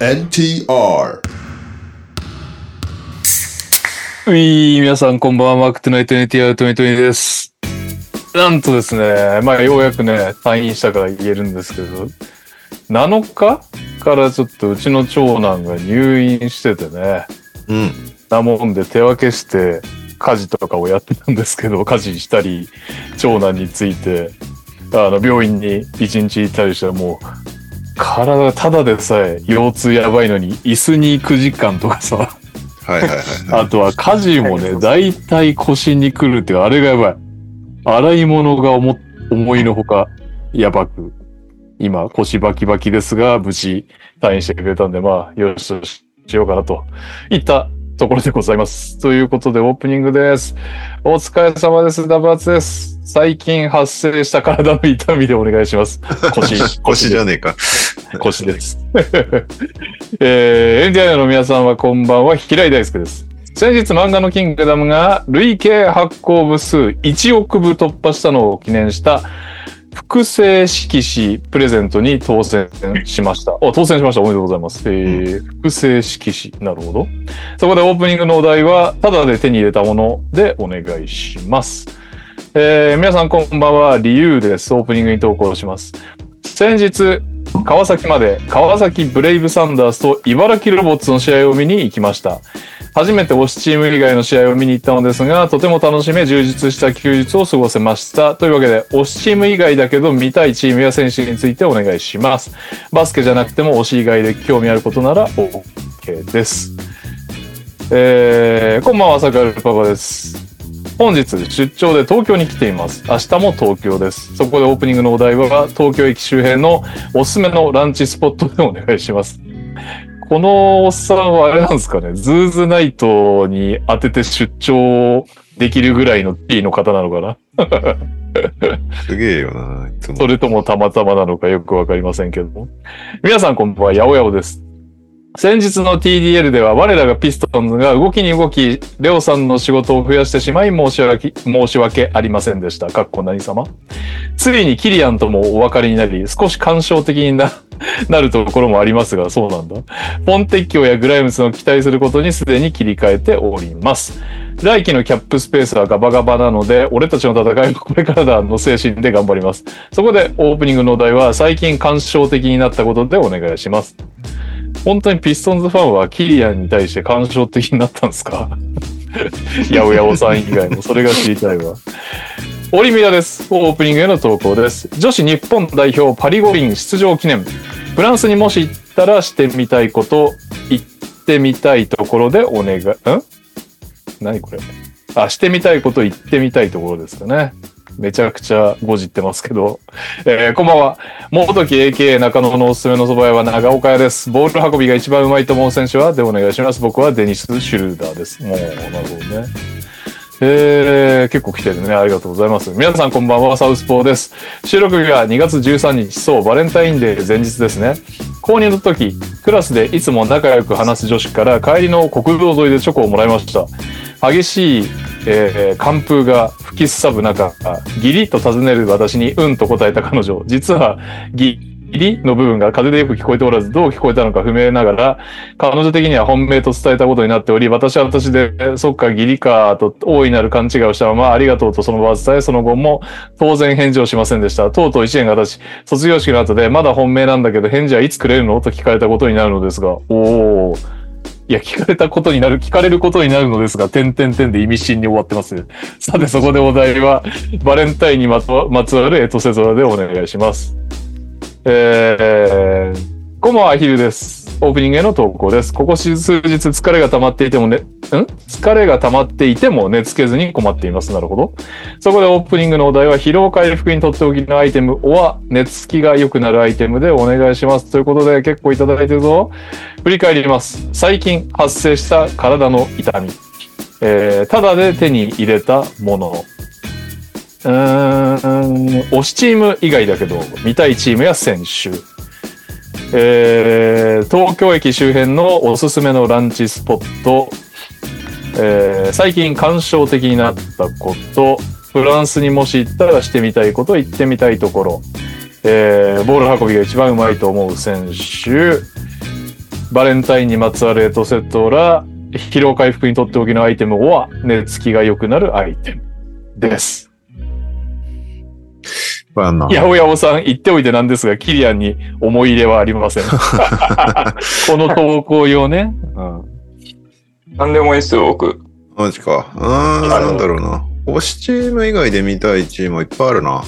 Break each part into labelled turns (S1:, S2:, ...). S1: NTR
S2: うい皆さんこんばんは、マークトゥナイト NTR トゥトゥです。なんとですね、まあようやくね、退院したから言えるんですけど、7日からちょっとうちの長男が入院しててね、
S1: うん
S2: なもんで手分けして家事とかをやってたんですけど、家事したり、長男について、あの、病院に一日行ったりしたらもう、体がただでさえ腰痛やばいのに椅子に行く時間とかさ、
S1: はいはいはいは
S2: あとは家事もね、だいたい腰に来るっていうか、あれがやばい。洗い物が思、思いのほか、やばく。今、腰バキバキですが、無事退院してくれたんで、まあ、よしとしようかなと。いったところでございます。ということで、オープニングです。お疲れ様です。ダブアツです。最近発生した体の痛みでお願いします。 腰、
S1: い腰じゃねえか
S2: 腰です。えー、エンディアの皆さんはこんばんは、平井大輔です。先日漫画のキングダムが累計発行部数1億部突破したのを記念した複製色紙プレゼントに当選しました。お、当選しました。おめでとうございます。えー複製色紙。なるほど。そこでオープニングのお題は、ただで手に入れたものでお願いします。えー皆さんこんばんは、理由です。オープニングに投稿します。先日、川崎まで川崎ブレイブサンダースと茨城ロボッツの試合を見に行きました。初めて推しチーム以外の試合を見に行ったのですが、とても楽しめ充実した休日を過ごせました。というわけで、推しチーム以外だけど見たいチームや選手についてお願いします。バスケじゃなくても推し以外で興味あることなら OK です。えー、こんばんは、坂井パパです。本日出張で東京に来ています明日も東京ですそこでオープニングのお題は東京駅周辺のおすすめのランチスポットでお願いしますこのおっさんはあれなんですかねズーズナイトに当てて出張できるぐらいの地位の方なのかな
S1: すげえよないつも
S2: それともたまたまなのかよくわかりませんけども。皆さんこんばんは、やおやおです。先日の TDL では我らがピストンズが動きに動き、レオさんの仕事を増やしてしまい申し訳申し訳ありませんでした。かっこ何様ついにキリアンともお分かりになり、少し感傷的にな なるところもありますが、そうなんだ。ポンテッキョやグライムスの期待することにすでに切り替えております。来期のキャップスペースはガバガバなので、俺たちの戦いはこれからだの精神で頑張ります。そこでオープニングのお題は最近感傷的になったことでお願いします。本当にピストンズファンはキリアンに対して感傷的になったんですかやおやおさん以外もそれが知りたいわ。オリミラです。オープニングへの投稿です。女子日本代表パリ五輪出場記念。フランスにもし行ったらしてみたいこと、行ってみたいところでお願い、ん何これあ、してみたいこと、行ってみたいところですかね。めちゃくちゃごじってますけど。えーこんばんは。元木 AKA 中野のおすすめの蕎麦屋は長岡屋です。ボール運びが一番うまいと思う選手はでお願いします。僕はデニス・シュルーダーです。もう、なるほどね。えー、結構来てるね。ありがとうございます。皆さんこんばんは。サウスポーです。収録日は2月13日、そう、バレンタインデー前日ですね。購入の時、クラスでいつも仲良く話す女子から帰りの国道沿いでチョコをもらいました。激しい、えー寒風が吹きすさぶ中、ギリと尋ねる私にうんと答えた彼女。実は、ギリの部分が風でよく聞こえておらず、どう聞こえたのか不明ながら、彼女的には本命と伝えたことになっており、私は私で、えそっか、義理か、と大いなる勘違いをしたまま、ありがとうとその場を伝え、その後も当然返事をしませんでした。とうとう一年が経ち、卒業式の後で、まだ本命なんだけど、返事はいつくれるのと聞かれたことになるのですが、おー。いや、聞かれたことになる、聞かれることになるのですが、点点点で意味深に終わってます。さて、そこでお題は、バレンタインにまつわまつわるエトセゾラでお願いします。えー、こんばんは、アヒルです。オープニングへの投稿です。ここ数日疲れが溜まっていてもね、ん疲れが溜まっていても寝つけずに困っています。なるほど。そこでオープニングのお題は疲労回復にとっておきのアイテム、おは寝つきが良くなるアイテムでお願いします。ということで結構いただいてるぞ。振り返ります。最近発生した体の痛み。えー、ただで手に入れたもの。うーん、推しチーム以外だけど、見たいチームや選手。えー東京駅周辺のおすすめのランチスポット、えー最近感傷的になったこと、フランスにもし行ったらしてみたいこと、行ってみたいところ、えーボール運びが一番うまいと思う選手、バレンタインにまつわるエトセトラ、疲労回復にとっておきのアイテムは、寝つきが良くなるアイテムです。
S1: まあ、あの
S2: 八百屋さん言っておいてなんですが、キリアンに思い入れはありません。この投稿用ね。
S3: なんでもいいっすよ、僕。
S1: マジか。うーん、
S3: あの
S1: なんだろうな。推しチーム以外で見たいチームはいっぱいあるな。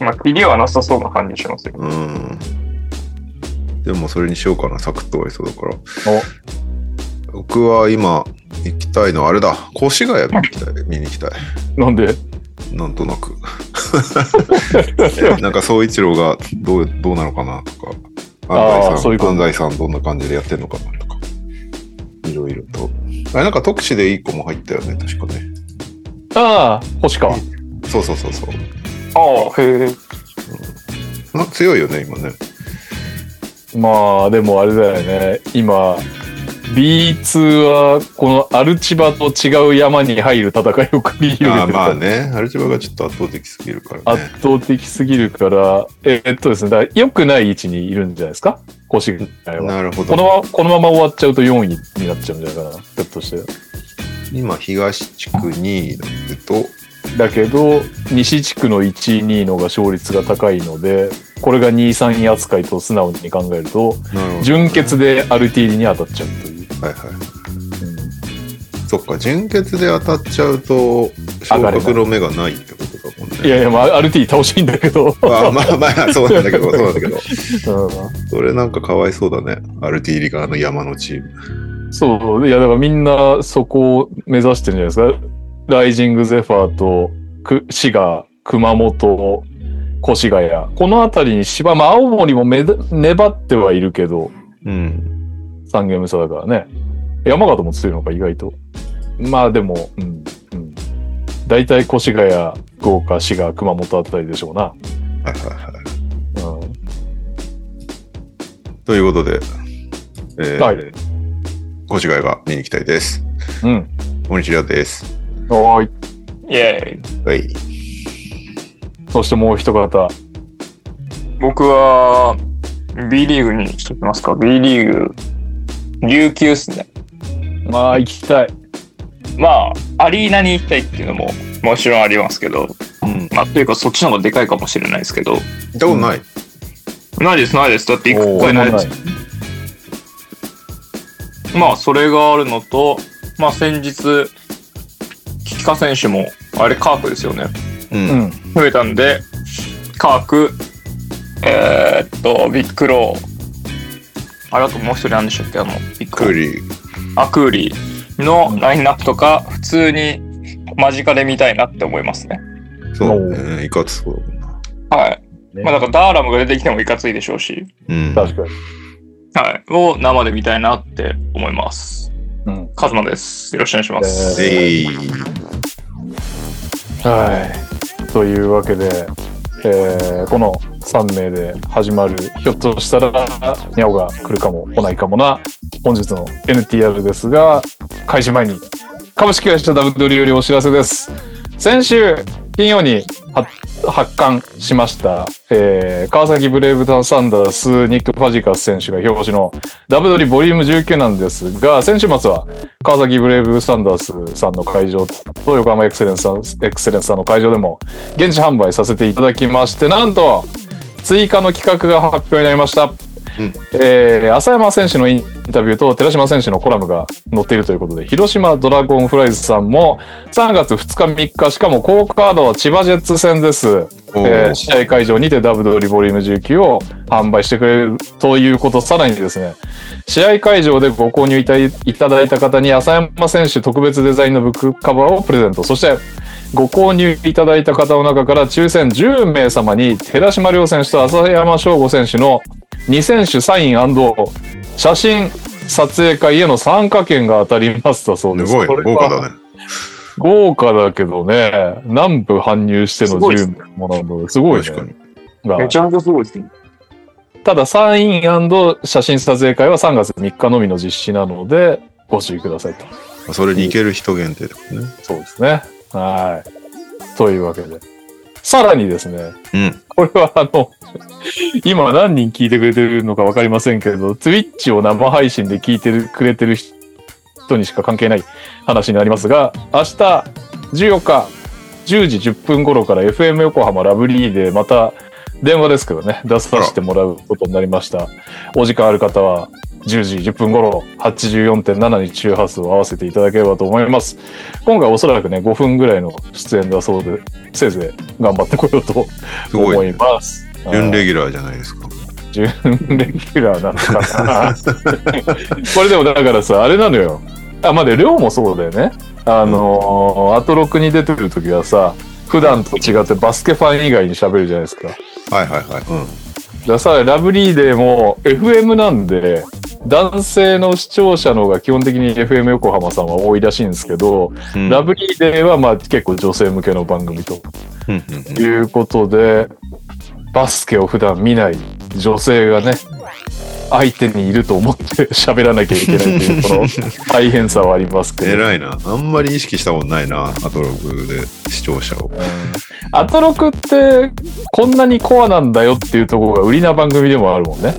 S3: まあ、切りはなさそうな感じしますよ。
S1: うーん。でもそれにしようかな、サクッと終わりそうだから。僕は今、行きたいのはあれだ。越谷見に行きたい。見に行きたい。
S2: お、なんで
S1: なんとな く。なんか総一郎がどうどうなのかなとか、
S2: あー
S1: 安西
S2: そういうこ
S1: さ
S2: と
S1: ん、安西さんどんな感じでやってんのかなとか、いろいろと。あれなんか特使でいい子も入ったよね、確かね。
S2: ああ、星川。
S1: そうそうそうそう。
S3: ああ、へえ。
S1: な強いよね、今ね。
S2: まあ、でもあれだよね。今、B2 は、このアルチバと違う山に入る戦いを繰り広げてる
S1: あ
S2: か
S1: ー
S2: ら
S1: まあね、アルチバがちょっと圧倒的すぎるからね。
S2: 圧倒的すぎるから、ええっとですね、だから良くない位置にいるんじゃないですか腰がは。
S1: なるほど。
S2: このまま、このまま終わっちゃうと4位になっちゃうんじゃないかな。ひょっとして。
S1: 今、東地区2位だけど、
S2: だけど、西地区の1位、2位のが勝率が高いので、これが2位、3位扱いと素直に考えると、
S1: なるほど
S2: 準決でアルティーリに当たっちゃうという。
S1: はいはい。そっか、準決で当たっちゃうと、昇
S2: 上がれない
S1: 格の目がないってことだもんね。
S2: うんいやいや、まあ、アルティーリ倒しいんだけど。
S1: ま あまあまあ、そうなんだけど、そうなんだけど。
S2: うん
S1: それなんかかわいそうだね。アルティーリ側の山のチーム。
S2: そう、いや、だからみんなそこを目指してるんじゃないですか。ライジングゼファーと、く、滋賀、熊本、越谷。この辺りに芝、まあ、青森もめだ、粘ってはいるけど、
S1: うん。
S2: 3ゲーム差だからね。山形も強いのか、意外と。まあ、でも、うん、うん。大体越谷、福岡、滋賀、熊本あたりでしょうな。
S1: はいはいはい。
S2: うん。
S1: ということで、えー、
S2: はい
S1: 越谷が見に行きたいです。
S2: うん。
S1: 森千里です。
S2: はーい。
S3: イェーイ。
S1: はい。
S2: そしてもう一方。
S3: 僕は、B リーグにしときますか。B リーグ、琉球っすね。
S2: まあ、行きたい。
S3: まあ、アリーナに行きたいっていうのも、もちろんありますけど、
S1: うん。
S3: まあ、というか、そっちの方がでかいかもしれないですけど、
S1: 行ったことない。
S3: ないです、ないです。だって行く
S2: お
S3: 機
S2: ー
S3: 会ないです。まあ、それがあるのと、まあ、先日、菊花選手も、あれ、カークですよね。
S1: うん。
S2: う
S1: うん
S2: ん。
S3: 増えたんで、カーク、えーっと、ビッグクロー、あれあともう一人なんでしたっけ、あの、ビッグク
S1: ク
S3: ロ
S1: ー
S3: ー、
S1: リー。
S3: アクーリーのラインナップとか、普通に間近で見たいなって思いますね。
S1: そうだね。いかつそうだもんな。
S3: はい。
S2: ね
S3: まあ、だからダーラムが出てきてもいかついでしょうし、
S1: うん。
S2: 確かに。
S3: はい。を生で見たいなって思います。
S2: うん。
S3: カズマです。よろしくお願いします。
S2: に
S1: えい。
S2: はい。というわけで、えーこの3名で始まる、ひょっとしたら、にゃおが来るかも、来ないかもな、本日の NTR ですが、開始前に、株式会社ダブドリよりお知らせです。先週、金曜には発刊しました、えー川崎ブレイブタサンダース、ニック・ファジカス選手が表紙のダブドリボリューム19なんですが、先週末は川崎ブレイブサンダースさんの会場と横浜エクセレンスさんエクセレンスさんの会場でも現地販売させていただきまして、なんと追加の企画が発表になりました。
S1: うん
S2: えー浅山選手のインタビューと寺島選手のコラムが載っているということで、広島ドラゴンフライズさんも3月2日3日、しかも高カードは千葉ジェッツ戦です。
S1: お
S2: えー
S1: ー
S2: 試合会場にてダブドリボリューム19を販売してくれるということ、さらにですね、試合会場でご購入いたいただいた方に浅山選手特別デザインのブックカバーをプレゼント。そして、ご購入いただいた方の中から抽選10名様に寺島亮選手と浅山翔吾選手の2選手サイン写真撮影会への参加券が当たりますだそうですす。
S1: ごい。
S2: これは
S1: 豪華だね。
S2: 豪華だけどね、南部搬入しての
S3: すごいですね
S2: 10名もらうのですごいね。
S1: 確かに。
S2: はい
S3: ゃめちゃすごいですね。
S2: ただ、サイン写真撮影会は3月3日のみの実施なので、ご注意くださいと。
S1: それに行ける人限定だもんね。
S2: そうですね。はい。というわけで。さらにですね、
S1: うん
S2: これはあの、今何人聞いてくれてるのかわかりませんけど、Twitch を生配信で聞いてるくれてる人にしか関係ない話になりますが、明日14日10時10分頃から FM 横浜ラブリーでまた電話ですけどね、出させてもらうことになりました。お時間ある方は10時10分頃84.7に周波数を合わせていただければと思います。今回おそらくね、5分ぐらいの出演だそうで、せいぜい頑張ってこようと
S1: すごい
S2: 思います。
S1: 準レギュラーじゃないですか。
S2: 準レギュラーなのかなこれでもだからさあれなのよあまあで量もそうだよねあのーアトロクに出てる時はさ普段と違ってバスケファン以外に喋るじゃないですかだか
S1: はいはいはい。う
S2: らさラブリーデーも FM なんで男性の視聴者の方が基本的に FM 横浜さんは多いらしいんですけど、
S1: ん。
S2: ラブリーデーはまあ結構女性向けの番組と
S1: うんうんうん
S2: ということで、バスケを普段見ない女性がね、相手にいると思って 喋らなきゃいけないという、この大変さはありますけど。
S1: 偉いな。あんまり意識したことないな、アトログで視聴者を。
S2: アトロクって、こんなにコアなんだよっていうところが売りな番組でもあるもんね。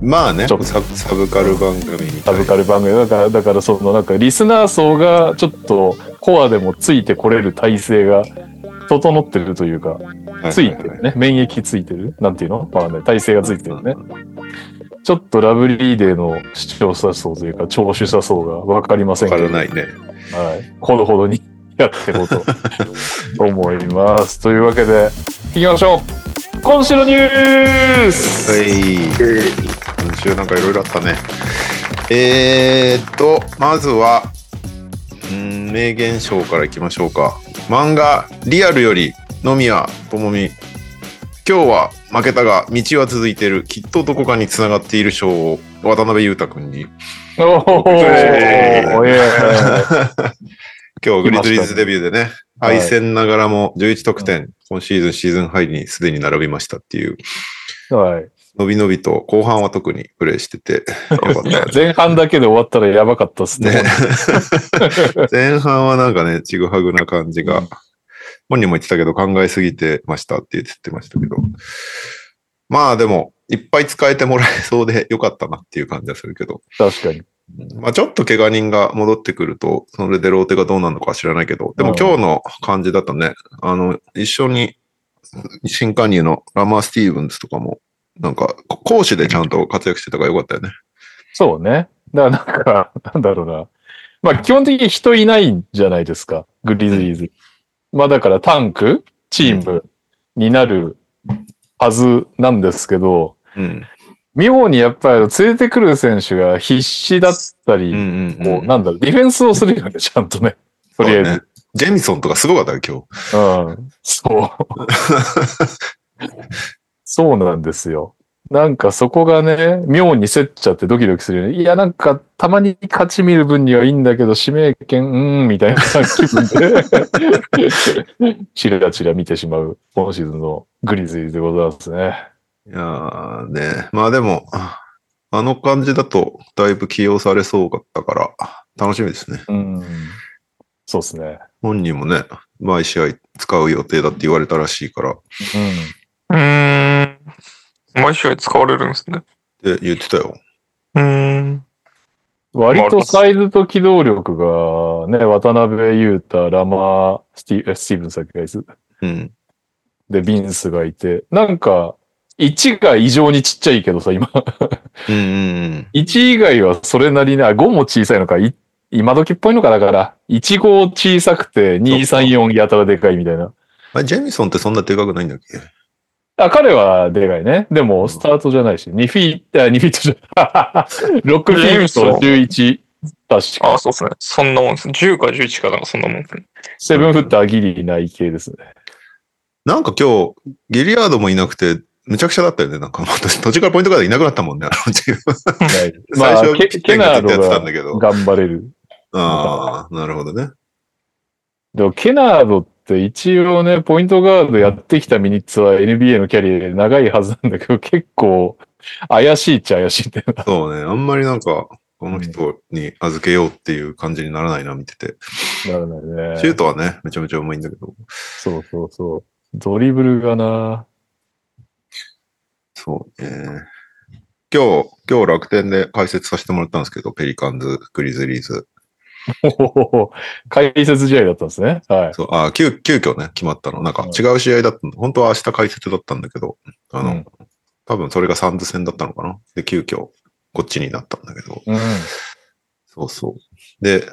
S1: まあね、
S2: ち
S1: サ
S2: ょっ
S1: ブ
S2: と
S1: サブカル番組みた
S2: サ
S1: いな。
S2: ブカル番組。だから、だからそのなんかリスナー層がちょっとコアでもついてこれる体制が整ってるというか、
S1: は
S2: ついてるね。免疫ついてるなんていうのわかんない。体勢がついてるね。ちょっとラブリーデーの視聴者層というか、聴取者層がわかりません
S1: わ
S2: け
S1: か
S2: ど、
S1: らないね。
S2: はい。ほどほどにやっていこ うと思います。というわけで、行きましょう今週のニュース
S1: はい。今週なんかいろいろあったね。えー、っと、まずは、うん名言賞からいきましょうか。漫画、リアルより、野宮智美。今日は負けたが、道は続いている。きっとどこかにつながっている賞を、渡辺裕太君に。
S2: おお
S1: えー
S2: おえ
S1: 今日、グリズリーズデビューでね、
S2: はい
S1: 敗戦ながらも11得点、今シーズンシーズンハイにすでに並びましたっていう、
S2: ーはい。
S1: 伸び伸びと後半は特にプレーしてて、 よかったよね。
S2: 前半だけで終わったらやばかったっすね。
S1: ね 前半はなんかね、ちぐはぐな感じが、本人も言ってたけど考えすぎてましたって言ってましたけど、まあでも、いっぱい使えてもらえそうでよかったなっていう感じはするけど、
S2: 確かに。
S1: まあちょっと怪我人が戻ってくると、それでローテがどうなるのかは知らないけど、で
S2: う
S1: も
S2: ん
S1: 今日の感じだとね、あの、一緒に新加入のラマー・スティーブンズとかも、なんか、こ攻守でちゃんと活躍してたからよかったよね。
S2: そうね。だからなんか、 なんだろうな。まあ基本的に人いないんじゃないですか。グリズリーズ。まあだからタンク、チームになるはずなんですけど、
S1: うん。
S2: 妙にやっぱり連れてくる選手が必死だった
S1: うん
S2: り、
S1: うん
S2: こ
S1: う。
S2: うんなんだろう、ディフェンスをするよね、ちゃんとね。とりあえ
S1: そ
S2: ず。
S1: うねジェミソンとかすごかったよ、今日。
S2: うん。そう。そうなんですよ。なんかそこがね、妙に競っちゃってドキドキするよね。いや、なんかたまに勝ち見る分にはいいんだけど、指名権、うーん、みたいな気分で、チラチラ見てしまう、今シーズンのグリズリーでございますね。
S1: いやーね、まあでも、あの感じだと、だいぶ起用されそうだったから、楽しみですね。
S2: うん。そうですね。
S1: 本人もね、毎試合使う予定だって言われたらしいから、っ
S3: うーん。毎試合使われるんですね。
S1: て言ってたよ。
S3: うーん。
S2: うん。割とサイズと機動力が、ね、渡辺裕太、ラマー、スティスティーブンさっきがいつ
S1: うん。
S2: で、ビンスがいて、なんか、1が異常にちっちゃいけどさ、今。
S1: うんうん
S2: 1以外はそれなりな、5も小さいのか、い今時っぽいのかだから、1、5小さくて、2、3、4やたらでかいみたいな。
S1: あれジェミソンってそんなでかくないんだっけ
S2: あ、彼はでかいね。でも、スタートじゃないし、2フィート、あ2フィートじゃ、6フ ィート11、確か。
S3: あ、そうですね。そんなもんですね。10か11かなんかそんなもんですね。
S2: 7フッターギリない系ですね。
S1: なんか今日、ギリアードもいなくて、むちゃくちゃだったよね。なんかもう途途中からポイントガードいなくなったもんね。あのチーム
S2: はい
S1: 最
S2: まあ
S1: 初、は
S2: ケ
S1: ピッ
S2: ケ
S1: ケンがず
S2: ナー
S1: っとやってた
S2: ド
S1: んだ
S2: が
S1: けど。
S2: 頑張れる。
S1: ああ、なるほどね。
S2: でも、ケナードって一応ね、ポイントガードやってきたミニッツは NBA のキャリアで長いはずなんだけど、 結構怪しいっちゃ怪しいんだよな。
S1: そうね。あんまりなんか、この人に預けようっていう感じにならないな、見てて。
S2: なるほどね。
S1: シュートはね、めちゃめちゃうまいんだけど。
S2: そうそうそう。ドリブルがな、
S1: そうね。今日、今日楽天で解説させてもらったんですけど、ペリカンズ、グリズリーズ。
S2: ほほほほ解説試合だったんですね。はい。
S1: そう、あ、急、急遽ね、決まったの。なんか違う試合だったの。本当は明日解説だったんだけど、あの、
S2: うん
S1: 多分それがサンズ戦だったのかな。で、急遽、こっちになったんだけど。
S2: うん。
S1: そうそう。で、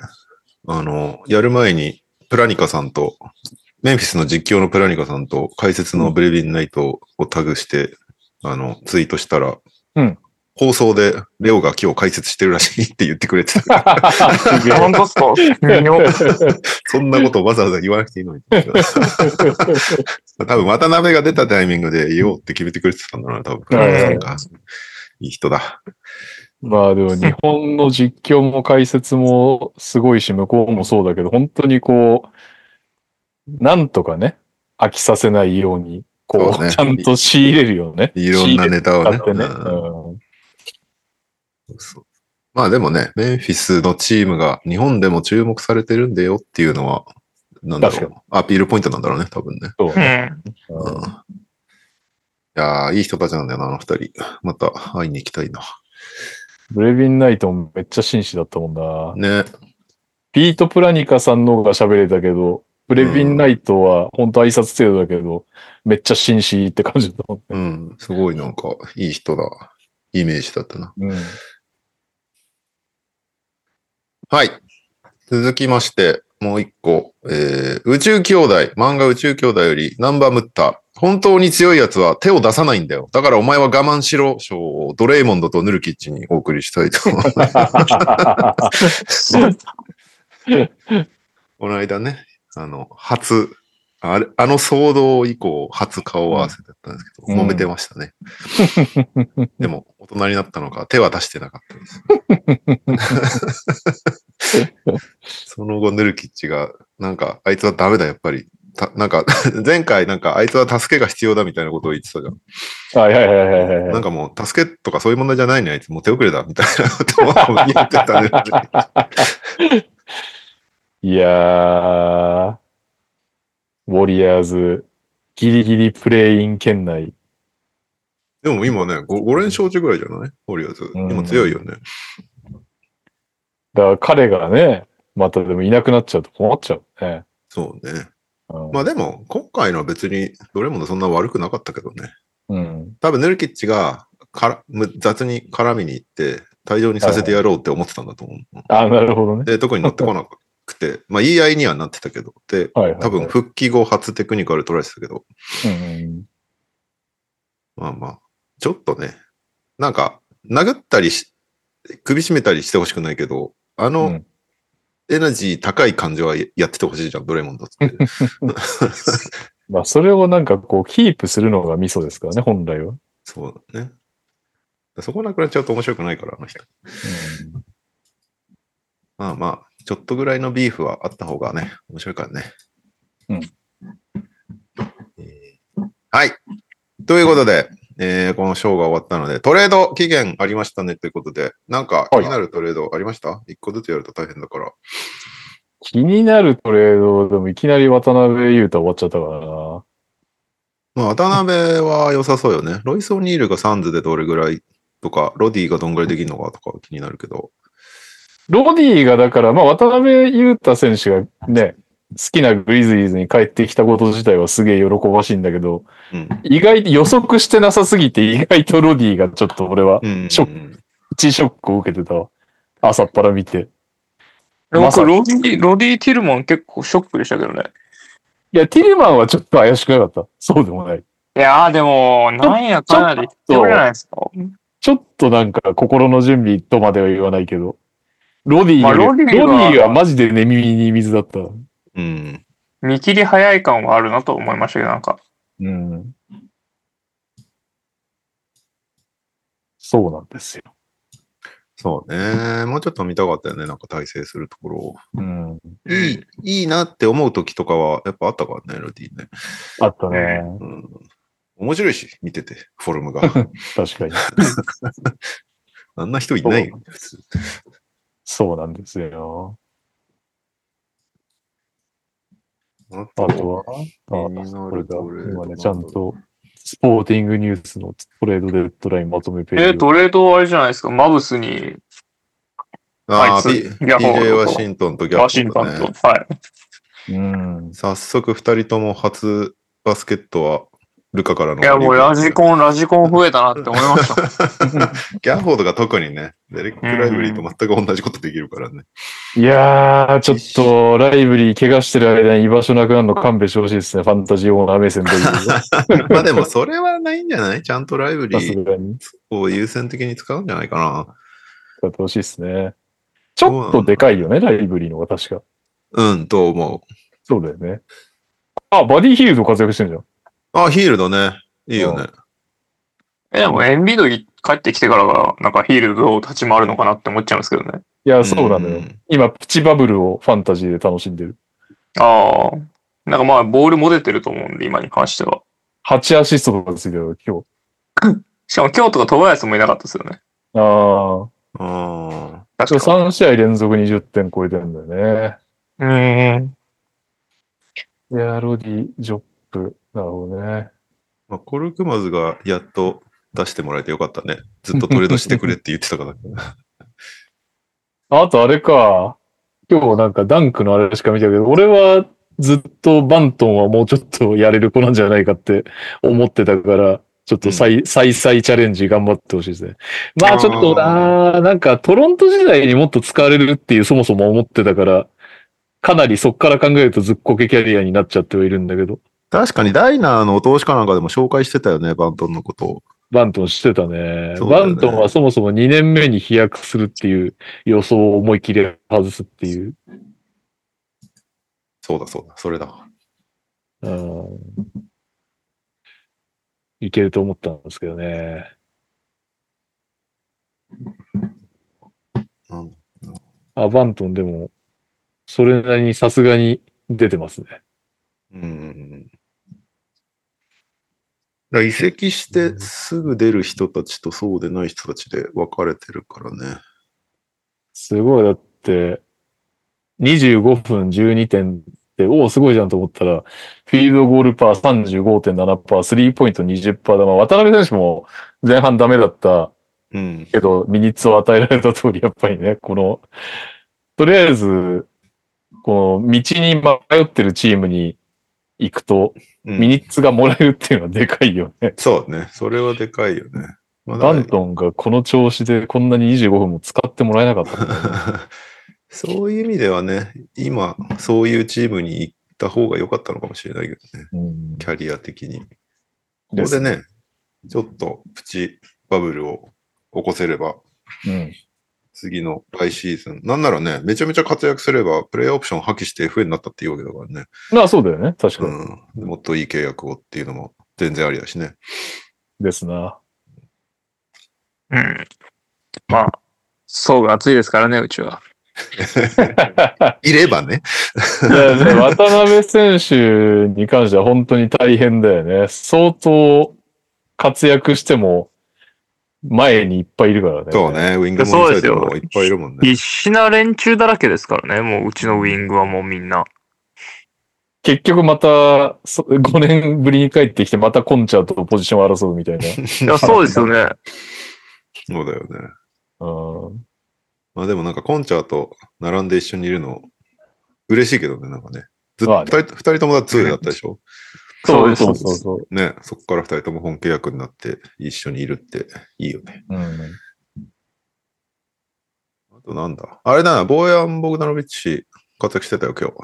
S1: あの、やる前に、プラニカさんと、メンフィスの実況のプラニカさんと、解説のブレビンナイトをタグして、あの、ツイートしたら、
S2: うん
S1: 放送で、レオが今日解説してるらしいって言ってくれてた。
S2: すげえ
S3: 本当っすか微 妙。
S1: そんなことわざわざ言わなくていいのに。多分渡辺が出たタイミングで言おうって決めてくれてたんだろうな、多分。プラニカさんがいい人だ。
S2: まあでも日本の実況も解説もすごいし、向こうもそうだけど、本当にこう、なんとかね、飽きさせないように、こ
S1: そう
S2: う、
S1: ね
S2: ちゃんと仕入れるよね。
S1: いろんなネタを
S2: 仕
S1: ね。
S2: 入れてね。
S1: うん
S2: うん
S1: そうまあでもね、メンフィスのチームが日本でも注目されてるんだよっていうのは、なんだろ
S2: 確
S1: う。アピールポイントなんだろうね、多分ね。
S2: そう
S3: うん
S2: ね。。
S1: う
S2: うん
S1: ん。いやー、いい人たちなんだよな、あの二人。また会いに行きたいな。
S2: ブレビン・ナイトもめっちゃ紳士だったもんな。
S1: ね。
S2: ピート・プラニカさんの方が喋れたけど、ブレビン・ナイトは本当挨拶程度だけど、めっちゃ紳士って感じだったもんね。
S1: うん。すごいなんか、いい人だ。イメージだったな。
S2: うん
S1: はい。続きまして、もう一個。えー、宇宙兄弟、漫画宇宙兄弟より、ナンバームッタ。本当に強い奴は手を出さないんだよ。だからお前は我慢しろ、賞をドレイモンドとヌルキッチにお送りしたいと思いますこの間ね、あの、初、あれ、あの騒動以降、初顔合わせだったんですけど、
S2: うん
S1: 揉めてました ね。でも、大人になったのか、手は出してなかったです。 その後、ヌルキッチが、なんか、あいつはダメだ、やっぱり。たなんか、 前回、なんか、あいつは助けが必要だみたいなことを言ってたじゃん。
S2: はいはいはいはいはい。
S1: なんかもう、助けとかそういう問題じゃないね、あいつ。もう手遅れだ、みたいなことを言ってたね。
S2: いやー、ウォリアーズ、ギリギリプレイイン圏内。
S1: でも今ね5、5連勝中ぐらいじゃないオリアーズ。
S2: うん
S1: 今強いよね。
S2: だから彼がね、またでもいなくなっちゃうと困っちゃうね。
S1: そうね。
S2: うん
S1: まあでも、今回のは別にどれもそんな悪くなかったけどね。
S2: うん。
S1: 多分、ネルキッチがからむ雑に絡みに行って、退場にさせてやろうって思ってたんだと思う。
S2: あ、なるほどね。
S1: で、特に乗ってこなくて、 まあ言い合いにはなってたけど、で、
S2: はいはい、はい。
S1: 多分、復帰後初テクニカル取られてたけど、
S2: うん
S1: まあまあ、ちょっとね、なんか、殴ったりし、首絞めたりしてほしくないけど、あ
S2: う
S1: の、
S2: ん、うん。
S1: エナジー高い感じはややっててほしいじゃん、ドレモンだって。
S2: まあ、それをなんかこう、キープするのがミソですからね、本来は。
S1: そうだね。そこなくなっちゃうと面白くないから、あの人。まあまあ、ちょっとぐらいのビーフはあった方がね、面白いからね。
S2: うん
S1: えーはい。ということで、えーこのショーが終わったので、トレード期限ありましたねということで、なんか気
S2: はい
S1: になるトレードありました一個ずつやると大変だから。
S2: 気になるトレード、でもいきなり渡辺裕太終わっちゃったからな。
S1: まあ、渡辺は良さそうよね。ロイソン・ニールがサンズでどれぐらいとか、ロディがどんぐらいできるのかとか気になるけど。
S2: ロディがだから、まあ、渡辺裕太選手がね、好きなグリズリーズに帰ってきたこと自体はすげえ喜ばしいんだけど、
S1: うん。
S2: 意外と予測してなさすぎて、意外とロディがちょっと俺は、
S1: うん、
S2: ショ一ショックを受けてたわ。朝っぱら見て。まさ
S3: 僕、ロ
S2: に
S3: ディ、ロディ・ティルマン結構ショックでしたけどね。
S2: いや、ティルマンはちょっと怪しくなかった。そうでもない。
S3: いやーでも、なんやかんやで言ってるじゃないですか。
S2: ちょっとなんか心の準備とまでは言わないけど。ロディより、
S3: まあ
S2: ロ
S3: ロ
S2: デ
S3: ディは
S2: ィはマジで寝耳に水だった。
S1: うん。
S3: 見切り早い感はあるなと思いましたけど、なんか。
S2: うん。そうなんですよ。
S1: そうね。もうちょっと見たかったよね。なんか体制するところを。
S2: うん。
S1: いい、いいなって思う時とかは、やっぱあったからね、ロディね。
S2: あったね。
S1: うん。面白いし、見てて、フォルム が。
S2: 確かに。
S1: あんな人いないよ、普通。
S2: そうなんですよ。
S1: あ
S2: あとは、あ
S1: 気にな
S2: これ
S1: る
S2: だ。
S1: トレード
S2: 今
S1: なんだろ
S2: ね、
S1: う
S2: ちゃんと、スポーティングニュースのトレードデッドラインまとめページを。
S3: えー、トレードあれじゃないですか。マブスに、
S1: あ
S3: あ
S1: あ、
S3: いつ
S1: P-
S3: ギャホー
S1: PJ ワシントンとギャ
S3: ワシン
S1: ッ
S3: ト
S1: プ
S3: ンと。
S1: ね。
S3: はい。
S2: うん。
S1: 早速、二人とも初バスケットは、ルカからの。
S3: いや、もうラジコン、ラジコン増えたなって思いました。
S1: ギャフォードが特にね、デレック・ライブリーと全く同じことできるからね。
S2: いやー、ちょっと、ライブリー怪我してる間に居場所なくなるの勘弁してほしいですね。ファンタジーオーナー目線で言うと。さ
S1: まあでもそれはないんじゃないちゃんとライブリ
S2: す
S1: ー
S2: がに。
S1: を優先的に使うんじゃないかな。
S2: 使ってほしいですね。ちょっとでかいよね、ライブリーの方が確か。
S1: うん、と思う。
S2: そうだよね。あ、バディヒールド活躍してるじゃん。
S1: あ、ヒールドね。いいよね。
S3: え、でもエンビードい帰ってきてからが、なんかヒールドを立ち回るのかなって思っちゃうんですけどね。
S2: いや、そうなのよ。
S1: ん
S2: 今、プチバブルをファンタジーで楽しんでる。
S3: ああ。なんかまあ、ボールも出てると思うんで、今に関しては。
S2: 8アシストとかついてるよ、今
S3: しかも今日とかトバヤスもいなかったですよね。
S2: 日。あ
S1: あ
S2: あ。
S3: 確か
S2: 3試合連続20点超えてるんだよね。
S3: うーん。
S2: いや、ロディ、ジョップ。なるほどね。
S1: あ。コルクマズがやっと出してもらえてよかったね。ずっとトレードしてくれって言ってたから。
S2: あとあれか。今日なんかダンクのあれしか見てないけど、俺はずっとバントンはもうちょっとやれる子なんじゃないかって思ってたから、ちょっと再、再再チャレンジ頑張ってほしいですね。まあちょっとな、なんかトロント時代にもっと使われるっていうそもそも思ってたから、かなりそっから考えるとずっこけキャリアになっちゃってはいるんだけど、
S1: 確かにダイナーの投資家なんかでも紹介してたよね、バントンのことを。
S2: バントンしてたね。
S1: そうだよ
S2: バ
S1: ね
S2: ントンはそもそも2年目に飛躍するっていう予想を思い切り外すっていう。
S1: そうだそうだ、それだ。
S2: うんいけると思ったんですけどね。
S1: うん
S2: アバントンでも、それなりにさすがに出てますね。
S1: うん。だから移籍してすぐ出る人たちとそうでない人たちで分かれてるからね。
S2: すごい、だって、25分12点って、おお、すごいじゃんと思ったら、フィールドゴールパー35.7%、スリーポイント20%だ。まあ、渡辺選手も前半ダメだった
S1: うん。
S2: けど、ミニッツを与えられた通り、やっぱりね、この、とりあえず、この、道に迷ってるチームに行くと、
S1: うん
S2: ミニッツがもらえるっていうのはでかいよね。
S1: そうね。それはでかいよね。まあ
S2: バントンがこの調子でこんなに25分も使ってもらえなかった。
S1: そういう意味ではね、今、そういうチームに行った方が良かったのかもしれないけどね、
S2: うん
S1: キャリア的に。こ
S2: で
S1: こ
S2: す
S1: でね、ちょっとプチバブルを起こせれば、
S2: うん
S1: 次の来シーズン、なんならね、めちゃめちゃ活躍すれば、プレイオプション破棄して FA になったっていうわけだからね、
S2: まあそうだよね。確かに。
S1: うん、もっといい契約をっていうのも全然ありだしね。
S2: ですな。
S3: うん。まあ、そうが熱いですからね、うちは。
S1: いればね。
S2: いやね渡辺選手に関しては本当に大変だよね。相当活躍しても前にいっぱいいるからね。
S1: そう。ね、ウィングもインサイドもいっぱいいるもんね。
S3: 必死な連中だらけですからね、もううちのウィングはもうみんな。
S2: 結局またそ5年ぶりに帰ってきてまたコンチャートとポジションを争うみたいな。
S3: いや、そうですよね。
S1: そうだよね。
S2: うん、
S1: まあでもなんかコンチャーと並んで一緒にいるの嬉しいけどね、なんかね。ずっ
S2: まあ
S1: と
S2: ね
S1: 二人二人ともだ2だったでしょ
S3: そうです
S2: そうそう そう。
S1: ね、そこから二人とも本契約になって一緒にいるっていいよね。
S2: うん、
S1: あとなんだ。あれだな、ボーヤン・ボグダノビッチ活躍してたよ、今日。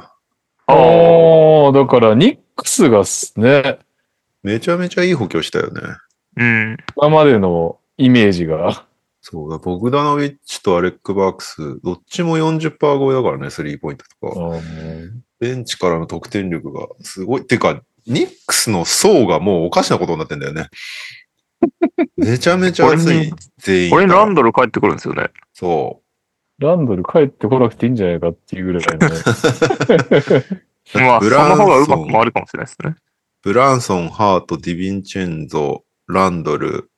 S2: あ
S3: あ
S2: あ、だからニックスがすね、
S1: めちゃめちゃいい補強したよね。
S3: うん。
S2: 今までのイメージが。
S1: そうだ、ボグダノビッチとアレック・バークス、どっちも40%超えだからね、スリーポイントとか。
S2: うん
S1: ベンチからの得点力がすごい。てか、ニックスの層がもうおかしなことになってんだよね。めちゃめちゃ熱い、全員。
S3: これにランドル帰ってくるんですよね。
S1: そ
S2: ランドル帰ってこなくていいんじゃないかっていうぐら いのね。
S1: う。
S3: まあ、そ
S1: ブ
S3: の
S1: ラン
S3: 方がうま
S1: ソ
S3: く
S1: ン、
S3: 回るかもしれないですね。
S1: ブランソン、ハート、ディヴィンチェンゾ、ランドル、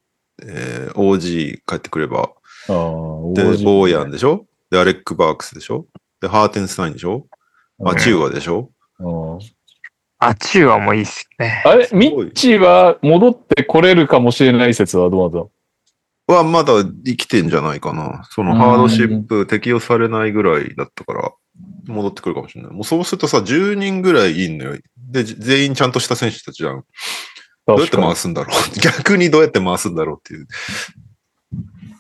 S1: えー、OG 帰ってくれば。
S2: ああ、
S1: で、
S2: OG
S1: ボーヤンでしょで、アレック・バークスでしょで、ハーテンスタインでしょ
S2: うん
S1: あ、チューアでしょ
S2: うん
S4: あちゅうはもういいっすよね。
S2: あれ、ミッチーは戻ってこれるかもしれない説はどうなんだろ
S1: はまだ生きてんじゃないかな。そのハードシップ適用されないぐらいだったから、戻ってくるかもしれない。もうそうするとさ、10人ぐらいいんのよ。で、じ全員ちゃんとした選手たちじゃん。
S2: う
S1: どうやって
S2: 確かに
S1: 回すんだろう。 逆にどうやって回すんだろうっていう。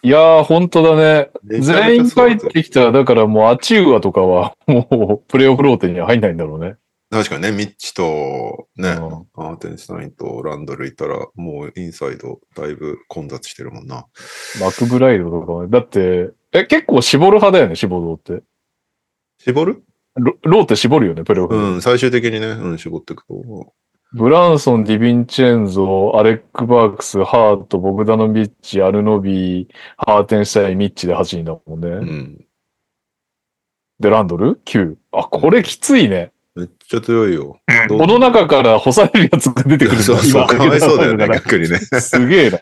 S2: いやー、本当だね。
S1: めちゃめ
S2: 全
S1: ちゃそう
S2: 員
S1: だ
S2: 帰っ
S1: った
S2: てきたら、だからもうアチウアとかは、もうプレイオフローテには入んないんだろうね。
S1: 確かにね、ミッチと、ね、
S2: うん
S1: アーテンシュタインとランドルいたら、もうインサイドだいぶ混雑してるもんな。
S2: マクブライドとかはね。だって、え、結構絞る派だよね、絞るって。
S1: 絞る
S2: ロローテ絞るよね、プレイオフ。
S1: うん、最終的にね、うん、絞っていくと。
S2: ブランソン、ディヴィンチェンゾ、アレック・バークス、ハート、ボグダノビッチ、アルノビー、ハーテンシュタイン、ミッチで8人だもんね。
S1: うん。
S2: で、ランドル ?9。あ、これきついね。
S1: めっちゃ強いよ。
S4: うん
S1: どう
S2: この中から干されるやつが出てくるんだ。
S1: そう そう、
S2: 今
S1: かわいそうだよね、
S2: 今
S1: 逆にね。
S2: すげえな。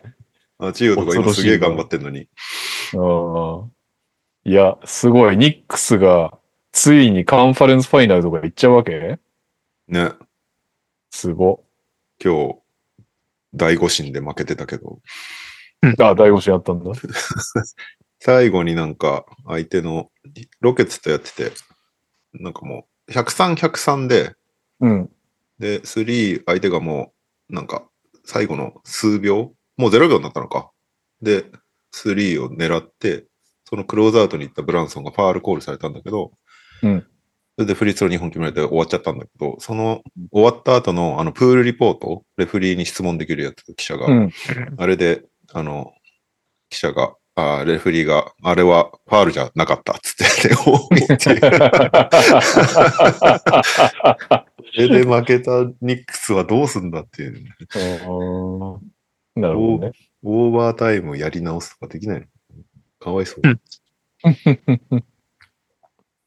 S1: あ、チームとか今すげえ頑張ってんのに。
S2: うんいや、すごい。ニックスが、ついにカンファレンスファイナルとか行っちゃうわけ
S1: ね、
S2: すご。
S1: 今日、第5審で負けてたけど、
S2: あ、第5試合やったんだ。
S1: 最後になんか相手のロケッツとやってて、なんかもう、103、103で、
S2: うん。
S1: で、3、相手がもう、なんか、最後の数秒、もう0秒になったのか。で、3を狙って、そのクローズアウトに行ったブランソンがファールコールされたんだけど、
S2: うん
S1: それでフリースロー2本決められて終わっちゃったんだけど、その終わった後のあのプールリポート、レフェリーに質問できるやつ、記者が、
S2: うん。
S1: あれで、あの、記者が、あーレフェリーが、あれはファールじゃなかったっつって、でおーって いうそれで負けたニックスはどうすんだっていう。
S2: うんなるほどね。
S1: オーバータイムやり直すとかできないのかわいそう。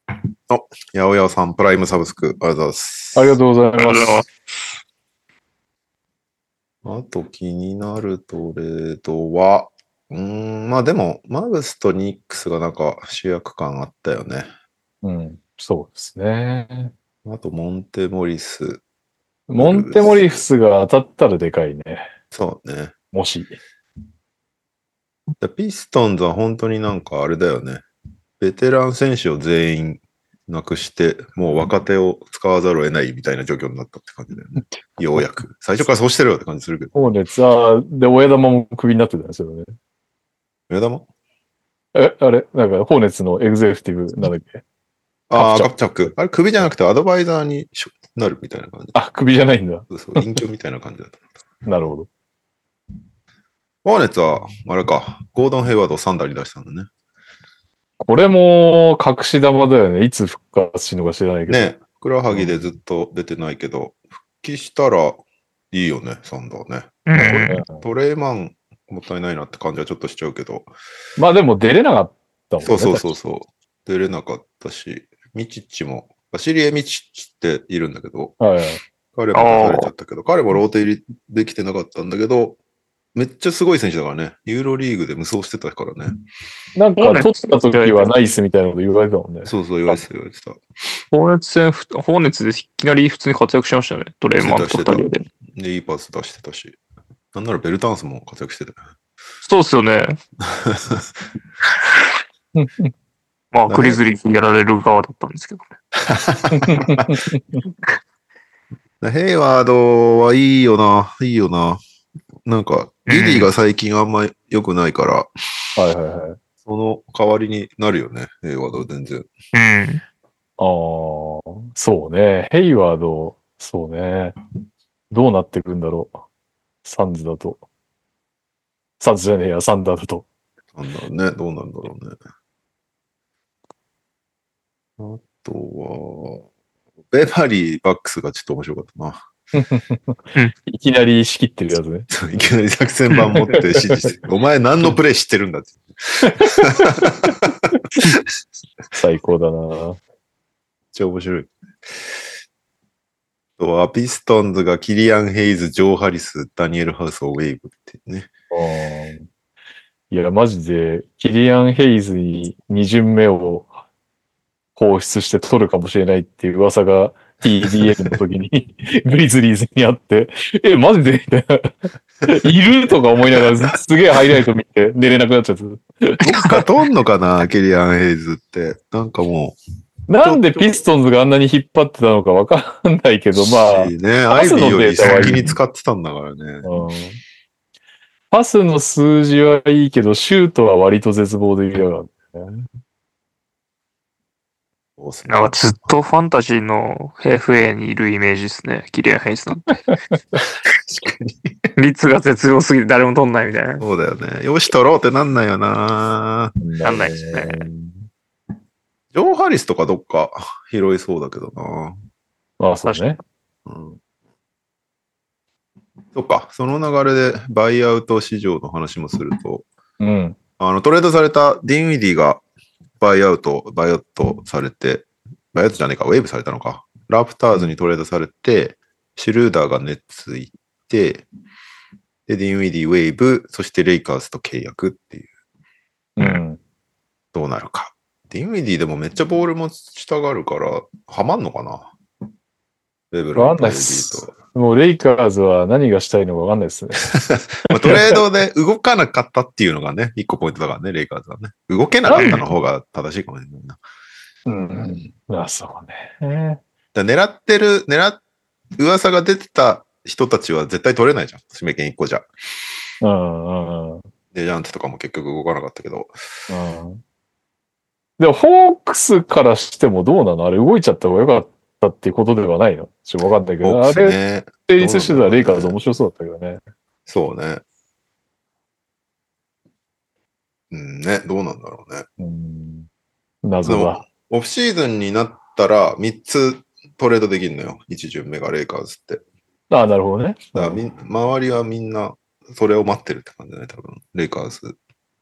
S1: あ、八百屋さん、プライムサブスク、ありがとうございます。
S2: ありがとうござい
S4: あ
S2: ま。
S4: りがとうございます
S1: あと気になるトレードは、うーん、まあでも、マグスとニックスがなんか主役感あったよね。
S2: うん。そうですね。
S1: あと、モンテモリス。
S2: モンテモリフスが当たったらでかいね。
S1: そうね。
S2: もし。
S1: でピストンズは本当になんかあれだよね。ベテラン選手を全員なくして、もう若手を使わざるを得ないみたいな状況になったって感じだよね。ようやく。最初からそうしてるよって感じするけど。
S2: そうね。あーで、親玉もクビになってたんですよね。
S1: 目玉
S2: え、あれなんか、ホーネッツのエグゼクティブなんだっけ
S1: ああ、
S2: カ
S1: カプチャック。あれ、首じゃなくてアドバイザーにしょなるみたいな感じ。
S2: あ、クビじゃないんだ。
S1: そうそう、隠居みたいな感じだった。
S2: なるほど。
S1: ワーネッツは、あれか、ゴードン・ヘイワードをサンダーに出したんだね。
S2: これも隠し玉だよね。いつ復活しのか知らないけど。
S1: ねえ、ふくらはぎでずっと出てないけど、復帰したらいいよね、サンダーね。
S4: うん
S1: トレーマン、もったいないなって感じはちょっとしちゃうけど、
S2: まあでも出れなかったもん
S1: そ
S2: ね。
S1: うそうそうそう。出れなかったし、ミチッチも、バシリエ・ミチッチっているんだけど、
S2: はいはい。
S1: 彼も出されちゃったけど、彼もローテ入りできてなかったんだけど、めっちゃすごい選手だからね。ユーロリーグで無双してたからね。
S2: なんか取った時はナイスみたいなこと言われてたもんね。
S1: そうそう、言われてた、言われてた。
S4: 放熱戦、放熱でいきなり普通に活躍しましたよね。トレーマー
S1: してた
S4: とトリオで。
S1: で、いいパス出してたし。なんならベルタンスも活躍してたよ ね。
S4: そうっすよね。まあ、グリズリーにやられる側だったんですけどね。
S1: ヘイワードはいいよな、いいよな。なんか、リリーが最近あんま良くないから、
S2: はいはいはい。
S1: その代わりになるよね、ヘイワードは全然。
S4: うん。
S2: ああ、そうね。ヘイワード、そうね。どうなってくんだろう。サンズだと。サンズじゃねえや、サンダーだと。
S1: なんだろうね、どうなんだろうね。あとは、ベバリーバックスがちょっと面白かったな。
S2: いきなり仕切ってるやつね。
S1: いきなり作戦版持って指示して、お前何のプレイ知ってるんだって。
S2: 最高だな。
S1: めっちゃ面白い。あとは、ピストンズがキリアン・ヘイズ、ジョー・ハリス、ダニエル・ハウス、オウェイブっていうね。
S2: うんいや、マジで、キリアン・ヘイズに2巡目を放出して取るかもしれないっていう噂が TDL の時に、 グリズリーズに会って、え、マジでみたいな。いるとか思いながら、すげえハイライト見て、寝れなくなっちゃって。
S1: どっか飛んのかな、ケリアン・ヘイズって。なんかも
S2: なんでピストンズがあんなに引っ張ってたのかわかんないけ
S1: う、
S2: ど、まあ、
S1: しね、アイビ
S2: スの
S1: ーよ
S2: デ
S1: り
S2: ータはいい
S1: 先に使ってたんだからね。
S2: うんパスの数字はいいけど、シュートは割と絶望的だから。
S1: そうっすね
S4: なんかずっとファンタジーの FA にいるイメージですね。キリアン・ヘイズなんて。率が絶妙すぎて誰も取んないみたいな。
S1: そうだよね。よし、取ろうってなんないよな。
S2: なん
S4: ないですね。
S1: ジョー・ハリスとかどっか 拾いそうだけどな。
S2: まあ、そうね。
S1: うん。そっか、その流れでバイアウト市場の話もすると、
S2: うん。
S1: あの、トレードされたディンウィディがバイアウト、バイアウトされて、バイアウトじゃねえか、ウェーブされたのか。ラプターズにトレードされて、シュルーダーがネッツ行って、で、ディンウィディ、ウェーブ、そしてレイカーズと契約っていう、
S2: うん。
S1: どうなるか。ディンウィディでもめっちゃボール持ちたがるから、はまんのかなウェブ
S2: わ
S1: ラン
S2: かんない
S1: ウ
S2: っ
S1: ィ
S2: す
S1: ディと。
S2: もうレイカーズは何がしたいのかわかんないですね。
S1: まあ、トレードで動かなかったっていうのがね、一個ポイントだからね、レイカーズはね。動けなかったの方が正しいかもしれないな。
S2: うん。 まあ、そうね。
S1: だから狙ってる、狙っ、噂が出てた人たちは絶対取れないじゃん。指名権1個じゃ。
S2: うんうんうん。
S1: デジャンテとかも結局動かなかったけど。
S2: うんでも、ホークスからしてもどうなのあれ動いちゃった方が良かったっていうことではないのちょっとわかんないけ
S1: ホ
S2: ど、
S1: ー
S2: あ
S1: クス
S2: れ
S1: ね。
S2: 成立してたらレイカーズ面白そうだったけどね。
S1: そうね。うんね、どうなんだろうね。
S2: うん。
S1: で
S2: 謎
S1: も
S2: だ。、
S1: オフシーズンになったら3つトレードできるのよ。1巡目がレイカーズって。
S2: ああ、なるほどね。
S1: だからみん周りはみんなそれを待ってるって感じだね、多分。レイカーズ。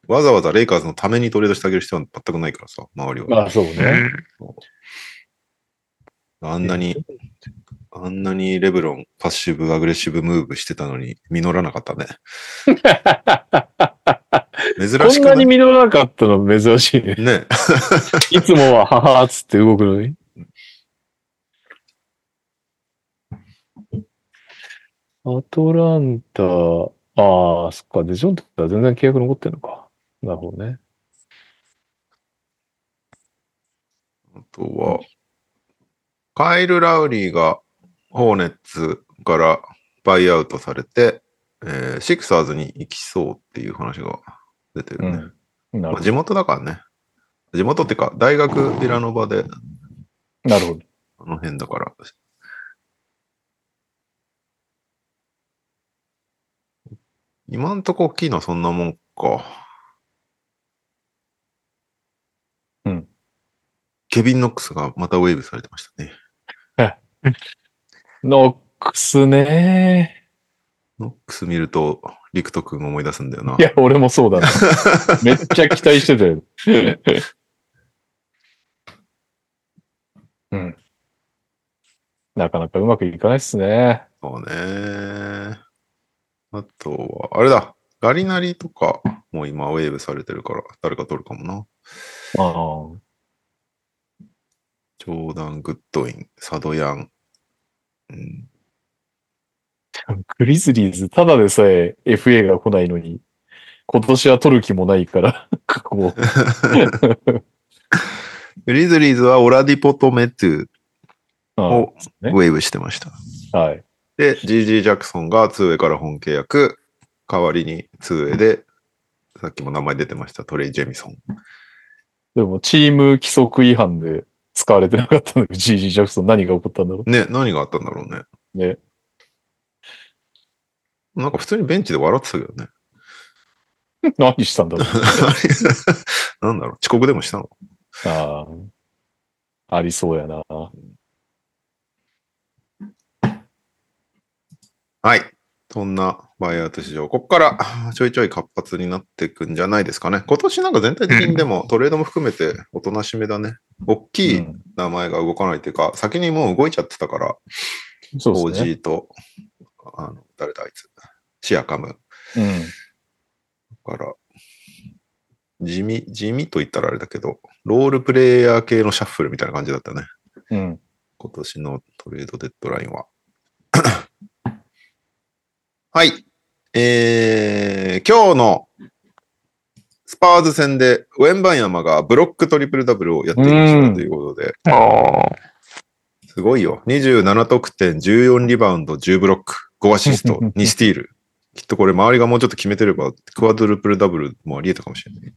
S1: わざわざレイカーズのためにトレードしてあげる必要は全くないからさ、周りは。
S2: まあ、そう
S4: う
S2: ね。
S4: ん。
S1: あんなに、あんなにレブロン、パッシブ、アグレッシブムーブしてたのに、実らなかった ね。珍
S2: こ
S1: し
S2: ん
S1: くな
S2: ないに実らなかったの珍しいね。
S1: ね。
S2: いつもは母っつって動くのに。アトランタ、ああ、そっか、デジョンって全然契約残ってんのか。なるほどね。
S1: あとは、カイル・ラウリーがホーネッツからバイアウトされて、えーシクサーズに行きそうっていう話が出てるね。
S2: うん。なる
S1: まあ
S2: ほ
S1: 地元だからね。地元ってか、大学ビラノバで、
S2: ど。なるほど。
S1: あの辺だから。今んとこ大きいのはそんなもんか。
S2: うん。
S1: ケビン・ノックスがまたウェーブされてましたね。
S2: ノックスね。
S1: ノックス見ると、リクト君思い出すんだよな。
S2: いや、俺もそう だな。めっちゃ期待してたよ。うん。なかなかうまくいかないっすね。
S1: そうね。あとは、あれだ。ガリナリとかも今ウェーブされてるから、誰か取るかもな。
S2: ああ。
S1: ジョーダン・グッドイン、サドヤン。うん、
S2: グリズリーズ、ただでさえ FA が来ないのに、今年は取る気もないから、こう。
S1: グリズリーズはオラディポト・メトゥ
S2: うん
S1: を
S2: ね
S1: ウェーブしてました。
S2: はい。
S1: で、GG ・ジャクソンが 2way から本契約。代わりに 2way で、さっきも名前出てました、トレイ・ジェミソン。
S2: でも、チーム規則違反で使われてなかったのに、GG ジャクソン何が起こったんだろ
S1: ね、何があったんだろうね。
S2: うね。
S1: なんか普通にベンチで笑ってたけどね。
S2: 何したんだろう。
S1: なんだろう、遅刻でもしたの
S2: ああ。ありそうやな。
S1: はい。そんなバイアウト市場、ここからあーちょいちょい活発になっていくんじゃないですかね。今年なんか全体的にでもトレードも含めておとなしめだね。大き
S2: う
S1: い
S2: ん
S1: 名前が動かないというか、先にもう動いちゃってたから、
S2: そ
S1: オ
S2: う
S1: ー
S2: で
S1: ジ
S2: すね。
S1: ーと、あの、誰だあいつ、シアカム
S2: うん。
S1: から、地味、地味と言ったらあれだけど、ロールプレイヤー系のシャッフルみたいな感じだったね。
S2: うん。
S1: 今年のトレードデッドラインは。 はい。えー、今日のスパーズ戦でウェンバンヤマがブロックトリプルダブルをやっていましたということで、
S4: あ
S1: すごいよ。27得点、14リバウンド、10ブロック、5アシスト、2スティール。きっとこれ周りがもうちょっと決めてれば、クワドルプルダブルもあり得たかもしれない。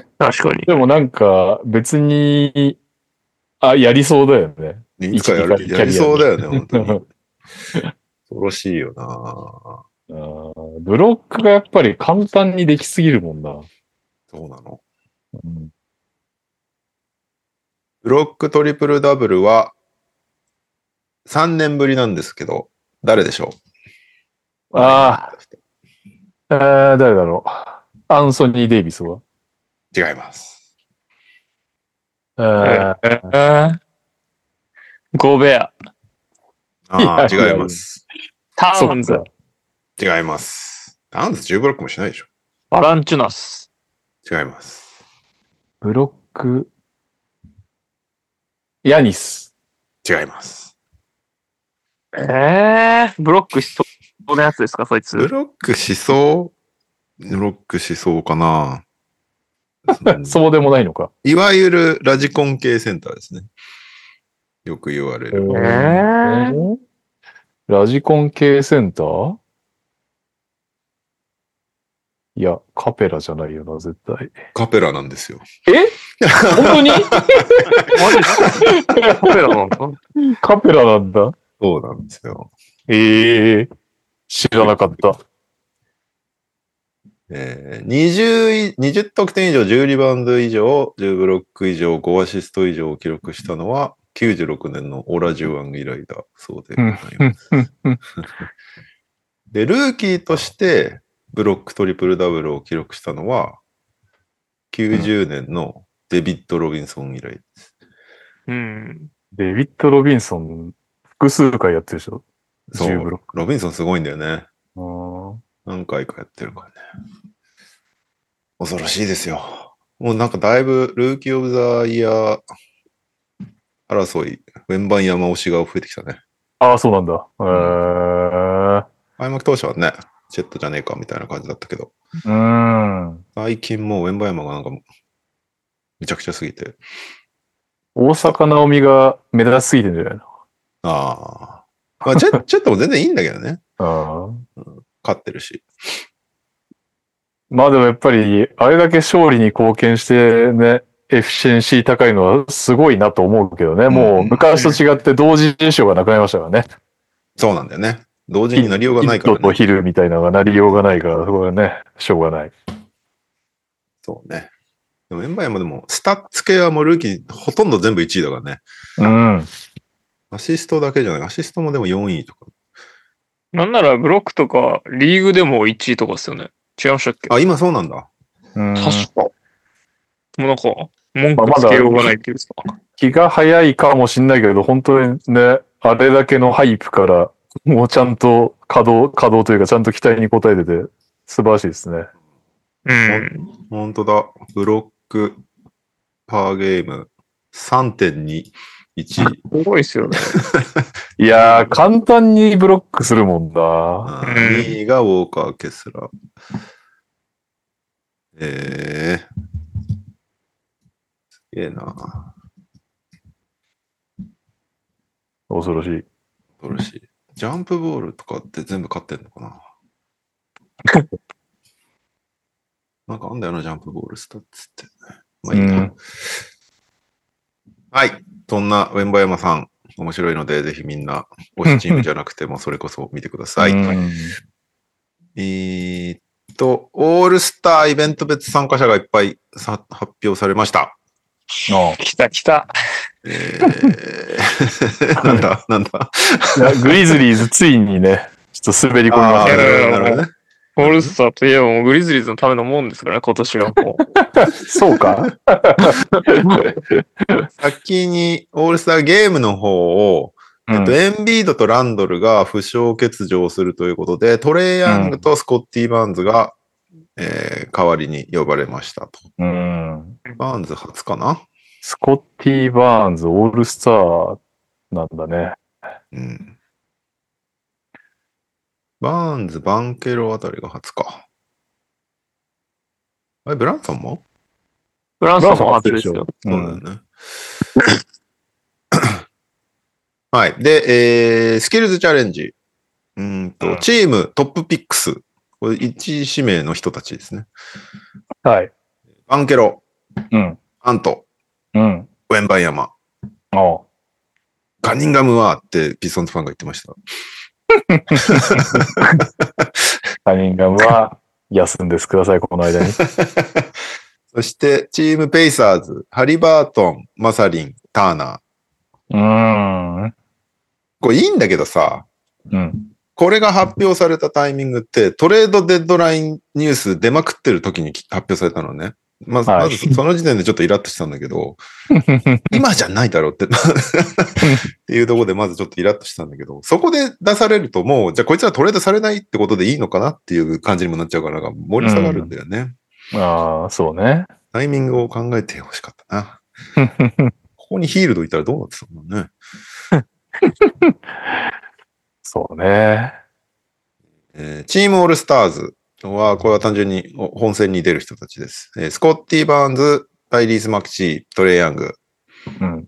S2: ね。
S4: あ、確かに。
S2: でもなんか、別に、あ、やりそうだよね。
S1: ねいつかや
S2: 一
S1: る
S2: 時間
S1: やりそうだよね、
S2: キャリア
S1: 本当に。恐ろしいよな
S2: あーブロックがやっぱり簡単にできすぎるもんな。
S1: そうなの。
S2: うん
S1: ブロックトリプルダブルは、3年ぶりなんですけど、誰でしょう
S2: ああ、えー誰だろう。アンソニー・デイビスは
S1: 違います。
S2: えー
S4: えー、
S3: ゴベア。
S1: ああ、
S2: いや
S1: 違います。
S3: タ
S2: そ
S3: ーン
S2: っ
S3: ズ
S2: か。。
S1: 違います。ダンス10ブロックもしないでしょ。
S3: バランチュナス。
S1: 違います。
S2: ブロック、ヤニス。
S1: 違います。
S4: えー、ブロックしそうなやつですか、そいつ。
S1: ブロックしそうブロックしそうか なう
S2: そうでもないのか。
S1: んいわゆるラジコン系センターですね。よく言われ
S2: え
S1: る。
S2: ーラジコン系センターいや、カペラじゃないよな、絶対。
S1: カペラなんですよ。
S2: 本当に
S4: マジですかカペラなんだ。
S2: カペラなんだ。
S1: そうなんですよ。
S2: ええ知らなかった。
S1: えー、20, い20得点以上、10リバウンド以上、10ブロック以上、5アシスト以上を記録したのは、96年のオラジュアン以来だそうでございます。で、ルーキーとしてブロックトリプルダブルを記録したのは、90年のデビッド・ロビンソン以来。
S4: うん。
S2: デビッド・ロビンソン、複数回やってるでしょ
S1: そう
S2: ?10 ブロ
S1: ロビンソンすごいんだよね。
S2: ック。
S1: 何回かやってるからね。恐ろしいですよ。もうなんかだいぶルーキー・オブ・ザ・イヤー争い、ウェンバン山推しが増えてきたね。
S2: ああ、そうなんだ。え
S1: 開幕当初はね、ジェットじゃねえかみたいな感じだったけど、
S2: えうん。
S1: 最近もうウェンバン山がなんかめちゃくちゃすぎて、
S2: 大阪なおみが目立ちすぎてんじゃないの
S1: ああ。まあ、ジェジェットも全然いいんだけどね。
S2: ああ。
S1: 勝ってるし。
S2: まあでもやっぱり、あれだけ勝利に貢献してね、エフィシェンシー高いのはすごいなと思うけどね。もう昔と違って同時受賞がなくなりましたからね。
S1: そうなんだよね。同時になりようがないから
S2: ヒットと
S1: ね。
S2: ヒルみたいなのがなりようがないから、そこはね、しょうがない。
S1: そうね。でも、エンバイもでも、スタッツ系はもうルーキーほとんど全部1位だからね。
S2: うん。
S1: アシストだけじゃない。アシストもでも4位とか。
S4: なんならブロックとか、リーグでも1位とかですよね。違いましたっけ
S1: あ、今そうなんだ。
S2: うん
S4: 確か。もうなんか、文
S2: まあま
S4: 句
S2: だ
S4: つけようがないっていうか。
S2: 気が早いかもしんないけど、本当にね、あれだけのハイプから、もうちゃんと稼働、稼働というか、ちゃんと期待に応えてて、素晴らしいですね。
S4: うん。
S1: ほんとだ。ブロック、パーゲーム、3.2、1位。
S4: すごいですよね。
S2: いやー、簡単にブロックするもんな。
S1: あー2位がウォーカー・ケスラー。ええすげえな。
S2: 恐ろしい。
S1: 恐ろしい。ジャンプボールとかって全部勝ってんのか ななんかあんだよな、ジャンプボールスタッツって。まあいいな。
S2: うん
S1: はい。そんなウェンバヤマさん、面白いので、ぜひみんな、推しチームじゃなくても、それこそ見てください。
S2: うん
S1: えーっと、オールスターイベント別参加者がいっぱいさ発表されました。
S2: あ
S4: 来た来た。
S1: え ーなんだ、なんだ。
S2: あいや グリズリーズ、ついにね、ちょっと滑り込みま
S1: あ
S2: し
S1: ー
S2: たね。
S1: なるほどね。
S4: オールスターといえばもうグリズリーズのためのもんですからね、今年はもう。
S2: そ うか
S1: 先にオールスターゲームの方を、
S2: うん
S1: えっと、エンビードとランドルが負傷欠場するということで、トレイヤングとスコッティ・バーンズが、えー代わりに呼ばれましたと。
S2: うん。
S1: バーンズ初かな
S2: スコッティ・バーンズ、オールスターなんだね。
S1: うん。バーンズ、バンケロあたりが初か。あれ、ブランソンも
S4: フランスも初ですよ。
S1: そうだよね。 はい。で、えー、スキルズチャレンジ。うーんと、
S2: うん
S1: チームトップピックス。これ、1位指名の人たちですね。
S2: はい。
S1: バンケロ、
S2: うん。
S1: アント、
S2: うん。
S1: ウェンバイヤマ、
S2: おう
S1: ガニンガムはってピストンズファンが言ってました。
S2: カニンガムは休んですください、この間 に。
S1: そして、チームペイサーズ、ハリバートン、マサリン、ターナー。
S2: うーん。
S1: これいいんだけどさ、
S2: うん。
S1: これが発表されたタイミングって、トレードデッドラインニュース出まくってる時に発表されたのね。まず、
S2: はい
S1: まずその時点でちょっとイラッとしたんだけ ど、今じゃないだろうって、っていうところでまずちょっとイラッとしたんだけど、そこで出されるともう、じゃあこいつらトレードされないってことでいいのかなっていう感じにもなっちゃうから、なんか盛り下がるんだよね。
S2: ああ、そうね。
S1: タイミングを考えてほしかった な。ここにヒールドいたらどうなってたんだろうね。
S2: そうね。
S1: えーチームオールスターズは、これは単純にお本戦に出る人たちです。えースコッティ・バーンズ、タイリース・マクチー、トレイ・ヤング、
S2: うん。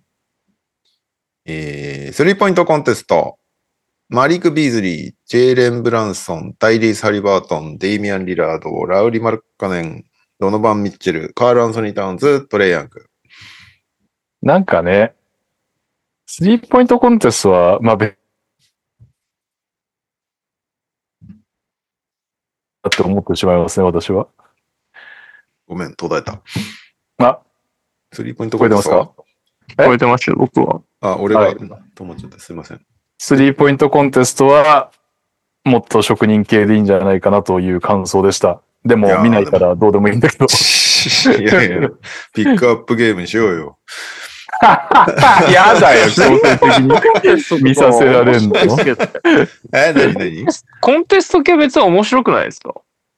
S1: えースリーポイントコンテスト、マリク・ビーズリー、ジェーレン・ブランソン、タイリース・ハリバートン、デイミアン・リラード、ラウリ・マルカネン、ドノバン・ミッチェル、カール・アンソニー・タウンズ、トレイ・ヤング。
S2: なんかね、スリーポイントコンテストは、まあ、べだって思ってしまいますね、私は。
S1: ごめん、途絶えた。
S2: あ、
S1: スリーポイントコンテスト
S2: 聞こえ
S4: 超えてましたよ、僕は。
S1: あ、俺があ
S2: はい
S1: るんだと思っちゃった。すいません。
S2: スリーポイントコンテストは、もっと職人系でいいんじゃないかなという感想でした。で
S1: いや
S2: も、
S1: ー
S2: 見ないからどうでもいいんだけど。
S1: いやいや、ピックアップゲームにしようよ。
S2: やだよ、強制的 に。見させられんの
S1: え、なになに
S4: コンテスト系は別に面白くないですか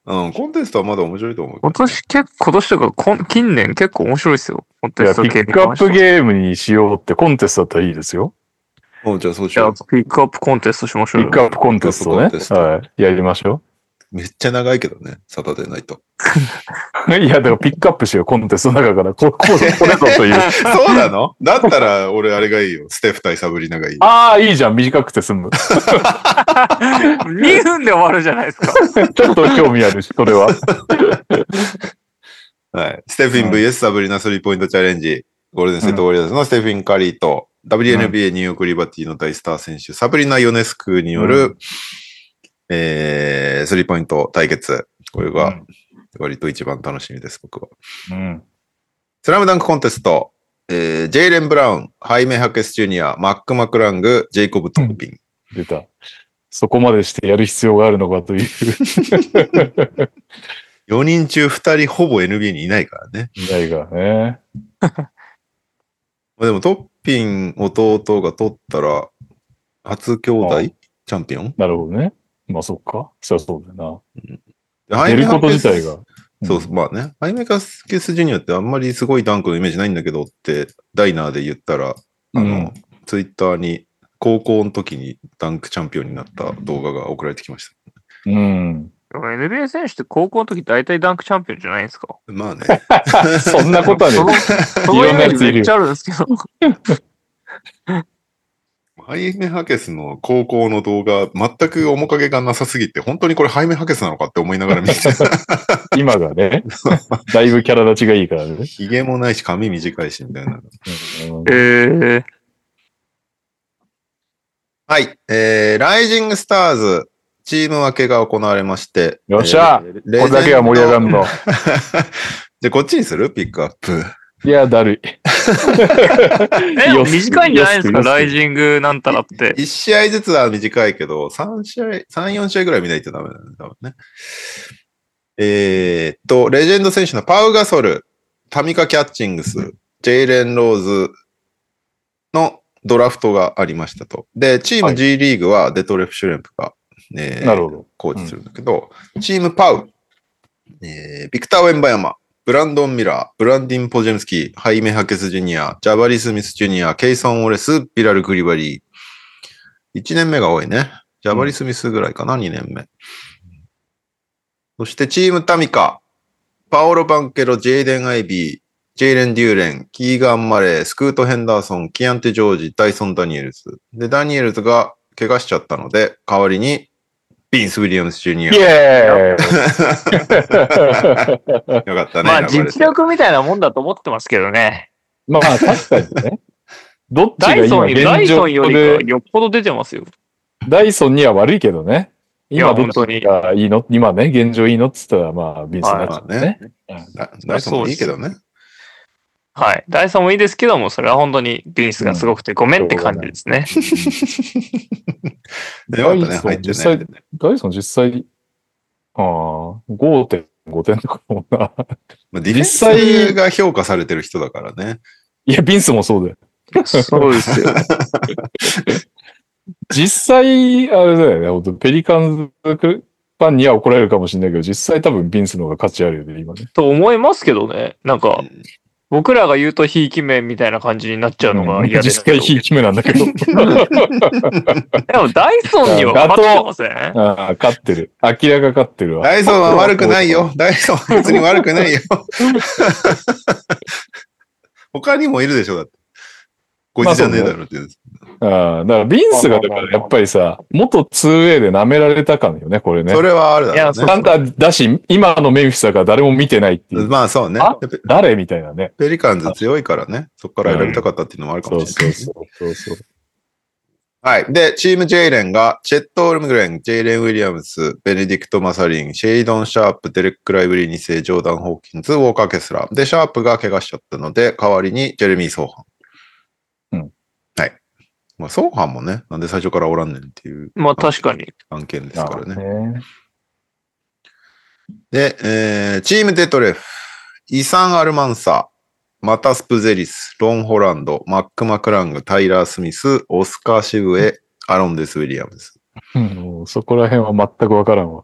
S1: うん、コンテストはまだ面白いと思うけど
S4: 今年結構、今年とかこん近年結構面白いですよ。コン
S2: い
S4: テ
S2: や
S4: ス
S2: ピ
S4: ト系
S2: ックアップゲームにしようってコンテストだったらいいですよ。
S1: おじゃあそうし
S4: じゃ
S1: よ
S4: あ、
S1: う。
S4: ピックアップコンテストしまし
S2: ピ
S4: ょうよ
S2: ックアップコンテストね
S1: ピックアップコンテス。ト
S2: はい。やりましょ
S1: めっちゃ長いけどね、サタデーナイト。
S2: う。 いや、だからピックアップしよう、コンテストの中から。こここれぞとい う。
S1: そうな のだったら俺あれがいいよ。ステフ対サブリナがいいよ。
S2: ああ、いいじゃん、短くて済む。 ち
S4: 2分で終わるじゃないですか。
S2: ょっと興味 あるし、それは。
S1: はい。ステフィン
S2: うん
S1: VS サブリナスリーポイントチャレンジ。ゴールデンステートウォリアーズのステフィン・カリーと WNBA ニューヨークリバティの大スター選手、サブリナ・ヨネスクによる、
S2: う
S1: えー、スリーポイント対決。これ
S2: う
S1: が
S2: ん
S1: 割と一番楽しみです、僕は。
S2: うん。
S1: スラムダンクコンテスト、えージェイレン・ブラウン、ハイメ・ハケス・ジュニア、マック・マクラング、ジェイコブ・トンピン。
S2: 出た。そこまでしてやる必要があるのか という。
S1: 4人中2人ほぼ NBA にいないからね。
S2: 時代がね。
S1: まあでもトッピン弟が取ったら、初兄弟チャンピオン
S2: なるほどね。まあ、そっか。そりゃそうだよ
S1: ハ
S2: な。
S1: イ
S2: 出
S1: メ
S2: ること自体が。
S1: そうそう、まあね。ハイメカスケスジュニアってあんまりすごいダンクのイメージないんだけどって、ダイナーで言ったら、あの、
S2: うん
S1: ツイッターに高校の時にダンクチャンピオンになった動画が送られてきました。
S2: うん。
S4: でも NBA 選手って高校の時大体ダンクチャンピオンじゃないですか。
S1: まあ ね。
S2: そんなことはね
S4: そ。のそのイメージめっちゃあるんですけど。
S1: ハイメハケスの高校の動画、全く面影がなさすぎて、本当にこれハイメハケスなのかって思いながら見てた。
S2: 今がね、だいぶキャラ立ちがいいか らね。
S1: ひげもないし、髪短いし、みたいな。
S2: うん
S4: えー、
S1: はい。えー、ライジングスターズ、チーム分けが行われまして。
S2: よっしゃ
S1: えー
S2: これだけは盛り上がる。の。
S1: レジェンド じゃあ、こっちにするピックアップ。
S2: いや、だるい。
S4: え
S2: よっ
S4: 短いんじゃないです
S2: よ
S4: か
S2: っ
S4: ライジングなんたらって。
S1: 1試合ずつは短いけど、3試合、三4試合ぐらい見ないとダメだね。多分ね。えーっと、レジェンド選手のパウガソル、タミカ・キャッチングス、ジェイレン・ローズのドラフトがありましたと。で、チー
S2: は
S1: ム
S2: い
S1: G リーグはデトレフ・シュレンプが、えー
S2: なるほど。
S1: コーチするんだけど、チームパウ、えービクター・ウェンバヤマ、ブランドン・ミラー、ブランディン・ポジェムスキー、ハイメ・ハケス・ジュニア、ジャバリ・スミス・ジュニア、ケイソン・オレス、ビラル・グリバリー。1年目が多いね。ジャバリ・スミスぐらいかな、2年目。そしてチーム・タミカ、パオロ・バンケロ、ジェイデン・アイビー、ジェイレン・デューレン、キーガン・マレー、スクート・ヘンダーソン、キアンテ・ジョージ、ダイソン・ダニエルズ。で、ダニエルズが怪我しちゃったので、代わりに、ビンス・ウィリアムス・ジュニア。
S2: イ
S1: よ
S2: エーイ
S1: かったね。
S4: まあ
S1: 選ばれて
S4: 実力みたいなもんだと思ってますけどね。
S2: まあ確かにね。どっち
S4: ダ
S2: が
S4: イソ
S2: 今
S4: ンより、ダ
S2: 現
S4: イソ
S2: 状
S4: ンよ
S2: で
S4: りかよっぽど出てますよ。
S2: ダイソンには悪いけどね。
S4: い
S2: 今
S4: や
S2: どっ
S4: 本当
S2: ち
S4: に
S2: がいいの今ね、現状いいのっつったら、まあ、ビンスになっちゃうね。
S1: はいダ
S4: ま
S1: ダ
S4: あ
S1: イソンもいいけどね。
S4: はい。ダイソンもいいですけども、それは本当にビンスがすごくてごめんって感じですね。
S1: でよかったね、
S2: ダ
S1: 入って
S2: イソン実際
S1: ね。
S2: ダイソン実際、ああ、5.5点とかもな。
S1: ま あ、ディフェンスが評価されてる人だからね。
S2: いや、ビンスもそうだよ。
S4: そうですよ。
S2: 実際、あれだよね、本当ペリカンズファンには怒られるかもしれないけど、実際多分ビンスの方が価値あるよね、今ね。
S4: と思いますけどね。なんか
S1: う、ん
S4: 僕らが言うとひいき目みたいな感じになっちゃうのが嫌です
S2: 実
S4: けど。
S2: 際ひいき目なんだけ ど。
S4: でもダイソンには勝ってません
S2: ああ、勝ってる。明らか勝ってるわ。
S1: ダイソンは悪くないよ。ダイソンは別に悪くないよ。他にもいるでしょ、だって。こいつじゃねえだろって言うんです。
S2: ああ、だからビンスがだからやっぱりさ、元 2way で舐められた感よね、これね。
S1: それはあるだろう
S4: い
S1: ね
S2: あんただし、今のメンフィスだから誰も見てないっていう。
S1: まあそうね。
S2: あ
S1: ペ
S2: 誰みたいなね。
S1: ペリカンズ強いからね。そこから選びたかったっていうのもあるか
S2: そ
S1: も
S2: う
S1: しれな
S2: そ
S1: いうね。
S2: そうそうそう。
S1: はい。で、チームジェイレンが、チェット・オルムグレン、ジェイレン・ウィリアムス、ベネディクト・マサリン、シェイドン・シャープ、デレック・ライブリー2世、ジョーダン・ホーキンズ、ウォーカー・ケスラー。で、シャープが怪我しちゃったので、代わりにジェレミー・ソーハン。
S2: うん。
S1: はい。まあ、ソーハンもね、なんで最初からおらんねんっていう
S4: まあ確かに。
S1: 案件ですからね。
S2: ね。
S1: で、えーチームデトレフ、イサン・アルマンサ、マタス・プゼリス、ロン・ホランド、マック・マクラング、タイラー・スミス、オスカー・シブエ、アロンデス・ウィリアムズ。
S2: うんもうそこら辺は全くわからんわ。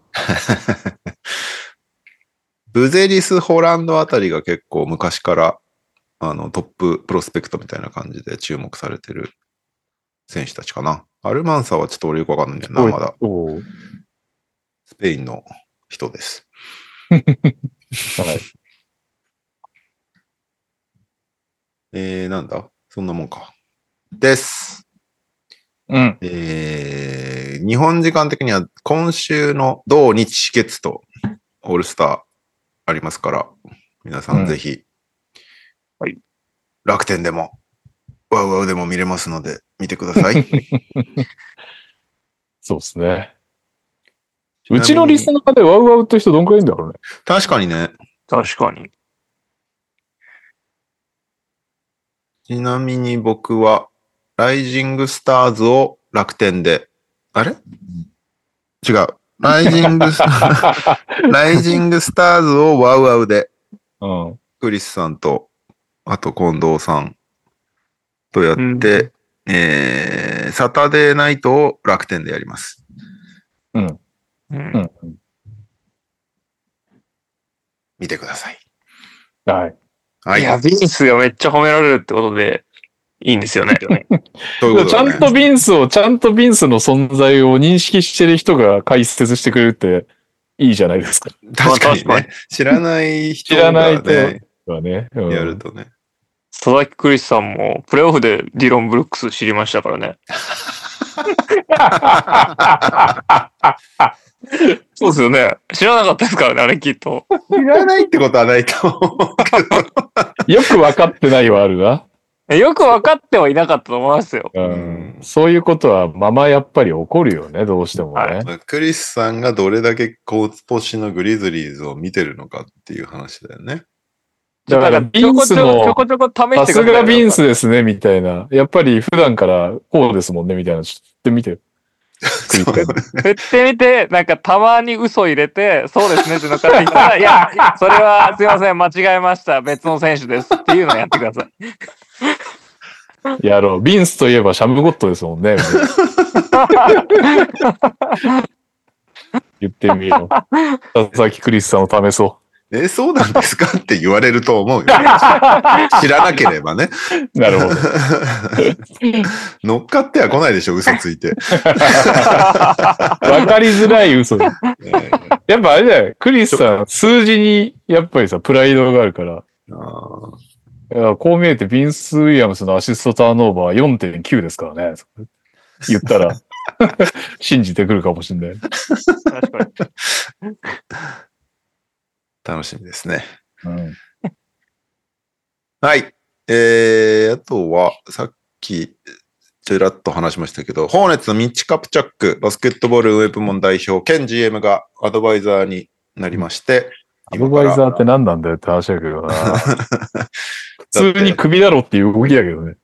S1: ブゼリス・ホランドあたりが結構昔からあのトッププロスペクトみたいな感じで注目されてる選手たちかな。アルマンサはちょっと俺よくわかんないんだよな、まだ。
S2: おう
S1: スペインの人です。
S2: はい。
S1: えー、なんだそんなもんか。です。
S2: うん。
S1: えー日本時間的には今週の土日月とオールスターありますから、皆さ
S2: うん
S1: んぜひ、
S4: はい
S1: 楽天でも、ワウワウでも見れますので、見てください。
S2: そうですね。
S1: なみに
S2: うちのリスナーでワウワウって人どんくらいいんだろうね。
S1: 確かにね、
S4: 確かに。
S1: ちなみに僕は、ライジングスターズを楽天で、あれ違う。ライジングス、ライジングスターズをワウワウで、
S2: うん。
S1: クリスさんと、あと近藤さんとやって、
S4: うん
S1: えー、サタデーナイトを楽天でやります。
S2: うん。
S4: うん
S2: うん。
S1: 見てください。
S2: はい。
S1: はい
S4: い、。や、ビンスがめっちゃ褒められるってことで、いいんですよね。
S1: というこ
S2: ち
S1: と
S2: ゃ
S1: で、
S2: ん
S1: ね。
S2: とビンスを、ちゃんとビンスの存在を認識してる人が解説してくれるって、いいじゃないですか。
S1: 確かに
S4: まあ確
S1: ね。知らない人
S2: 知
S1: が
S2: らな
S1: ね、
S2: い手はね。うん
S1: やるとね。
S4: 佐々木クリスさんも、プレイオフでディロン・ブルックス知りましたからね。そうですよね。知らなかったですからね、あれきっと。
S1: 知らないってことはないと思うけど。
S2: よく分かってないはあるな。
S4: よく分かってはいなかったと思いますよ。
S2: うん
S1: うん
S2: そういうことは、ままやっぱり起こるよね、どうしてもね。
S1: クリスさんがどれだけ今年のグリズリーズを見てるのかっていう話だよね。
S2: だから、
S4: ち
S2: ビ
S4: ょ
S2: ン
S4: こ
S2: ス
S4: ちょこちょ
S2: も、
S4: こちょこ試
S2: さ
S4: して
S2: す
S4: くださ
S2: が
S4: い。
S2: ビンスですね、みたいな。やっぱり普段からこうですもんね、みたいな。知ってみてよ。
S1: そう
S4: 振ってみて、なんかたまに嘘入れて、そうですねって乗っかってき たら、いや、それはすいません、間違えました、別の選手ですっていうのをやってください。
S2: やろう。ビンスといえばシャムゴットですもんね。みたいな言ってみよう。佐々木クリスさんを試そ
S1: え、 そうなんですかって言われると思うよ。知らなければね。
S2: なるほど。
S1: 乗っかっては来ないでしょ、嘘ついて。
S2: わかりづらい 嘘。や
S1: えー
S2: っぱあれだよ。クリスさん、数字に、やっぱりさ、プライドがあるから。
S1: あー
S2: いやこう見えて、ビンス・ウィリアムスのアシストターンオーバー4.9ですからね。言った ら、信じてくるかもしれない。
S4: 確かに。
S1: 楽しみですね。
S2: うん
S1: はい。えー、あとは、さっき、ちらっと話しましたけど、ホーネッツのミッチ・カプチャック、バスケットボールウェブモン代表、兼 GM がアドバイザーになりまして、
S2: アドバイザーって
S1: 今
S2: 何なんだよって話だけどな。
S1: から
S2: 普通に首だろっていう動きだけどね。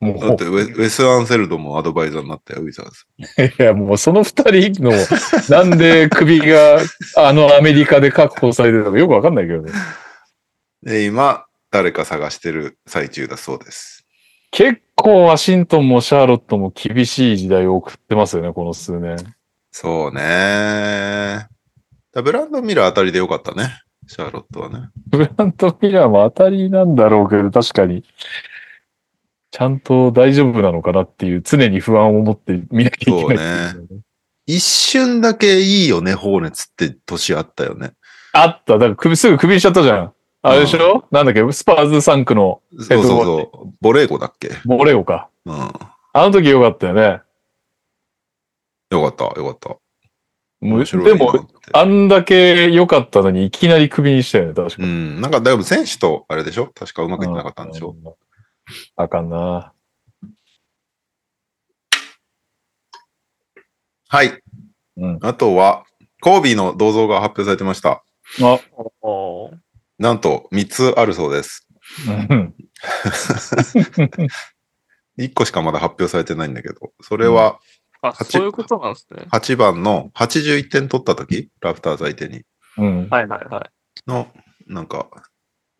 S2: も
S1: だっ
S2: う
S1: て、ウェウェス・アンセルドもアドバイザーになったよ、ウィザーズ。
S2: いや、もうその二人の、なんで首が、あのアメリカで確保されてるのかよくわかんないけどね。
S1: で、今、誰か探してる最中だそうです。
S2: 結構ワシントンもシャーロットも厳しい時代を送ってますよね、この数年。
S1: そうね。だブランドンミラー当たりでよかったね。シャーロットはね。
S2: ブラント・ミラーも当たりなんだろうけど、確かに、ちゃんと大丈夫なのかなっていう、常に不安を持って見なきゃいけないっていうね
S1: 一瞬だけいいよね、放熱って年あったよね。
S2: あった、だから首すぐ首にしちゃったじゃん。あれでしょ、なんだっけ、スパーズ3区の
S1: そうそうそう。ボレーゴだっけ
S2: ボレオか。
S1: うん。よか
S2: あの時よかったよね。
S1: った、よかった。
S2: もう
S1: 面白い
S2: で
S1: な
S2: も、
S1: って
S2: あんだけ良かったのに、いきなり首にしたよね、確か
S1: う。ん。なんか、だいぶ選手と、あれでしょ確かうまくいってなかったんでしょ、
S2: うんあかんな。
S1: はい。
S2: うん。
S1: あとは、コービーの銅像が発表されてました。
S2: あ、
S4: おー
S1: なんと、3つあるそうです。
S2: うん。
S1: 1個しかまだ発表されてないんだけど、それは、
S4: あ、
S1: 八
S4: そういうことなんですね。
S1: 8番の81点取った時ラフターズ相手に
S2: うん。
S4: はいはいはい。
S1: のなんか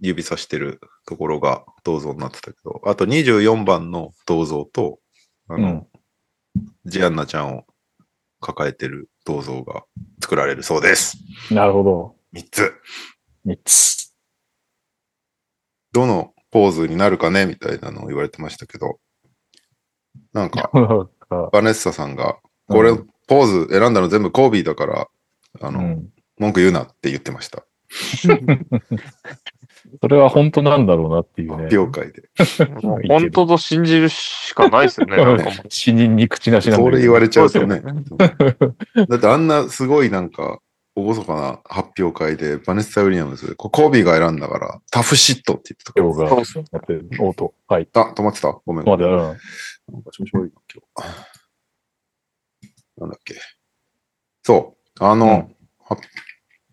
S1: 指さしてるところが銅像になってたけどあと24番の銅像とあの、ジアンナちゃんを抱えてる銅像が作られるそうです
S2: なるほ ど。
S1: 3つ
S2: 3つ。
S1: どのポーズになるかねみたいなのを言われてましたけどなんか
S2: なんか
S1: バネッサさんがこれ、
S2: うん
S1: ポーズ選んだの全部コービーだからあ
S2: う
S1: の、
S2: ん。
S1: 文句言うなって言ってました
S2: それは本当なんだろうなっていうね
S1: 発。表会で
S4: もう本当と信じるしかないです よね。なんかもう
S2: 死人に口なしなん
S1: そ
S2: だ
S1: れ
S2: け
S1: 言
S2: ど
S1: われちゃうとね。
S4: そ
S1: だってあんなすごいなんか、厳かな発表会で、バネッサ・ウィリアムズ、こうコービーが選んだから、タフシットって言ってたか
S2: 今日が、
S4: そう
S2: 待って、オート。はい。
S1: ら。あ、止まってた。ごめん。
S2: ちょっと待って、
S1: なんか調子悪いな、今日。なんだっけ。そう。あの、
S2: うん
S1: は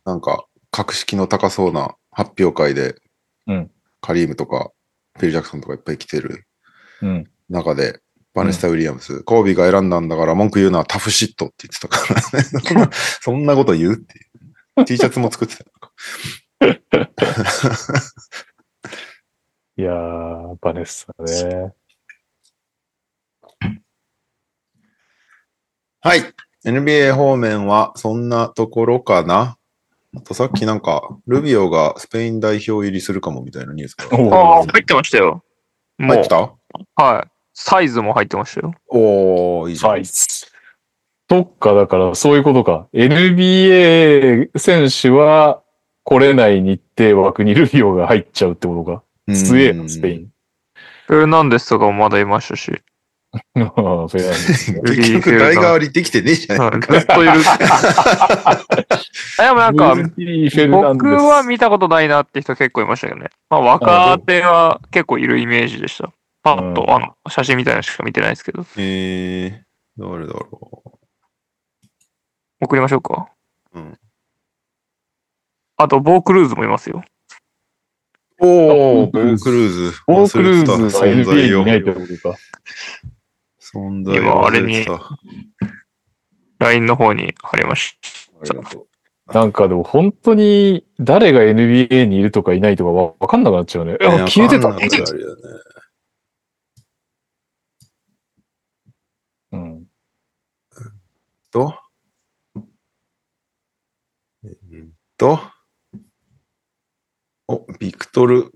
S1: なんか、格式の高そうな発表会で、
S2: うん
S1: カリームとか、ペル・ジャクソンとかいっぱい来てる
S2: うん。うん。
S1: 中で、バネスタ・ウィリアムス、コービーが選んだんだから文句言うのはタフシットって言ってたからね。 そんなそんなこと言うっていう。T シャツも作ってたよ。
S2: いやー、バネッサね。
S1: はい。NBA 方面はそんなところかな。あとさっきなんか、ルビオがスペイン代表入りするかもみたいなニュースが
S2: お
S4: うああ、
S2: ー
S4: 入ってましたよ。もう
S1: 入ってた
S4: はい。サイズも入ってましたよ。
S1: おー、いいじゃん。
S2: はい。そっか、だからそういうことか。NBA 選手は来れない日程枠にルビオが入っちゃうってことか。
S1: うん
S2: 強えな、スペイ。ン。
S4: フェルナンデスとかもまだいましたし。
S2: あー フェアですね
S1: 結局、代替わりできてねえじゃん。
S4: はいずっといる。でもなんか、
S2: ルビーフェルナンデ
S4: 僕
S2: ス
S4: は見たことないなって人結構いましたけどね。まあ若手は結構いるイメージでした。パッ
S2: う
S4: と、
S2: ん
S4: あの、写真みたいなのしか見てないですけど。
S1: えー、誰だろ
S4: 送りましょうか。
S1: うん
S4: あと、ボークルーズもいますよ。
S1: う。おー、
S2: ボ
S1: ボ
S2: ー
S1: ー
S2: ク
S1: クルーズ。
S2: ボークルーズ
S1: 忘れてた
S2: は NBA にいないってことか。
S1: 存在
S4: 今あれに
S1: 忘てた
S4: LINE の方に貼りまし
S1: ありがとう
S2: なんかでも本当に誰が NBA にいるとかいないとかわわかんなくなっちゃうね。いや消えてた。
S1: なんかあんなことあるよね
S2: うん。
S1: と、えーっと、お、ビクトル・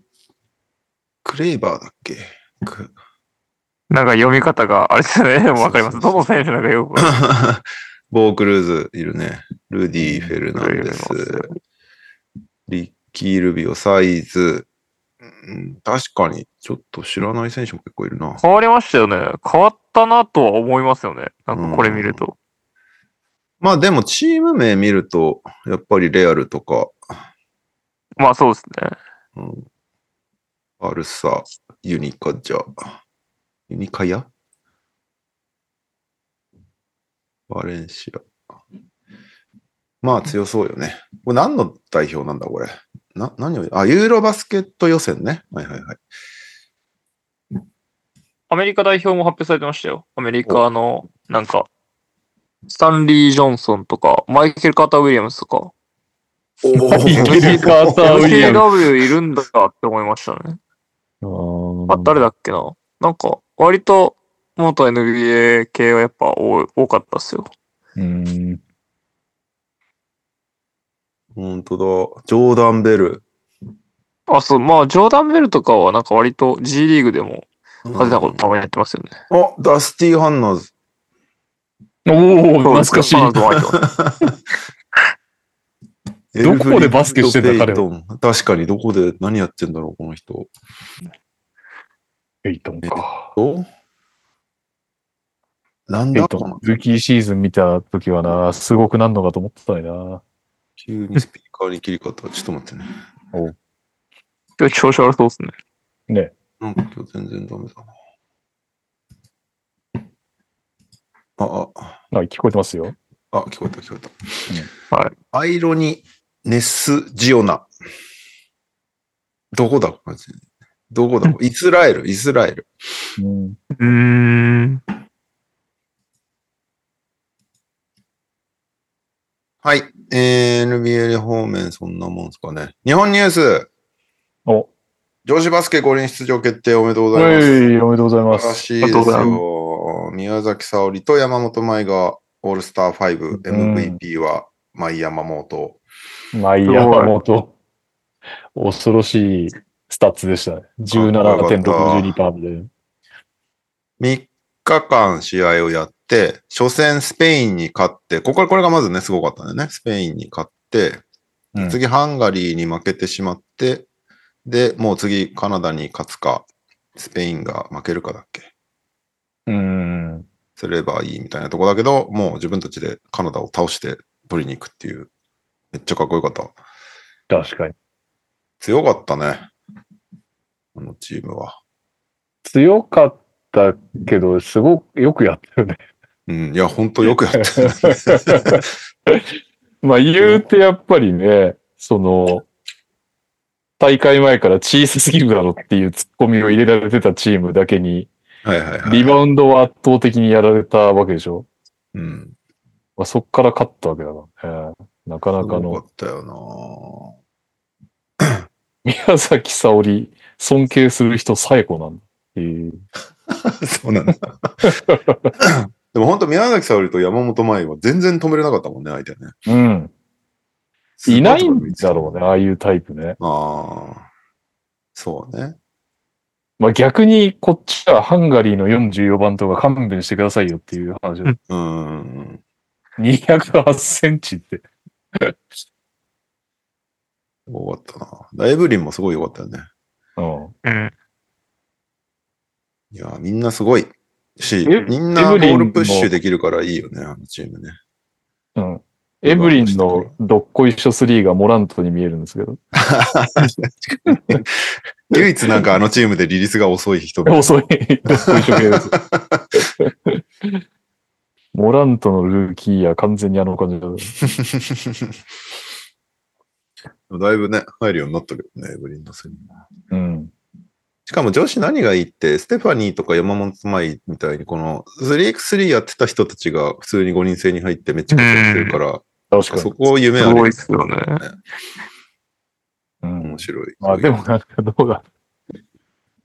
S1: クレーバーだっけく
S4: なんか読み方が、あれですね。わかります。どの選手なんかよくわか
S1: ボー・クルーズいるね。ルディ・フェルナンデス
S4: ルディフェルナ。
S1: リッキー・ルビオ、サイズ。うん確かに、ちょっと知らない選手も結構いるな。
S4: 変わりましたよね。変わったなとは思いますよね。なんかこれ見ると。
S1: まあでも、チーム名見ると、やっぱりレアルとか、
S4: まあそうですね。
S1: うん、アルサ、ユニカジャ、ユニカヤバレンシア。まあ強そうよね。これ何の代表なんだこれ。な、何を、あ、ユーロバスケット予選ね。はいはいはい。
S4: アメリカ代表も発表されてましたよ。アメリカの、なんか、スタンリー・ジョンソンとか、マイケル・カーター・ウィリアムスとか、
S2: イケルカーターウィリアム
S4: MCW いるんだって思いましたね。あ、誰だっけななんか、割と、元 NBA 系はやっぱ多い多かったっすよ。
S2: うん。
S1: 本当だ。ジョーダン・ベル。
S4: あ、そう、まあ、ジョーダン・ベルとかはなんか割と G リーグでも派手なことたまにやってますよね。
S1: あ、ダスティ・ハンナーズ。
S2: おお懐かしい。
S4: そうそうそう
S2: どこでバスケしてんだ彼
S1: エルフ
S2: は
S1: リッドペイトン確かに、どこで何やってんだろう、この人。
S2: ペイトンか。
S1: となん
S2: ペイ
S1: だ
S2: ト
S1: こ
S2: ン
S1: の、
S2: ルーキーシーズン見たときはな、すごくなんのかと思ってたのにな。
S1: 急にスピーカーに切り替わった。ちょっと待ってね。
S4: 今日調子悪そうですね。
S2: ね。
S1: なんか今日全然ダメだな。あ、あ、
S2: あ、聞こえてますよ。
S1: あ、聞こえた聞こえた。
S4: うんはい。
S1: アイロニネスジオナ。どこだこれどこだイスラエル、イスラエル。
S2: うん。
S4: うーん。
S1: はい。えー、NBL 方面そんなもんですかね。日本ニュース、
S2: お、
S1: 女子バスケ五輪出場決定おめでとうご
S2: は
S1: ざいます。
S2: い、おめでとうございま
S1: 素晴ら
S2: す。
S1: しいです
S4: ありがとうござい
S1: よ。宮崎沙織と山本舞がオールスター5、
S2: うん
S1: MVP は舞山本。
S2: まあ、いいや、山本。恐ろしいスタッツでしたね。17.62%で。
S1: 3日間試合をやって、初戦スペインに勝って、ここからこれがまずね、すごかったんだよね。スペインに勝って、
S2: うん
S1: 次ハンガリーに負けてしまって、で、もう次カナダに勝つか、スペインが負けるかだっけ。
S2: うん。
S1: すればいいみたいなとこだけど、もう自分たちでカナダを倒して取りに行くっていう、めっちゃかっこよかった。
S2: 確かに。
S1: 強かったね。あのチームは。
S2: 強かったけど、すごくよくやってるね。
S1: うん、いや、ほんとよくやってる。
S2: まあ、言うてやっぱりね、その、大会前から小さすぎるだろっていうツッコミを入れられてたチームだけに、
S1: はいはいはい。
S2: リバウンドは圧倒的にやられたわけでしょ。
S1: うん。
S2: まあ、そっから勝ったわけだからね。なかな
S1: す
S2: か
S1: ご
S2: の
S1: かったよ
S2: 宮崎沙織、尊敬する人最高なんだっていう。
S1: な そうなんだ。 でも本当宮崎沙織と山本舞は全然止めれなかったもんね、相手ね。
S2: うん。いないんだろうね、ああいうタイプね。
S1: ああ。そうね。
S2: まあ逆にこっちはハンガリーの44番とか勘弁してくださいよっていう話を。
S1: うん。
S2: 208センチって。
S1: 多かったな。ダイブリンもすごい良かったよね。
S2: うん。
S4: うん。
S1: いや、みんなすごいし、
S2: エ
S1: みんな
S2: エ
S1: ボ
S2: ブリン
S1: ー
S2: も
S1: ルプッシュできるからいいよね、あのチームね。
S2: うん。エブリンのどっこいしょ3がモラントに見えるんですけど。
S1: 唯一なんかあのチームでリリースが遅い人みたいな
S2: 遅い。どっこいしょ系です。モラントのルーキーや完全にあの感じだ。
S1: だいぶね、入るようになったけどね、エブリンのせいに
S2: うん。
S1: しかも女子何がいいって、ステファニーとか山本舞みたいに、この 3x3 やってた人たちが普通に5人制に入ってめっちゃ活躍してるから、
S2: 確か
S1: そ
S2: に。
S1: こを夢あ
S4: す
S1: る
S4: ご
S1: よね
S4: いっ。すよね。
S2: うん
S1: 面白い。
S2: まあでもなんかどうだ。で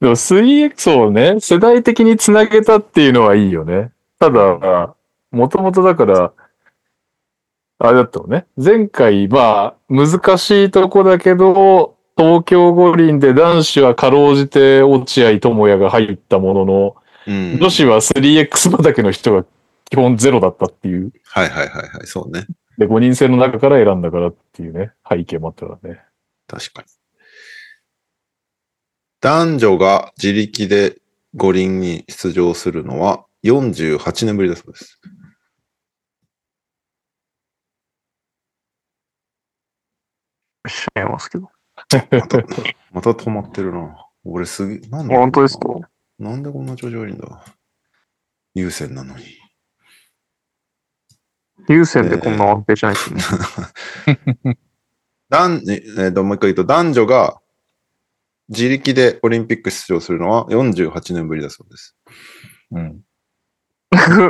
S2: も 3X をね、世代的につなげたっていうのはいいよね。ただ、もともとだから、あれだったのね。前回、まあ、難しいとこだけど、東京五輪で男子はかろうじて落合智也が入ったものの、
S1: うん。
S2: 女子は 3X 畑の人が基本ゼロだったっていう。
S1: はいはいはいはい。そうね。
S2: で、5人制の中から選んだからっていうね、背景もあったからね。
S1: 確かに。男女が自力で五輪に出場するのは48年ぶりだそうです。
S4: 閉めますけど。
S1: また、また止まってるな。俺すげえ、なんだ
S4: 本当ですか
S1: なんでこんな調子悪いんだ優先なのに。
S4: 優先でこんな安定じゃないですね。
S1: 男、えーと、もう一回言うと、男女が自力でオリンピック出場するのは48年ぶりだそうです。
S2: うん。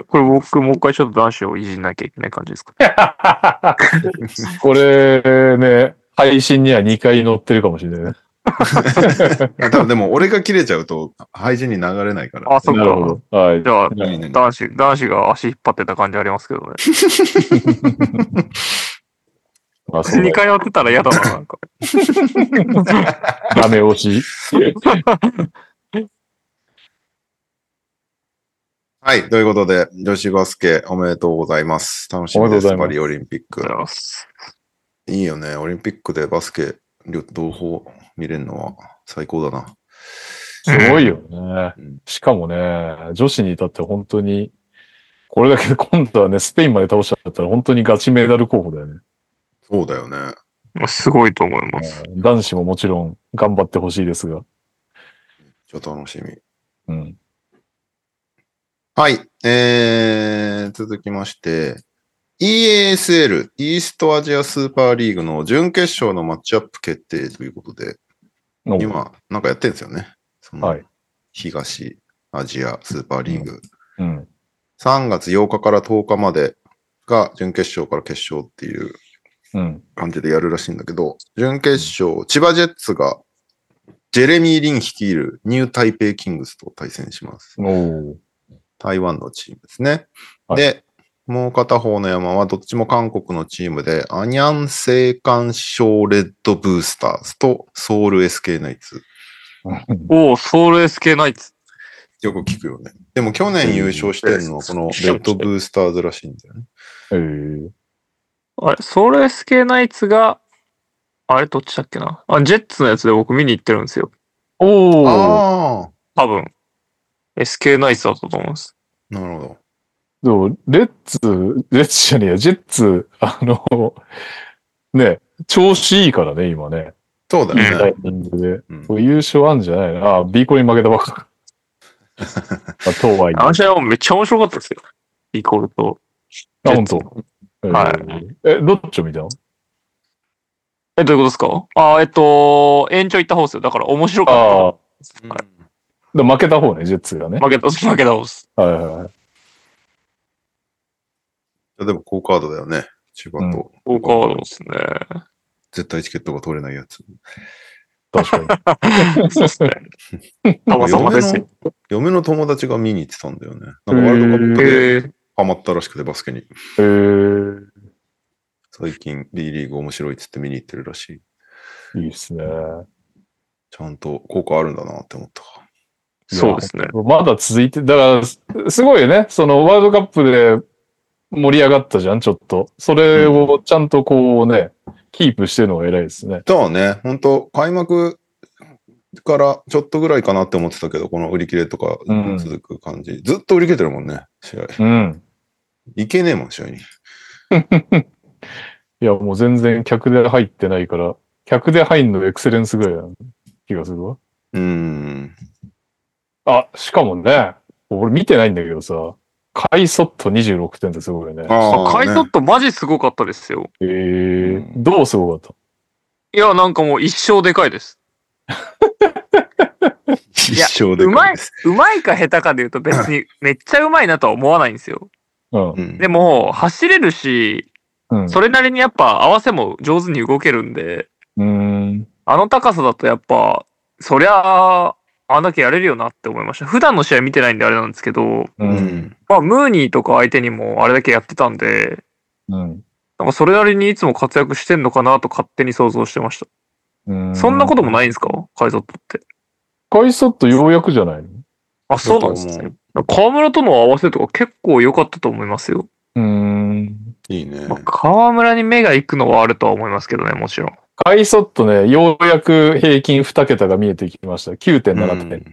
S4: これ僕もう一回ちょっと男子をいじんなきゃいけない感じですか
S2: これね、配信には2回載ってるかもしれない。
S1: 多分でも、俺が切れちゃうと、配信に流れないから。
S4: あ、そっ
S2: なるほ
S4: か。
S2: ど。はい。
S4: じゃあ、
S1: 何々
S4: 男子、男子が足引っ張ってた感じありますけどね。
S2: まあ、そう
S4: 2回やってたら嫌だな、なんか。
S2: ダメ 押し。
S1: はい。ということで、女子バスケおめでとうございます。楽し
S2: お
S1: み
S2: めで
S1: で
S2: と
S1: す。
S2: うございます
S1: パリオリンピック。いいよね。オリンピックでバスケ両両方見れるのは最高だな。
S2: すごいよね
S1: うん。
S2: しかもね、女子に至って本当に、これだけで今度はね、スペインまで倒しちゃったら本当にガチメダル候補だよね。
S1: そうだよね。
S4: すごいと思います。
S2: 男子ももちろん頑張ってほしいですが。
S1: ちょっと楽しみ。
S2: うん。
S1: はい。えー、続きまして、EASL、イーストアジアスーパーリーグの準決勝のマッチアップ決定ということで、今、なんかやってるんですよね。その
S2: はい
S1: 東アジアスーパーリーグ。
S2: うん。
S1: 3月8日から10日までが準決勝から決勝っていう
S2: うん。
S1: 感じでやるらしいんだけど、準決勝、千葉ジェッツが、ジェレミー・リン率いるニュータイペイキングスと対戦します。
S2: おー
S1: 台湾のチームですね。
S2: はい
S1: で、もう片方の山はどっちも韓国のチームで、アニャン青函賞レッドブースターズとソウル SK ナイツ。
S4: おお、ソウル SK ナイツ。
S1: よく聞くよね。でも去年優勝してるのはこのレッドブースターズらしいんだよね。
S2: えー
S4: あれ、ソウル SK ナイツが、あれ、どっちだっけな。あ、ジェッツのやつで僕見に行ってるんですよ。
S2: おー
S1: ああ、
S4: 多分。SK ナイツだったと思います。
S1: なるほど。
S2: そうレッツ、レッツじゃねえや、ジェッツ、あの、ね、調子いいからね、今ね。
S1: そうだよ
S2: タ
S1: ね
S2: イ。ミングで。
S1: うん
S2: これ優勝あんじゃないのああ、B コリに負けたばっか。まあ、とはいえ。
S4: あの試合もめっちゃ面白かったですよ。イコールと。
S2: あ、本当。
S4: は
S2: えー。え、どっちを見たの
S4: え、どういうことですかあ、えっと、延長行った方ですよ。だから面白かった
S2: ああ。
S1: う
S4: は
S1: ん
S2: で負けた方ね、ジェッツがね。。
S4: 負けた、負けた方です。
S2: はいはいはい。
S1: いやでも好カードだよね。千葉と。
S2: うん
S4: オーカードですね。
S1: 絶対チケットが取れないやつ。
S2: 確かに。
S4: そうですね。たまさまですよ。
S1: 嫁の友達が見に行ってたんだよね。なんかワールドカップで
S4: へえ。
S1: ハマったらしくて、バスケに。
S2: えー、
S1: 最近 B リーグ面白いっつって見に行ってるらしい。
S2: いいっすね。
S1: ちゃんと効果あるんだなって思った。
S4: そうですね。
S2: まだ続いて、だからす、すごいよね。その、ワールドカップで盛り上がったじゃん、ちょっと。それをちゃんとこうね、キープしてるのが偉いですね。
S1: だからね、本当開幕からちょっとぐらいかなって思ってたけど、この売り切れとか
S2: うん
S1: 続く感じ。ずっと売り切れてるもんね、試合。
S2: うん。
S1: いけねえもん、試合に。
S2: いや、もう全然客で入ってないから、客で入んのエクセレンスぐらいな気がするわ。
S1: うーん。
S2: あ、しかもね、俺見てないんだけどさ、カイソット26点ってすごいよね。
S1: あ
S4: あ、
S1: あ、
S4: カイト
S1: ね
S4: ッ、トマジすごかったですよ。
S2: えー
S1: う、ん
S2: どうすごかった
S4: いや、なんかもう一生でかいです。
S1: 一
S4: や
S1: 生でかいです。
S4: うまいか下手かで言うと別にめっちゃうまいなとは思わないんですよ。
S2: うん。
S1: うん
S4: でも、走れるし、
S2: うん。
S4: それなりにやっぱ合わせも上手に動けるんで、
S2: うーん。
S4: あの高さだとやっぱ、そりゃあ、あんだけやれるよなって思いました。普段の試合見てないんであれなんですけど、
S2: う。
S1: うんん。
S4: まあ、ムーニーとか相手にもあれだけやってたんで、
S2: うん。
S4: なんかそれなりにいつも活躍してんのかなと勝手に想像してました。
S2: ううん
S4: そんなこともないんですかカイザットって。
S2: カイサットようやくじゃないの
S4: あ、そうなんですね。河村との合わせとか結構良かったと思いますよ。
S2: うん。
S1: いいね。
S4: まあ、河村に目が行くのはあるとは思いますけどね、もちろん。
S2: カイサットね、ようやく平均2桁が見えてきました。9.7点。
S4: う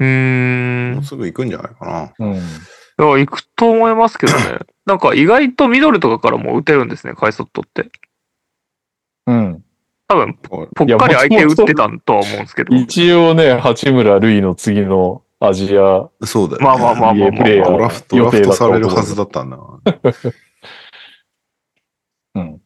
S1: うん
S4: ー
S1: も
S4: ん
S1: う。すぐ行くんじゃないかな。
S2: うん。
S4: いや、行くと思いますけど ね。なんか意外とミドルとかからも打てるんですね、カイソットって。
S2: うん。
S4: 多分、
S1: こ
S4: ぽっかり相手打ってたんとは思うんですけど。
S2: 一応ね、八村塁の次のアジア、
S1: うそうだよ、ね。
S4: まあまあまあまあ
S2: NBA プレイヤ
S1: ド
S2: ー
S1: ラフト、ドラフトされるはずだったんだ。
S2: うん。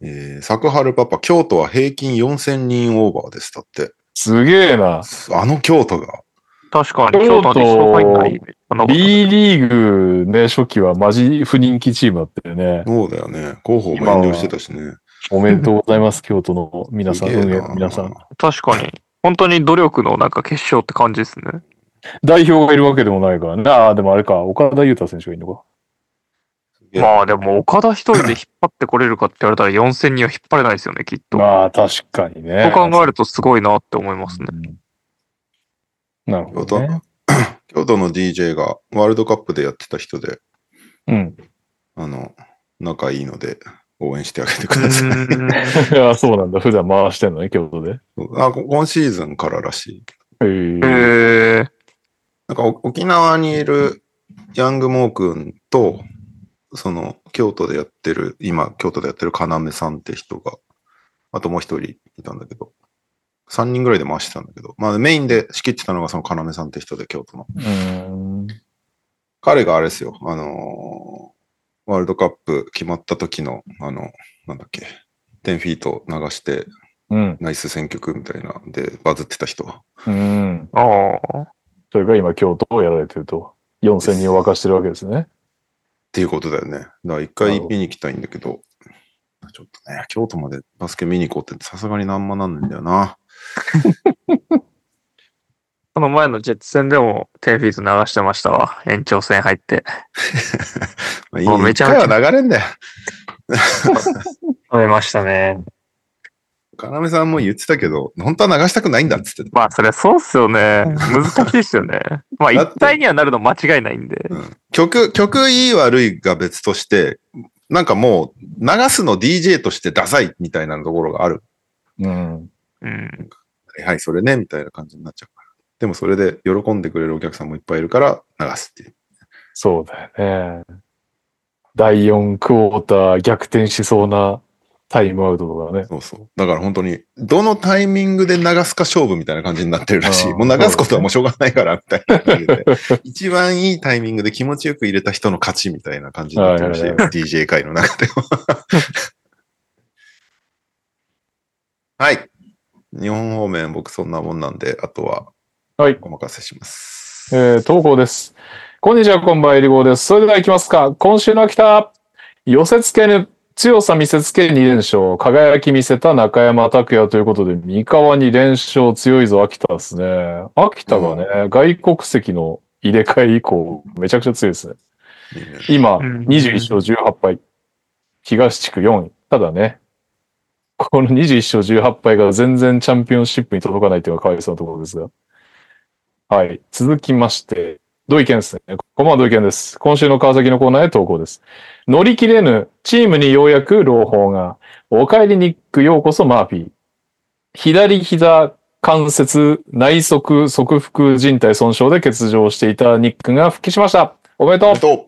S1: えー、作春パパ、京都は平均4000人オーバーです。だって。
S2: すげえな。
S1: あの京都が。
S4: 確かに、京都に勝敗ない。なんか
S2: B リーグね、初期はマジ不人気チームだったよね。
S1: そうだよね。広報も遠慮してたしね。
S2: おめでとうございます、 京都の皆さん、
S1: すげえ
S2: 運
S1: な
S2: 営の皆さん。
S4: 確かに。本当に努力のなんか結晶って感じですね。
S2: 代表がいるわけでもないからね。ああ、でもあれか、岡田優太選手がいるのか。
S1: いや
S4: まあでも、岡田一人で引っ張ってこれるかって言われたら4000人は引っ張れないですよね、きっと。
S2: まあ、確かにね。
S4: そう考えるとすごいなって思いますね。
S2: うんなるほ
S1: 京
S2: ど、
S1: 都
S2: ね。、
S1: 京都の DJ がワールドカップでやってた人で、
S2: うん。
S1: あの、仲いいので、応援してあげて
S4: う
S1: ください。
S4: ー
S2: い
S4: ん
S2: や、そうなんだ。普段回してんのね、京都で。へ
S1: あこ今シーズンかららしい。
S2: え
S4: へえ。
S1: なんかお沖縄にいるヤングモー君と、その京都でやってる、今京都でやってる要さんって人が、あともう一人いたんだけど、3人ぐらいで回してたんだけど、まあメインで仕切ってたのがその要さんって人で京都の。
S2: うん。
S1: 彼があれですよ、あのーワールドカップ決まった時の、あの、なんだっけ、10フィート流して
S2: うん。
S1: ナイス選曲みたいな、でバズってた人。
S2: うん。
S4: ああ。
S2: それが今、京都をやられてると。4000人を沸かしてるわけですね。
S1: っていうことだよね。だから一
S2: なる
S1: 回
S2: ほど
S1: 見に行きたいんだけど、ちょっとね、京都までバスケ見に行こうってさすがになんまなんだよな。
S4: この前のジェッツ戦でも10フィーズ流してましたわ。延長戦入って。
S1: まあ、いい
S4: もうめちゃめちゃ
S1: 一回は流れんだよ。
S4: 食べましたね。
S1: 要さんも言ってたけど、本当は流したくないんだっつってた。
S4: まあ、それそうっすよね。難しいっすよね。まあ、
S1: だって
S4: 一体にはなるの間違いないんで。
S1: 曲、曲いい悪いが別として、なんかもう流すの DJ としてダサいみたいなところがある。
S2: うん。
S4: うん。
S1: はいはい、それね、みたいな感じになっちゃうから。でもそれで喜んでくれるお客さんもいっぱいいるから流すっていう。
S2: そうだよね。第4クォーター逆転しそうなタイムアウトとかね。
S1: そうそう。だから本当に、どのタイミングで流すか勝負みたいな感じになってるらしい。
S2: あー
S1: もう流すことはもうしょうがないから、みたいな感じで。 一番いいタイミングで気持ちよく入れた人の勝ちみたいな感じになってるらしい。
S2: はい
S1: DJ 界の中では。 はい。日本方面、僕そんなもんなんで、あとは
S2: はい。
S1: お任せします。
S2: えー投稿です。こんにちは、こんばんは、えりごーです。それでは行きますか。今週の秋田、寄せ付けぬ、強さ見せつけ2連勝、輝き見せた中山拓也ということで、三河に連勝強いぞ、秋田ですね。秋田がね、外国籍の入れ替え以降、めちゃくちゃ強いですね。
S1: いいね
S2: 今、
S4: うん
S2: 21勝18敗。東地区4位。ただね、この21勝18敗が全然チャンピオンシップに届かないというのがかわいそうなところですが。はい。続きまして、土井健ですね。こんばんは、土井健です。今週の川崎のコーナーへ投稿です。乗り切れぬ、チームにようやく朗報が。お帰りニック、ようこそマーフィー。左膝関節内側側腹靭帯損傷で欠場していたニックが復帰しました。おめでと
S1: あ
S2: う
S1: りがと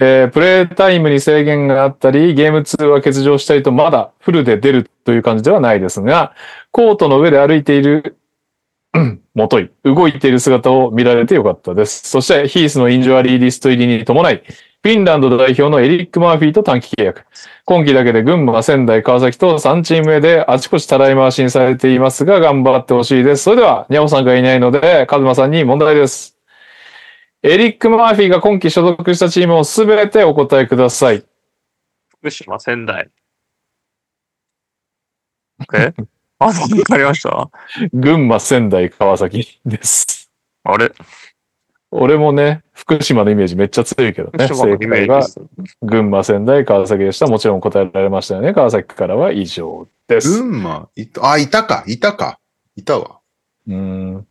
S2: えープレイタイムに制限があったり、ゲーム2は欠場したりと、まだフルで出るという感じではないですが、コートの上で歩いている、うんもとい、動いている姿を見られてよかったです。そして、ヒースのインジュアリーリスト入りに伴い、フィンランド代表のエリック・マーフィーと短期契約。今季だけで群馬、仙台、川崎と3チーム目であちこちたらい回しにされていますが、頑張ってほしいです。それでは、ニャオさんがいないので、カズマさんに問題です。エリック・マーフィーが今季所属したチームをすべてお答えください。
S4: 福島、仙台。えあ、そうわかりました
S2: 群馬、仙台、川崎です。
S4: あれ
S2: 俺もね、福島のイメージめっちゃ強いけどね。
S4: 福島の
S2: 正
S4: イ
S2: 解
S4: メージで
S2: が
S4: す。
S2: 群馬、仙台、川崎でした。もちろん答えられましたよね。川崎からは以上です。
S1: 群馬、いた、あ、いたか、いたか、いたわ。
S2: うーん。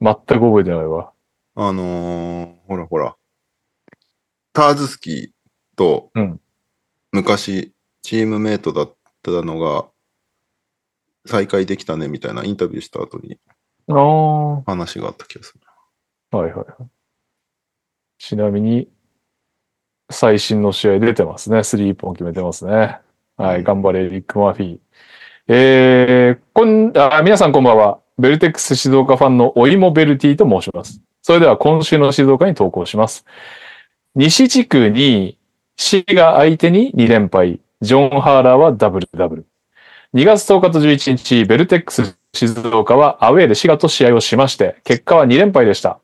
S2: 全く覚えてないわ。
S1: あのーほらほら、ターズスキーと
S2: うん、
S1: 昔、チームメイトだったのが、再会できたねみたいなインタビューした後に
S2: ああ。は
S1: 話があった気がする。
S2: いはいはい。ちなみに、最新の試合出てますね。スリーポン決めてますね。は
S1: うん
S2: い、頑張れ、エリック・マーフィー。えー、こん、あ、皆さんこんばんは。ベルテックス静岡ファンのおいもベルティと申します。それでは今週の静岡に投稿します。西地区に、滋賀相手に2連敗。ジョン・ハーラーはダブルダブル。2月10日と11日、ベルテックス静岡はアウェーで滋賀と試合をしまして、結果は2連敗でした。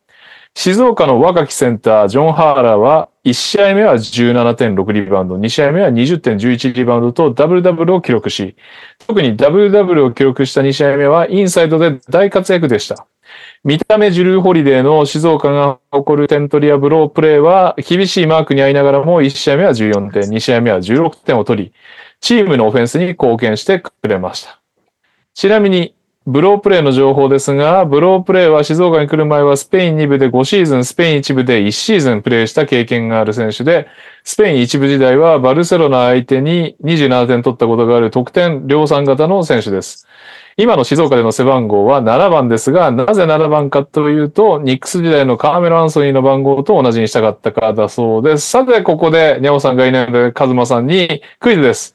S2: 静岡の若きセンター、ジョン・ハーラーは、1試合目は17.6リバウンド、2試合目は20.11リバウンドとダブルダブルを記録し、特にダブルダブルを記録した2試合目はインサイドで大活躍でした。見た目ジュルー・ホリデーの静岡が誇るテントリアブロープレーは厳しいマークに遭いながらも1試合目は14点、2試合目は16点を取り、チームのオフェンスに貢献してくれました。ちなみに、ブロープレイの情報ですが、ブロープレイは静岡に来る前はスペイン2部で5シーズン、スペイン1部で1シーズンプレイした経験がある選手で、スペイン1部時代はバルセロナ相手に27点取ったことがある得点量産型の選手です。今の静岡での背番号は7番ですが、なぜ7番かというと、ニックス時代のカーメロ・アンソニーの番号と同じにしたかったからだそうです。さて、ここで、ニャオさんがいないので、カズマさんにクイズです。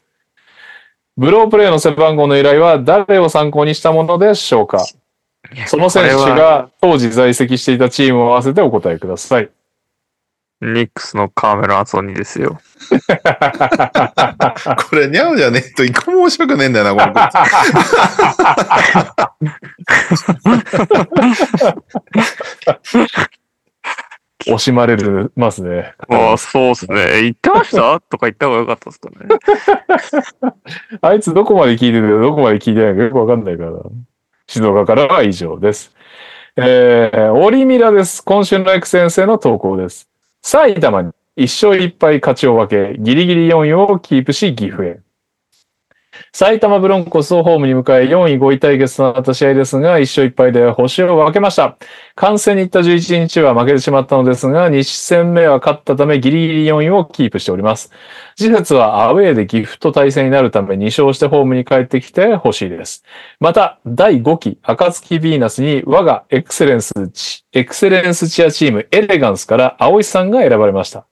S2: ブロープレイの背番号の由来は誰を参考にしたものでしょうかその選手
S4: これは
S2: が当時在籍していたチームを合わせてお答えください。
S4: ニックスのカーメル・アンソニーですよ。
S1: これ、にゃおじゃねえと一個も面白くねえんだよな、この 子
S2: 惜しまれるますね。
S4: ああ、そうですね。言ってましたとか言った方がよかったですかね。
S2: あいつどこまで聞いててどこまで聞いてないかよくわかんないからな。静岡からは以上です。えー、オリミラです。今週のエク先生の投稿です。埼玉に1勝1敗勝ちを分け、ギリギリ4位をキープし岐阜へ。埼玉ブロンコスをホームに迎え、4位5位対決となった試合ですが、1勝1敗で星を分けました。観戦に行った11日は負けてしまったのですが、2戦目は勝ったためギリギリ4位をキープしております。次節はアウェーでギフト対戦になるため2勝してホームに帰ってきてほしいです。また、第5期、暁ヴィーナスに我がエクセレンスチ、エクセレンスチアチームエレガンスから青井さんが選ばれました。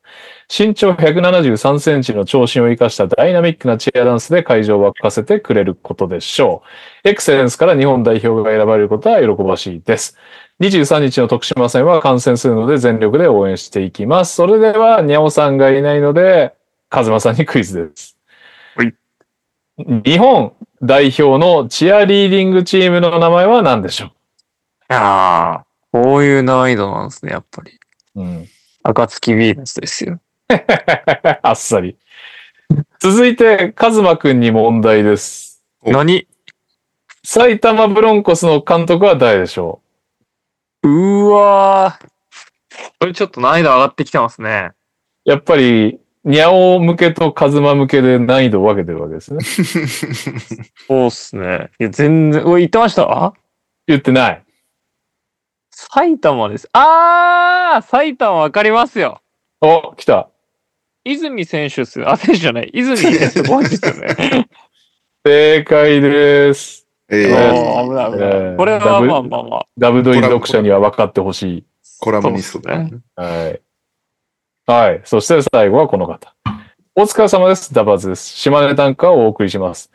S2: 身長173センチの長身を生かしたダイナミックなチアダンスで会場を沸かせてくれることでしょう。エクセレンスから日本代表が選ばれることは喜ばしいです。23日の徳島戦は観戦するので全力で応援していきます。それでは、にゃおさんがいないので、カズマさんにクイズです。
S3: はい
S2: 日本代表のチアリーディングチームの名前は何でしょ
S3: いやー、こういう難易度なんですね、やっぱり。
S2: う、うん、
S3: 暁ビーナスですよ。
S2: あっさり。続いて、カズマくんに問題です。
S1: お
S3: 何
S2: 埼玉ブロンコスの監督は誰でしょ
S3: うーわー。これちょっと難易度上がってきてますね。
S2: うやっぱり、ニャオ向けとカズマ向けで難易度を分けてるわけですね。
S3: そうっすね。いや、全然、うわ、言ってましたあ
S2: 言ってない。
S3: 埼玉です。あー埼玉わかりますよ。
S2: お、来た。
S3: 泉選手っすよ。あ、選手じゃない。泉選手、ご存知ですよね。
S2: 正解です。
S1: え
S3: おー危
S1: ー、
S3: ない危
S2: え
S3: ない。
S2: ー
S3: これ
S2: ダ
S3: は
S2: ブ
S3: まあまあまあ。
S2: ダブドリ読者には分かってほしい。
S1: コラムニストだよね。
S2: はい。はい。そして最後はこの方。お疲れ様です。ダバーズです。島根短歌をお送りします。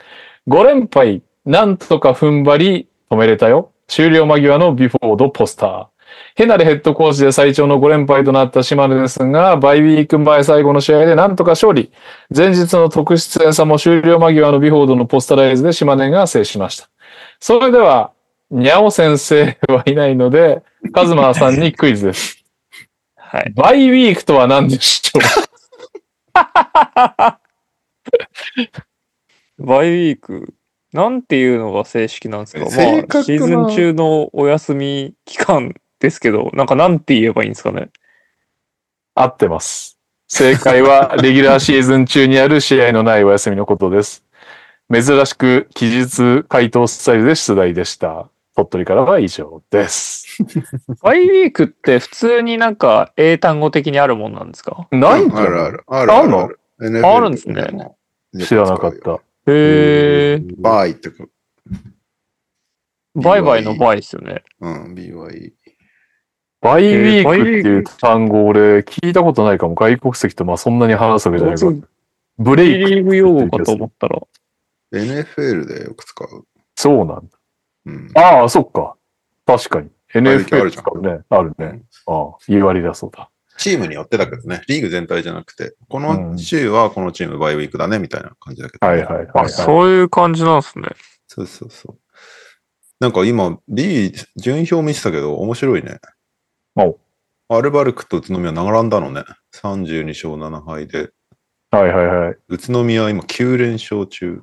S2: 5連敗、なんとか踏ん張り、止めれたよ。終了間際のビフォードポスター。ヘナレヘッドコーチで最長の5連敗となった島根ですが、バイウィーク前最後の試合でなんとか勝利。前日の特出演差も終了間際のビフォードのポスターライズで島根が制しました。それでは、にゃお先生はいないので、カズマさんにクイズです。
S3: はい。
S2: バイウィークとは何でしょう
S3: バイウィーク、なんていうのが正式なんですかまあ、シ
S1: 正確な
S3: ーズン中のお休み期間ですけど、なんかなんて言えばいいんですかね。
S2: 合ってます。正解は、レギュラーシーズン中にある試合のないお休みのことです。珍しく期日回答スタイルで出題でした。鳥取からは以上です。
S4: ワイウィークって普通になんか英単語的にあるもんなんですか
S2: ないんじゃ
S1: あ
S2: ない
S1: るある。ある
S2: あんの
S1: ある。NFL
S4: あるんですね
S1: とかも
S2: 知らなかっ。た。
S4: へえ。
S1: バイとか。
S4: バイバイのバイですよね。
S1: うん、BY。
S2: バイウィー
S4: バイ
S2: ク
S4: ウ
S2: って
S4: ィーク
S2: いう単語俺聞いたことないかも。外国籍とまあそんなに話すわけじゃないから。ブレ
S4: リ
S2: イク。
S4: リーグ用語かと思ったら。
S1: NFL でよく使う。
S2: そうなんだ。
S1: うん。
S2: ああ、そっか。確かに。
S1: ある
S2: NFL
S1: じゃ
S2: と
S1: ん
S2: かね。あるね。ああ、言われだそうだ。
S1: チームによってだけどね、リーグ全体じゃなくて、この週はこのチームバイウィークだねみたいな感じだけど。
S2: はいはいはい、
S4: あ、
S2: はい。
S4: そういう感じなんですね。
S1: そうそうそう。なんか今、B、順位表見てたけど、面白いね。
S2: お
S1: アルバルクと宇都宮並んだのね。32勝7敗で。
S2: はいはいはい。
S1: 宇都宮は今9連勝中。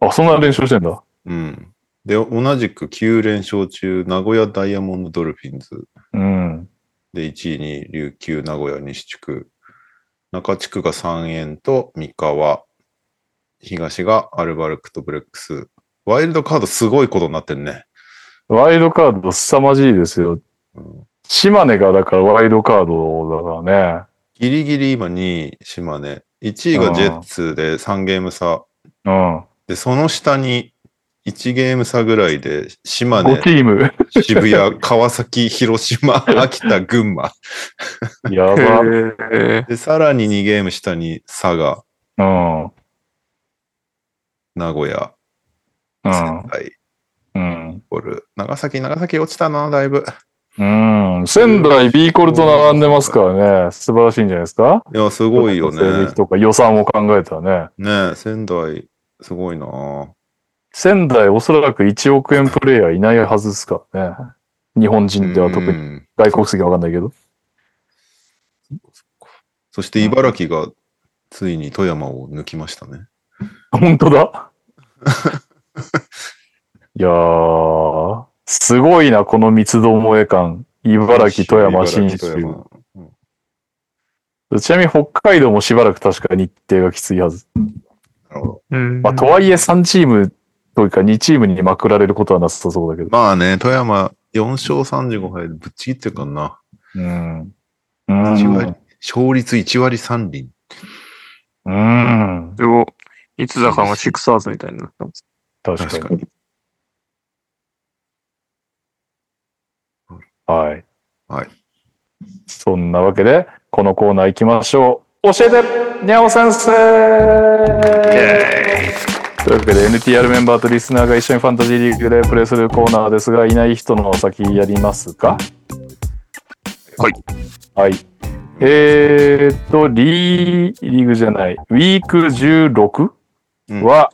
S2: あ、そんな練習してんだ。
S1: うん。で、同じく9連勝中、名古屋ダイヤモンドドルフィンズ。
S2: うん。
S1: で、1位に琉球、名古屋、西地区。中地区が三円と三河。東がアルバルクとブレックス。ワイルドカードすごいことになってるね。
S2: ワイルドカード凄まじいですよ。
S1: うん
S2: 島根がだからワイルドカードだからね。
S1: ギリギリ今2位、島根。1位がジェッツで3ゲーム差。
S2: うん。
S1: で、その下に1ゲーム差ぐらいで、島根
S2: 5、チ ーム。
S1: 渋谷、川崎、広島、秋田、群馬。
S2: や
S4: へ
S1: で、さらに2ゲーム下に佐賀、
S2: ば。
S1: 名古屋、
S2: うん。
S1: 仙台、
S2: うん。
S1: ゴル。長崎、長崎落ちたな、だいぶ。
S2: うん。うん。仙台 B コルと並んでますからね。素晴らしいんじゃないですか
S1: いや、す
S2: す
S1: ごいよね。
S2: とか予算を考えたらね。
S1: ねえ仙台、すごいな
S2: 仙台おそらく1億円プレイヤーいないはずですからね。日本人では特
S1: う
S2: に。
S1: ん
S2: 外国籍わかんないけど。
S1: そして茨城がついに富山を抜きましたね。
S2: 本当 だ。いやー、すごいな、この三つどもえ感。茨城、富山、新
S1: 茨城富
S2: 州。
S1: 山
S2: ちなみに北海道もしばらく確か日程がきついはず。
S1: なるほど。
S4: うん
S2: まあ、とはいえ3チームというか2チームにまくられることはなさそうだけど。
S1: まあね、富山4勝35敗でぶっちぎってるからな。
S2: うん。う
S1: 一割
S2: ん。
S1: 勝率1割3厘。
S2: うん。
S4: すごい。いつだかのシクサーズみたいになったんです。
S2: 確か
S1: 確
S2: に。
S1: かに。
S2: はい。
S1: はい。
S2: そんなわけで、このコーナー行きましょう。教えて、にゃお先生というわけで NTR メンバーとリスナーが一緒にファンタジーリーグでプレイするコーナーですが、いない人の先やりますか
S3: はい。
S2: はい。えーっと、リー、リーグじゃない、ウィーク16
S1: うん
S2: は、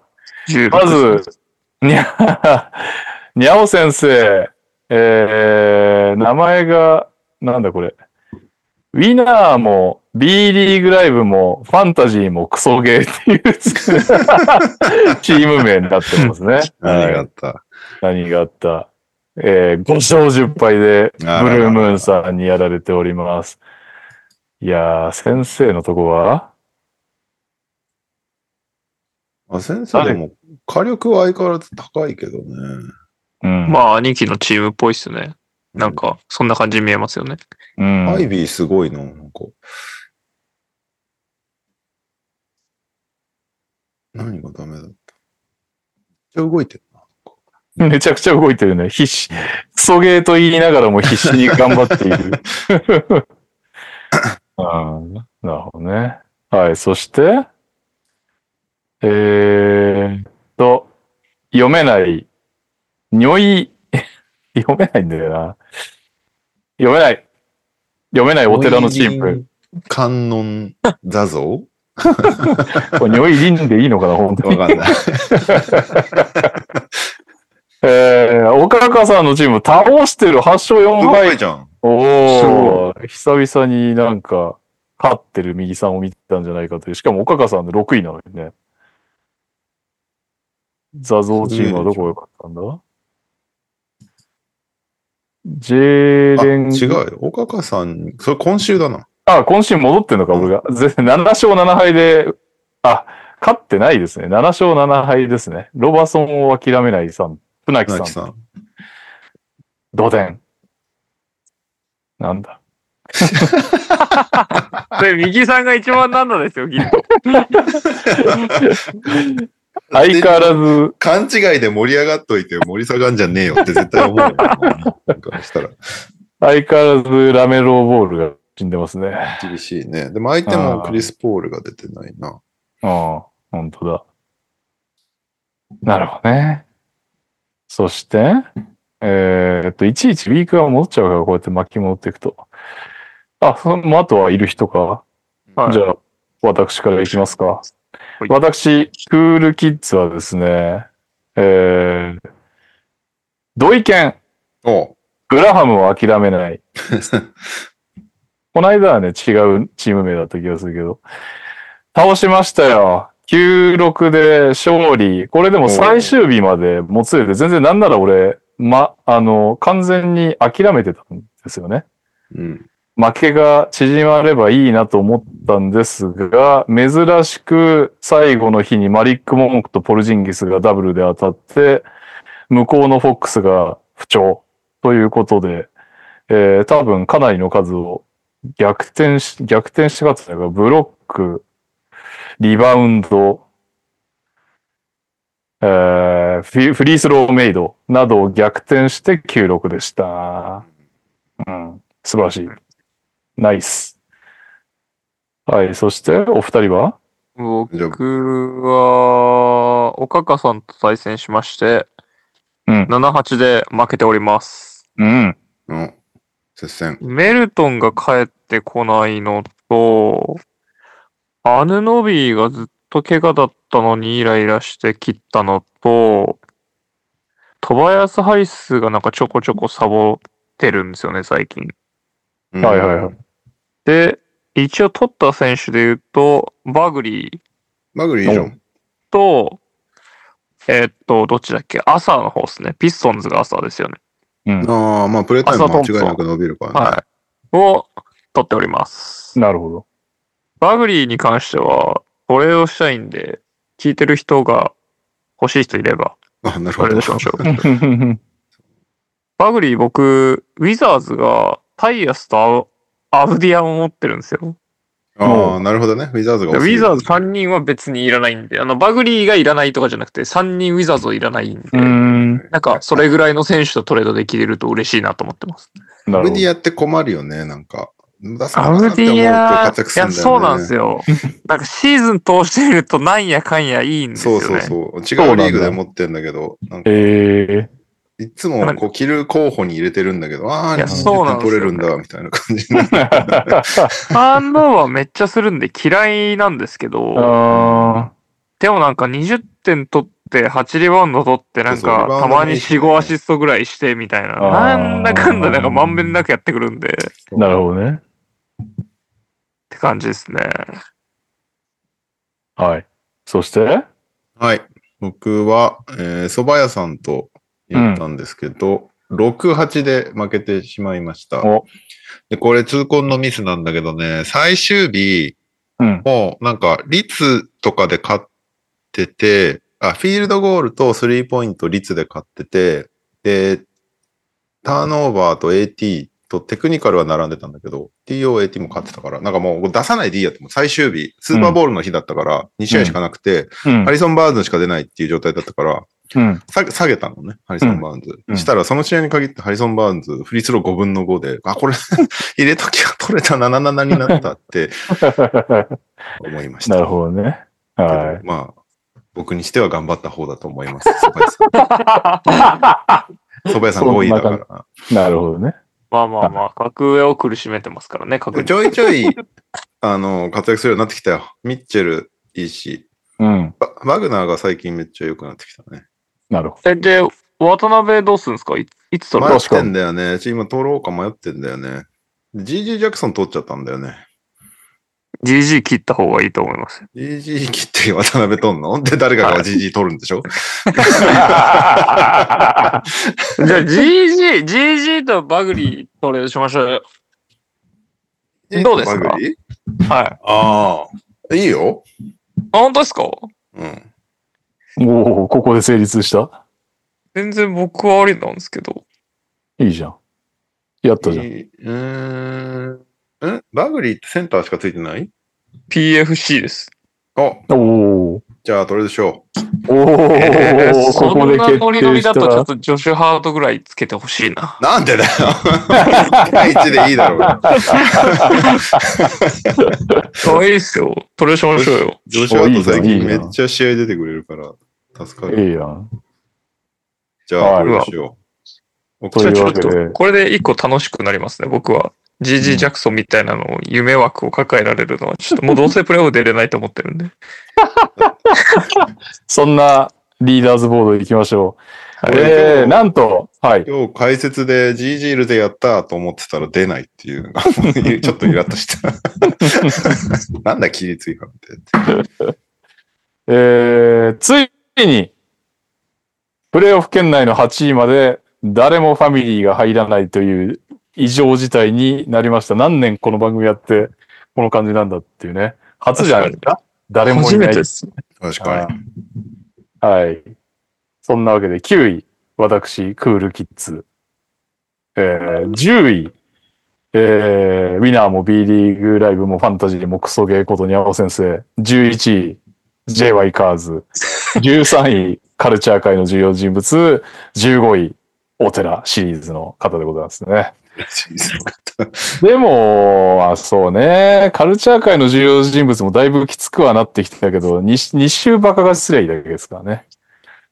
S4: 10
S2: まず、にゃ、 にゃお先生、えー、名前が、なんだこれ。ウィナーも、B リーグライブも、ファンタジーもクソゲーっていうチーム名になってますね。
S1: 何があ
S2: はい
S1: った
S2: 何があった。えー、5勝10敗で、ブ
S1: あらら
S2: ルームーンさんにやられております。いやー、先生のとこは
S1: あ先生でも火力は相変わらず高いけどね。
S2: うん。
S4: まあ、兄貴のチームっぽいっすね。なんか、そんな感じに見えますよね。
S2: うん
S1: アイビーすごいな、なんか。何がダメだっためっちゃ動いてるな。
S2: めちゃくちゃ動いてるね。必死。クソゲーと言いながらも必死に頑張っている。 うん、なるほどね。はい。そして、えーっと、読めない、にょい、 読めないんだよな。読めない。読めないお寺のチーム。。
S1: 観音座 像
S2: これにょいりんでいいのかな、本 当
S1: わ
S2: に。
S1: かんない。
S2: えー、岡川さんのチーム、倒してる8勝4
S1: 動
S2: 敗
S1: かいじゃん。
S2: おお、久々になんか、勝ってる右さんを見たんじゃないかという。しかも、岡川さんの6位なのにね。座像チームはどこが良かったんだジェー
S1: あ
S2: レン。
S1: 違う。よ。岡川さん、それ今週だな。
S2: あ、今週戻ってんのか、俺が。全然7勝7敗で、あ、勝ってないですね。7勝7敗ですね。ロバソンを諦めないさん。船木さ
S1: 船
S2: ん
S1: 木。さん。
S2: どでん。なんだ。
S4: これ、右さんが一番なんだです よ、きっと。
S2: 相変わらず、
S1: 勘違いで盛り上がっといて盛り下がんじゃねえよって絶対思うよ。なんかしたら。
S2: 相変わらずラメローボールが死んでますね。
S1: 厳しいね。でも相手もクリス・ポールが出てないな。
S2: ああ、本当だ。なるほどね。そして、えーっと、いちいちウィークが戻っちゃうから、こうやって巻き戻っていくと。あ、その、あとはいる人か。
S4: はい
S2: じゃあ、私からいきますか
S4: はい。
S2: 私、クールキッズはですね、えー、土井健、
S1: おう
S2: グラハムを諦めない、この間はね、違うチーム名だった気がするけど。倒しましたよ。96で勝利。これでも最終日までもつれて、全然なんなら俺、ま、あの、完全に諦めてたんですよね。
S1: うん。
S2: 負けが縮まればいいなと思ったんですが、珍しく最後の日にマリック・モンクとポルジンギスがダブルで当たって、向こうのフォックスが不調ということで、えー多分かなりの数を逆転し、逆転して勝つのがブロック、リバウンド、えーフリフリースローメイドなどを逆転して96でした。うん、素晴らしい。ナイス。はい、そして、お二人は
S4: 僕は、おかかさんと対戦しまして、
S2: うん
S4: 7-8で負けております。
S2: うん。
S1: うん。接戦。
S4: メルトンが帰ってこないのと、アヌノビーがずっと怪我だったのにイライラして切ったのと、トバヤス・ハリスがなんかちょこちょこサボってるんですよね、最近。
S1: うん
S2: はいはいはい。
S4: で、一応取った選手で言うと、バグリー
S1: マグリーいいじゃん。
S4: と、えーっと、どっちだっけ朝の方ですね。ピストンズが朝ですよね。
S2: うん。
S1: ああ、まあプレータイム間違いなく伸びるからね。
S4: はい。を取っております。
S2: なるほど。
S4: バグリーに関しては、お礼をしたいんで、聞いてる人が欲しい人いれば、
S1: あ、なる
S4: お
S1: ほ
S4: 礼
S1: ど
S4: を。しましょう。
S2: う
S4: バグリー僕、ウィザーズがタイヤスとアウアウディアンを持ってるんですよ。
S1: ああ、なるほどね。ウィザーズ
S4: ウ
S1: が多すぎ
S4: ィ
S1: る
S4: ザーズ3人は別にいらないんで、あの、バグリーがいらないとかじゃなくて、3人ウィザーズをいらないんで、
S2: ん。な
S4: なんか、それぐらいの選手とトレードできれると嬉しいなと思ってます。
S2: るほ
S1: アブ
S2: ど
S1: デ。ィアって困るよね、なんか。出すか
S4: ア
S1: な
S4: ウ
S1: って
S4: デ
S1: 思うと
S4: ィア、
S1: 活躍
S4: い
S1: するんだ
S4: や、
S1: よね。
S4: そうなんですよ。なんかシーズン通してみるとなんやかんやいいんです
S1: そ
S4: よ
S1: う
S4: ね。
S1: そうそう。違うリーグで持ってんだけど、なんか
S2: え
S1: いつもこう着る候補に入れてるんだけど、ああ、
S4: いやそうなんですよ
S1: 取れるんだ、みたいな感じになる。
S2: えー。
S4: ターンオーバーめっちゃするんで嫌いなんですけど、
S2: あ
S4: でもなんか20点取って8リバウンド取ってなん
S1: そうそう
S4: か
S1: リバウ
S4: た
S1: ンドも
S4: ま
S1: い
S4: に
S1: いしね
S4: 4、5アシストぐらいしてみたいな。
S2: あー
S4: なんだかんだなんかまんべんなくやってくるんで、っ
S2: ーなるほどね。
S4: て感じですね。
S2: はい。そして、
S1: はい。僕は、えー、蕎麦屋さんとやったんですけど、6、8で負けてしまいました
S2: お。
S1: で、これ痛恨のミスなんだけどね、最終日、
S2: うん。
S1: もうなんか率とかで勝ってて、あ、フィールドゴールとスリーポイント率で勝ってて、で、ターンオーバーと AT とテクニカルは並んでたんだけど、TOAT も勝ってたから、なんかもう出さないでいいやって、もう最終日、スーパーボールの日だったから、2試合しかなくて、
S2: うん
S1: ハ。リソン・バーンズしか出ないっていう状態だったから、
S2: うん。
S1: 下げ下げたのね、ハリソン・バーンズ。
S2: うん
S1: したら、その試合に限ってハリソン・バーンズ、フリースロー5分の5で、あ、これ、 入れときが取れた77になったって 思いました。
S2: なるほどね。
S1: けど
S2: はい。
S1: まあ、僕にしては頑張った方だと思います。蕎麦屋さ ん。蕎麦屋さん5位だか
S2: なるほどね。
S4: まあまあまあ、格上を苦しめてますからね、
S1: ら。
S4: 格
S1: ちょいちょい、あの、活躍するようになってきたよ。ミッチェルいいし、
S2: うん。
S1: ババグナーが最近めっちゃ良くなってきたね。
S2: な るほ
S4: え、で、渡辺どうするんですかいいつ取る
S1: 迷
S4: の
S1: ってんだよね。ちょ今取ろうか迷ってんだよね。GG ジャクソン取っちゃったんだよね。
S4: ?GG 切った方がいいと思います。
S1: GG 切って渡辺取んの って誰かが GG 取るんでし ょ
S4: じゃあ GG、GG とバグリートレードしましょうよ。どうですか
S1: バグリー
S4: は
S1: ああ。いいよ。
S4: あ、本当ですか
S1: うん。
S2: おお、ここで成立した
S4: 全然僕はありなんですけど。
S2: いいじゃん。やったじゃん。
S1: えーうーん。んバグリーってセンターしかついてない
S4: PFC です。
S1: あ、
S2: おお
S1: じゃあ、どれでしょ
S2: おお、
S4: えー
S2: ここで決
S4: そんなノリノ
S2: 定
S4: リ
S2: した
S4: だとちょ
S2: ら
S4: っとジョシュハートぐらいつけてほしいな。
S1: う。なんで だよ。第一でいいだろう。
S4: 可愛いっすよ。トレーションしようよ。
S1: ジョシュア
S2: い
S1: ー
S2: い
S1: ト
S2: じゃん
S1: 最
S2: い
S1: 近
S2: いじ
S1: め
S2: ゃん
S1: っちゃ試合出てくれるから、助かる。
S2: いいやん。
S1: じゃあ、
S2: はい
S1: どれでしょう。
S2: というわけ
S4: ちょっ
S2: で
S4: と、これで一個楽しくなりますね、僕は。
S2: うん
S4: GG ジャクソンみたいなのを夢枠を抱えられるのは、ちょっともうどうせプレイオフ出れないと思ってるんで。
S2: そんなリーダーズボード行きましょう。
S1: はい
S2: えー、なんと、はい。
S1: 今日解説で GG ルでやったと思ってたら出ないっていうのが、ちょっとイラッとした。 なんだ、規律違反って。
S2: えー、ついに、プレーオフ圏内の8位まで、誰もファミリーが入らないという異常事態になりました。何年この番組やって、この感じなんだっていうね。初じゃないですか誰もいない。
S4: す。
S1: 確かに。
S2: あーはい。そんなわけで、9位、私、クールキッズ。えー、10位、えー、ウィナーも B リーグライブもファンタジーもクソゲーことにゃお先生。11位、JY カーズ。13位、カルチャー界の重要人物。15位、お寺シリーズの方でございますね。でも、あ、そうね。カルチャー界の重要人物もだいぶきつくはなってきてたけど、2, 2週バカがすりゃいいだけですからね。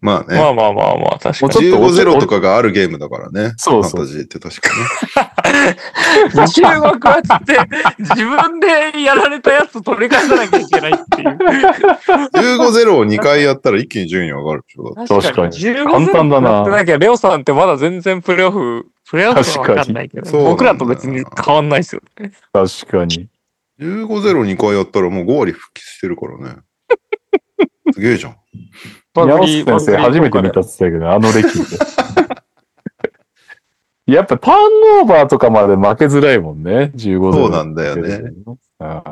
S1: まあね。
S4: まあまあまあまあ、確か
S2: もうちょっ
S4: に。
S1: 15-0とかがあるゲームだからね。
S2: そうそ
S1: ファ
S2: う
S1: ンタジーって確か
S4: 自分はこうやって、 自分でやられたやつ取り返さなきゃいけないっていう。
S1: に。15-0を2回やったら一気に順位上がるでしょ。だって
S2: 確かに簡
S4: 簡
S2: 単だな
S4: やってなきゃ、レオさんってまだ全然プレーオフ、プレーオフはわかんないけ
S1: 確
S4: ど、
S1: かに
S4: 僕らと別に変わんないですよ。
S2: 確かに。
S1: 15-0を2回やったらもう5割復帰してるから ね。すげえじゃん。
S2: 宮
S4: バ
S2: 本
S4: ズリー
S2: 先生初めて見たって言ってたけど、あの歴で。やっぱターンオーバーとかまで負けづらいもんね、15
S1: そうなんだよね。
S2: あ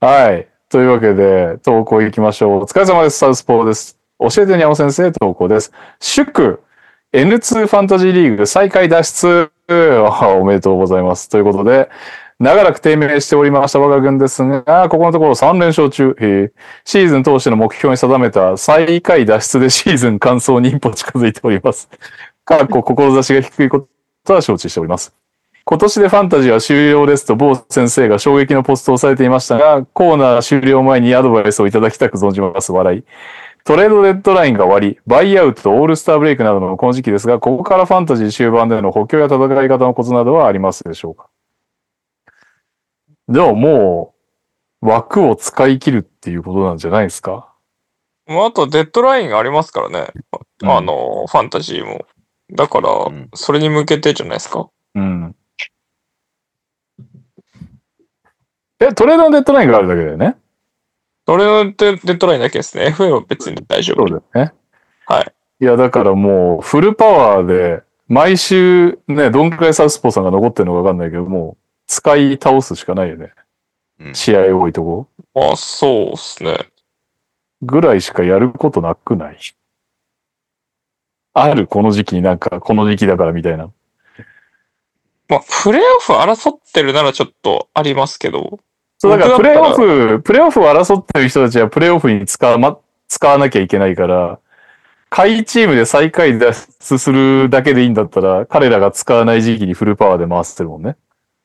S2: あはい。というわけで、投稿行きましょう。お疲れ様です。サウスポーです。教えてにゃお先生、投稿です。祝 N2 ファンタジーリーグ最下位脱出おめでとうございます。ということで、長らく低迷しておりました我が軍ですが、ここのところ3連勝中。へえシーズン通しての目標に定めた最下位脱出でシーズン完走に一歩近づいております。かっこ志が低いことは承知しております。今年でファンタジーは終了ですと、某先生が衝撃のポストをされていましたが、コーナー終了前にアドバイスをいただきたく存じます。笑い。トレードデッドラインが終わり、バイアウト、オールスターブレイクなどのこの時期ですが、ここからファンタジー終盤での補強や戦い方のコツなどはありますでしょうかでももう、枠を使い切るっていうことなんじゃないですか
S4: まあ、あと、デッドラインがありますからね。
S2: うん
S4: あの、ファンタジーも。だから、
S1: ん
S4: それに向けてじゃないですか。
S2: うん。え、トレードのデッドラインがあるだけだよね
S4: どれのデデッドラインだけですね。FA は別に大丈
S2: そ
S4: 夫
S2: う。だよね。
S4: はい。
S2: いや、だからもう、フルパワーで、毎週ね、どんくらいサウスポーさんが残ってるのかわかんないけど、もう、使い倒すしかないよね。
S1: うん
S2: 試合多いとこ
S4: まあ、そうですね。
S2: ぐらいしかやることなくない。ある、この時期になんか、この時期だからみたいな。
S4: まあ、プレーオフ争ってるならちょっとありますけど。
S2: そう、だからプ
S4: 僕だっ
S2: レ
S4: た
S2: ー
S4: ら
S2: オフ、プレーオフを争ってる人たちはプレーオフに使わ、ま、使わなきゃいけないから、下位チームで最下位脱出するだけでいいんだったら、彼らが使わない時期にフルパワーで回してるもんね。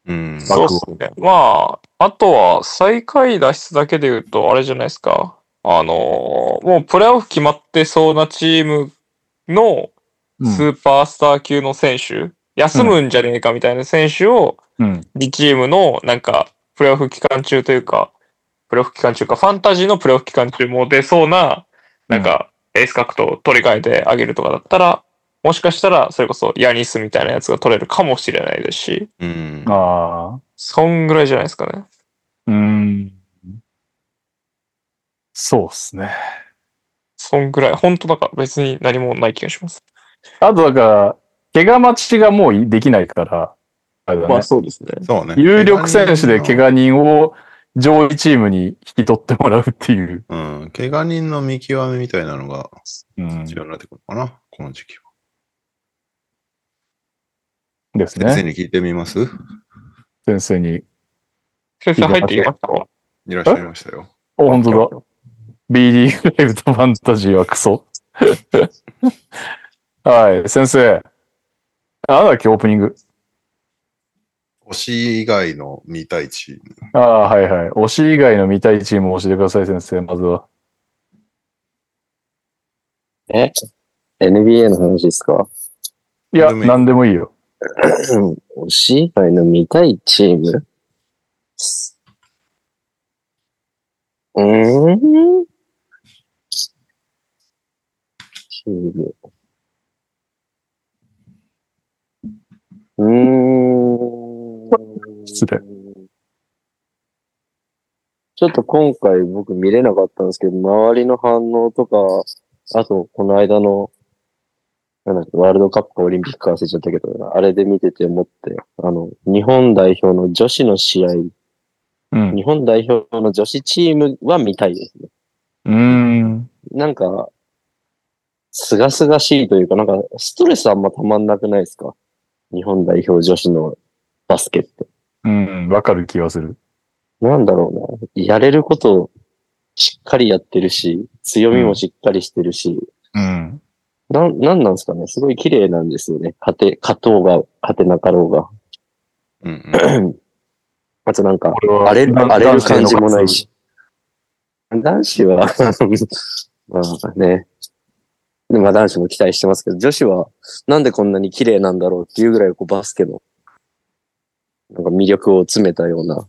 S1: うん。
S4: そうですね。まあ、あとは、最下位脱出だけで言うと、あれじゃないですか。あのーもうプレーオフ決まってそうなチームのスーパースター級の選手、休むんじゃねえかみたいな選手を、
S2: うん。
S4: 2チームの、なんか、プレーオフ期間中というか、プレーオフ期間中か、ファンタジーのプレーオフ期間中も出そうな、なんか、エース格闘を取り替えてあげるとかだったら、もしかしたら、それこそヤニスみたいなやつが取れるかもしれないですし、
S1: うん。
S2: ああ。
S4: そんぐらいじゃないですかね。
S2: うーん。そうですね。
S4: そんぐらい。本当なんか別に何もない気がします。
S2: あとだから、怪我待ちがもうできないから、あれだね。
S4: そうですね。
S1: そうね。
S2: 有力選手で怪我人を上位チームに引き取ってもらうっていう。
S1: うん。怪我人の見極めみたいなのが
S2: うん
S1: 必要になってくるのかな、この時期は。
S2: です
S1: 先生
S2: ね。
S1: に聞いてみます
S2: 先生に。
S3: 先生入ってきました
S1: いらっしゃいましたよ。
S2: お、本当だ。B リーグライブとファンタジーはクソ。 はい、先生。なんだっけ、オープニング。
S1: 推し以外の2対1。
S2: ああ、はいはい。推し以外の見たいチームを教えてください、先生、まずは。
S5: え ?NBA の話ですか
S2: いや、
S1: 何でもいい
S2: なんでもいいよ。
S5: 推し以外の見たいチームうーんチーム。うーん。
S2: 失礼
S5: ちょっと今回僕見れなかったんですけど、周りの反応とか、あとこの間の、なんだっけ、ワールドカップかオリンピックか忘れちゃったけど、あれで見てて思って、あの、日本代表の女子の試合、
S2: うん。
S5: 日本代表の女子チームは見たいですね。
S2: うーん。
S5: なんか、すがすがしいというか、なんか、ストレスあんまたまんなくないですか日本代表女子のバスケって。
S2: うん。わかる気がする。
S5: なんだろうな。やれることをしっかりやってるし、強みもしっかりしてるし、
S2: うん。
S5: なん、なんなんですかね。すごい綺麗なんですよね。勝て、勝とうが、勝てなかろうが。
S1: うんうん。
S5: あとなんか、
S2: れは
S5: 荒れる、
S2: な
S5: 荒れ
S2: 男
S5: る
S2: 子へ
S5: 感
S2: の
S5: じもないし。男子は、 まあね。でまあ男子も期待してますけど、女子はなんでこんなに綺麗なんだろうっていうぐらいこうバスケの、なんか魅力を詰めたような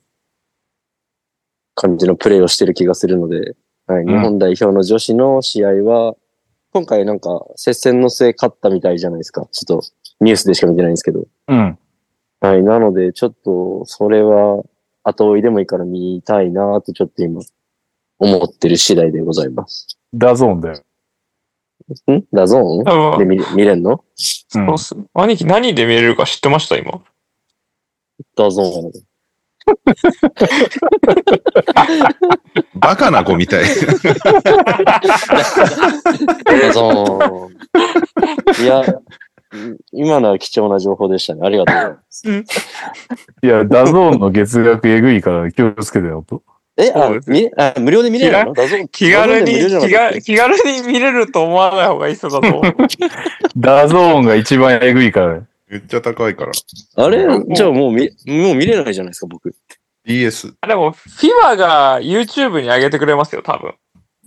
S5: 感じのプレーをしてる気がするので、はい、
S2: ん
S5: 日本代表の女子の試合は、今回なんか接戦の末勝ったみたいじゃないですか。ちょっとニュースでしか見てないんですけど。
S2: うん。
S5: はい、なので、ちょっと、それは、後追いでもいいから見たいなと、ちょっと今、思ってる次第でございます。
S2: ダゾーンだよ。
S5: んダゾーン
S3: 多
S5: で
S3: 分、
S5: 見れ見れんの
S2: うん
S3: そうっす。兄貴何で見れるか知ってました今。
S5: ダゾーン。
S1: バカな子 みたい。
S5: ダゾー ン。いや、今のは貴重な情報でしたね。ありがとうございます。
S2: いや、ダゾーンの月額えぐいから気をつけてよと。
S5: え、
S3: そう
S5: あ
S3: です
S5: 見あ、無料で見れるのダゾーン。
S3: 気軽に、
S5: ダゾーンで見れるの
S3: 気
S5: が
S3: が気軽に見れると思わない方がいい人だと思 う。
S2: ダゾーンが一番えぐいからね。
S1: めっちゃ高いから。
S5: あれじゃあもう見、もう見れないじゃないですか、僕。
S1: DS。
S3: でも、フィバが YouTube に上げてくれますよ、多分。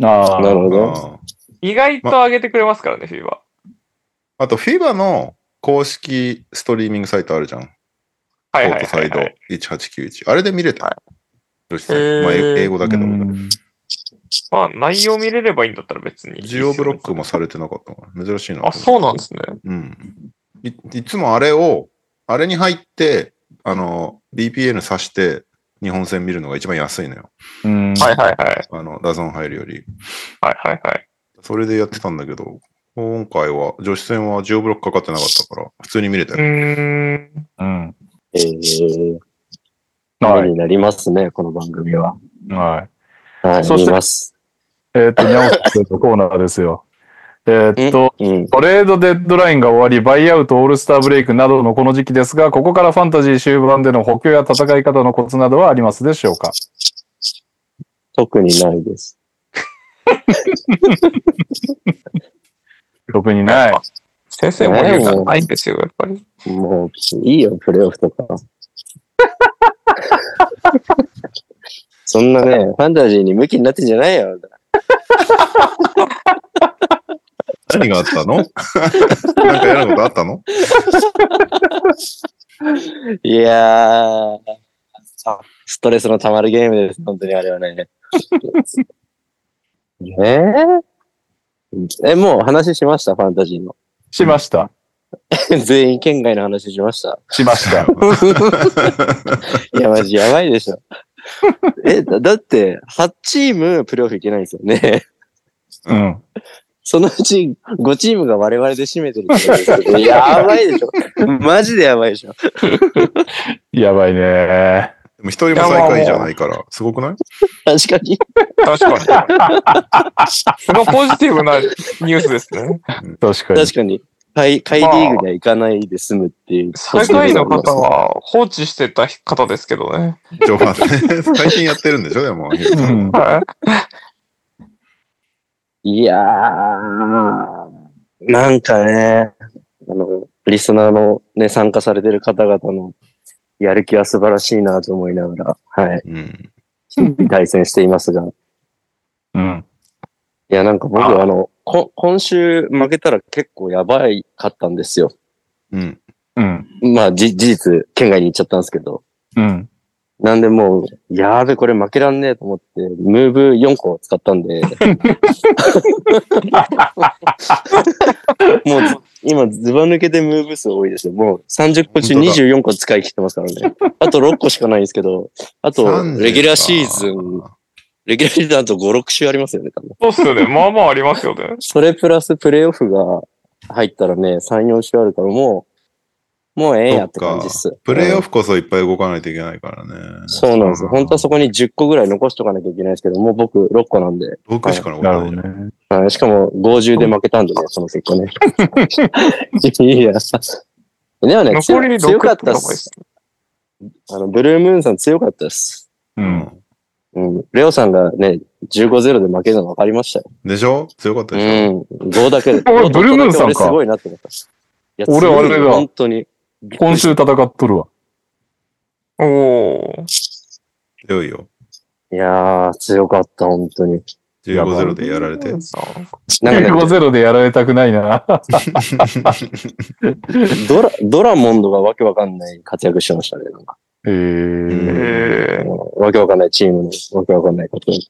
S2: ああ。
S5: なるほど。
S1: あ
S3: 意外と上げてくれますからね、フィバ。
S1: あと、FIBA の公式ストリーミングサイトあるじゃん。
S3: は
S1: コ
S3: いは
S1: ー
S3: い
S1: トサ
S3: はい、
S1: イド
S3: はい。
S1: 1891。あれで見れた。
S3: は
S1: 女子サイトまあ、
S3: へー
S1: 英英語だけど、
S2: うん
S3: まあ、内容見れればいいんだったら別に。
S1: ジオブロックもされてなかったから、珍しいなと思
S3: あ、
S1: って。
S3: そうなんですね。
S1: うん。いいつもあれを、あれに入って、あの、BPN 挿して、日本戦見るのが一番安いのよ。
S2: うん。
S3: はいはいはい。
S1: あの、ダゾン入るより。
S3: はいはいはい。
S1: それでやってたんだけど、今回は、女子戦はジオブロックかかってなかったから、普通に見れた
S3: う
S1: よ。
S3: ーん。
S2: うん。
S5: えー、た
S2: は
S5: めになりますね、この番組は。
S2: い。はい。
S5: はい、
S2: そして
S5: 見ます。
S2: えーっと、ニャオスのコーナーですよ。えーっと、
S5: うん。
S2: トレードデッドラインが終わり、バイアウト、オールスターブレイクなどのこの時期ですが、ここからファンタジー終盤での補強や戦い方のコツなどはありますでしょうか
S5: 特にないです。
S2: 特にない。
S3: 先生も言うがないんですよ、やっぱり。
S5: もう、いいよ、プレイオフとか。そんなね、ファンタジーに向きになってんじゃないよ。
S1: 何があったの なんか嫌なことあったの
S5: いやー、さストレスのたまるゲームです、本当にあれはね。えーえ、もう話しました、ファンタジーの。
S2: しました。
S5: 全員県外の話しました。
S2: しました。
S5: いや、マジやばいでしょ。え、だだって、8チームプレイオフいけないんですよね。
S2: うん。
S5: そのうち5チームが我々で占めてるってこ とですよねやばいでしょ。マジでやばいでしょ。
S2: やばいね。
S1: でも一人も最下位じゃないから、すごくない
S5: 確かに。
S4: 確かに。そのポジティブなニュースですね。
S2: 確かに。
S5: 確かに。はい、カイリーグには行かないで済むっていう。
S4: 最下位の方は放置してた方ですけどね。
S1: 序盤ね。 最近やってるんでしょでも、ヒロさん
S2: うん
S4: はい
S5: いやー、なんかね、あの、リスナーのね、参加されてる方々のやる気は素晴らしいなと思いながら、 はい、
S1: うん。
S5: 対戦していますが。い
S2: うん。
S5: や、なんか僕、あの、こ今週負けたら結構やばいかったんですよ。
S1: うん。
S2: うん。
S5: まあ、じ事実、県外に行っちゃったんですけど。
S2: うん。
S5: なんでもう、やーべ、これ負けらんねえと思って、ムーブ4個使ったん で。もう、今、ズバ抜けてムーブ数多いですよ。もう、30個中
S1: 本当だ
S5: 24個使い切ってますからね。あと6個しかないんですけど、あと、
S1: 30
S5: レギュラーシーズン、レギュラーシーズンあと5、6週ありますよね、多分。
S4: そうっすよ ね。まあまあありますよね。
S5: それプラスプレイオフが入ったらね、3、4週あるから、もう、もうええやって感じっす。
S1: プレイオ
S5: フ
S1: フこそいっぱい動かないといけないからね。
S5: そうなんですよ。
S1: うん
S5: 本当はそこに10個ぐらい残しとかなきゃいけないですけど、もう僕6個なんで。
S1: 僕しか残
S2: な
S1: らな
S2: る
S1: い
S2: ほ
S1: じゃん
S2: どね。
S5: はいしかも、50で負けたんでね、その結果ね。 いや。でもね、
S4: 残り
S5: 強強か
S4: 6
S5: っ
S4: とか
S5: たっ
S4: もいいっ
S5: す
S4: す。
S5: あの、ブルームーンさん強かったっす。
S2: うん。
S5: うん。レオさんがね、15-0で負けるの分かりましたよ。
S1: でしょ強かった
S5: う
S1: でしょ、
S5: ん。5だけで。
S2: おいブルームーンさんか
S5: 俺すごいなって思ったっす。いや
S2: 俺
S5: 強いよ
S2: あれだ
S5: 本当に。
S2: 今週戦っとるわ。
S4: おおー。
S1: 強いよ。
S5: いやー、強かった、本当に。
S1: 15-0でやられて。
S5: な んかね、
S2: 150でやられたくないな。
S5: ドラ、ドラモンドがわけわかんない活躍してましたね。なんか
S2: えー
S4: え
S5: うんわけわかんないチームの、わけわかんないことに。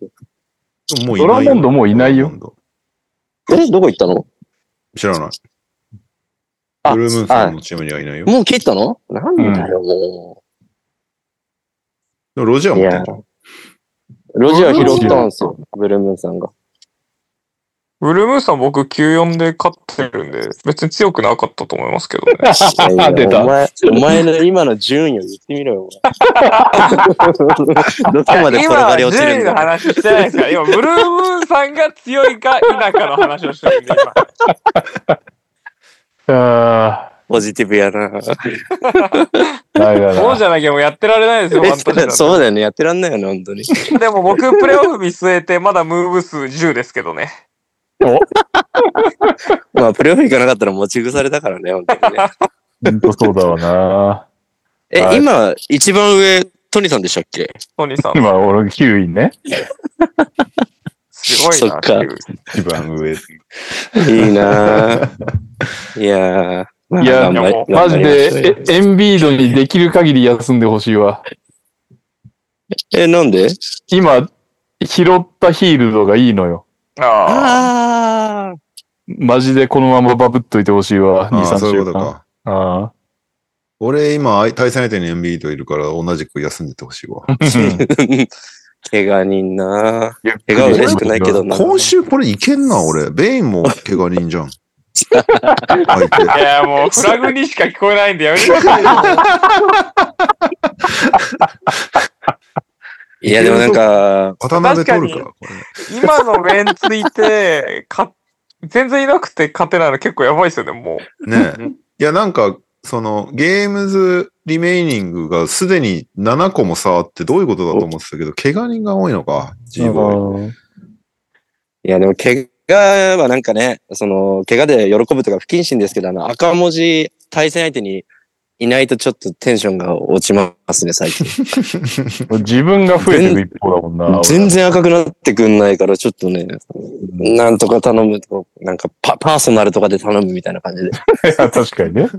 S1: もういないよ
S2: ドラモンドもういないよ。
S5: え、どこ行ったの
S1: 知らない。
S5: あ
S1: ブルームーンさんのチームにはいないよ。
S5: もう切ったのなんだよ、も
S1: でもロジャー
S5: う。い
S1: 持って
S5: や
S1: んじゃん。。
S5: ロジア拾ったんすよ、ブルームーンさ んが。
S4: ー。ブルームーンさん僕94で勝ってるんで、別に強くなかったと思いますけどね。
S5: いやいや
S2: 出た
S5: お前、お前の今の順位を言ってみろ よ、お前どこまで転がり落ちる
S4: 今、順
S5: ん
S4: 位の
S5: だ。
S4: 話してないですから、今、ブルームーンさんが強いか否かの話をしてるんで、 今。
S2: あ
S5: ポジティブやな。
S2: あ、ないだ
S4: そう
S2: な。
S4: じゃなきゃもうやってられないですよ、ファンタジーだ
S5: そうだよね、やってらんないよね、本当に。
S4: とでも僕、プレーオフ見据えて、まだムーブ数10ですけどね。
S5: まあ、プレイオフ行かなかったら持ち腐れだからね、本当 にね。
S2: ほんとそうだわな。
S5: え、
S2: はい
S5: 今、一番上、トニーさんでしたっけ
S4: トニーさん、
S2: 今、俺9位ね。
S4: すごい
S5: そ
S4: な
S5: っ
S4: って
S5: か
S4: いう。
S1: 一番上。
S5: いいな ぁいやーまあ
S2: いや
S5: 頑張り
S4: もう
S2: マジ
S5: 頑張りましょう
S2: で
S5: よ、
S2: えエンビードにできる限り休んでほしいわ。
S5: え、なんで
S2: 今、拾ったヒールドがいいのよ。
S4: ああ。
S5: ああ。
S2: マジでこのままバブっといてほしいわ。2、3週
S1: ああ、
S2: 間。
S1: そういうことか。
S2: あ
S1: 俺今、あい対戦相手にエンビードいるから同じく休んでてほしいわ。
S2: あ。
S5: 怪我人なぁ 怪我は嬉しくないけどな。
S1: 今週これいけんな、俺。ベインも怪我人じゃん。相手。
S4: いや、もうフラグにしか聞こえないんでやめてくださいよ。
S5: いや、でもなんか、
S1: 刀で取るから、こ
S4: 今の面ついて、か、全然いなくて勝てないの結構やばいですよね、も
S1: れ。ねえ。いや、なんか、その、ゲームズリメイニングがすでに7個も差あってどういうことだと思ってたけど、怪我人が多いのか、G5。
S5: いや、でも怪我はなんかね、その、怪我で喜ぶとか不謹慎ですけど、あの、赤文字対戦相手にいないとちょっとテンションが落ちますね、最近。
S2: 自分が増えてる一方だもんな。
S5: 全然赤くなってくんないから、ちょっとね、なんとか頼むとか、なんかパ、パーソナルとかで頼むみたいな感じで、
S2: 俺いや 確かにね。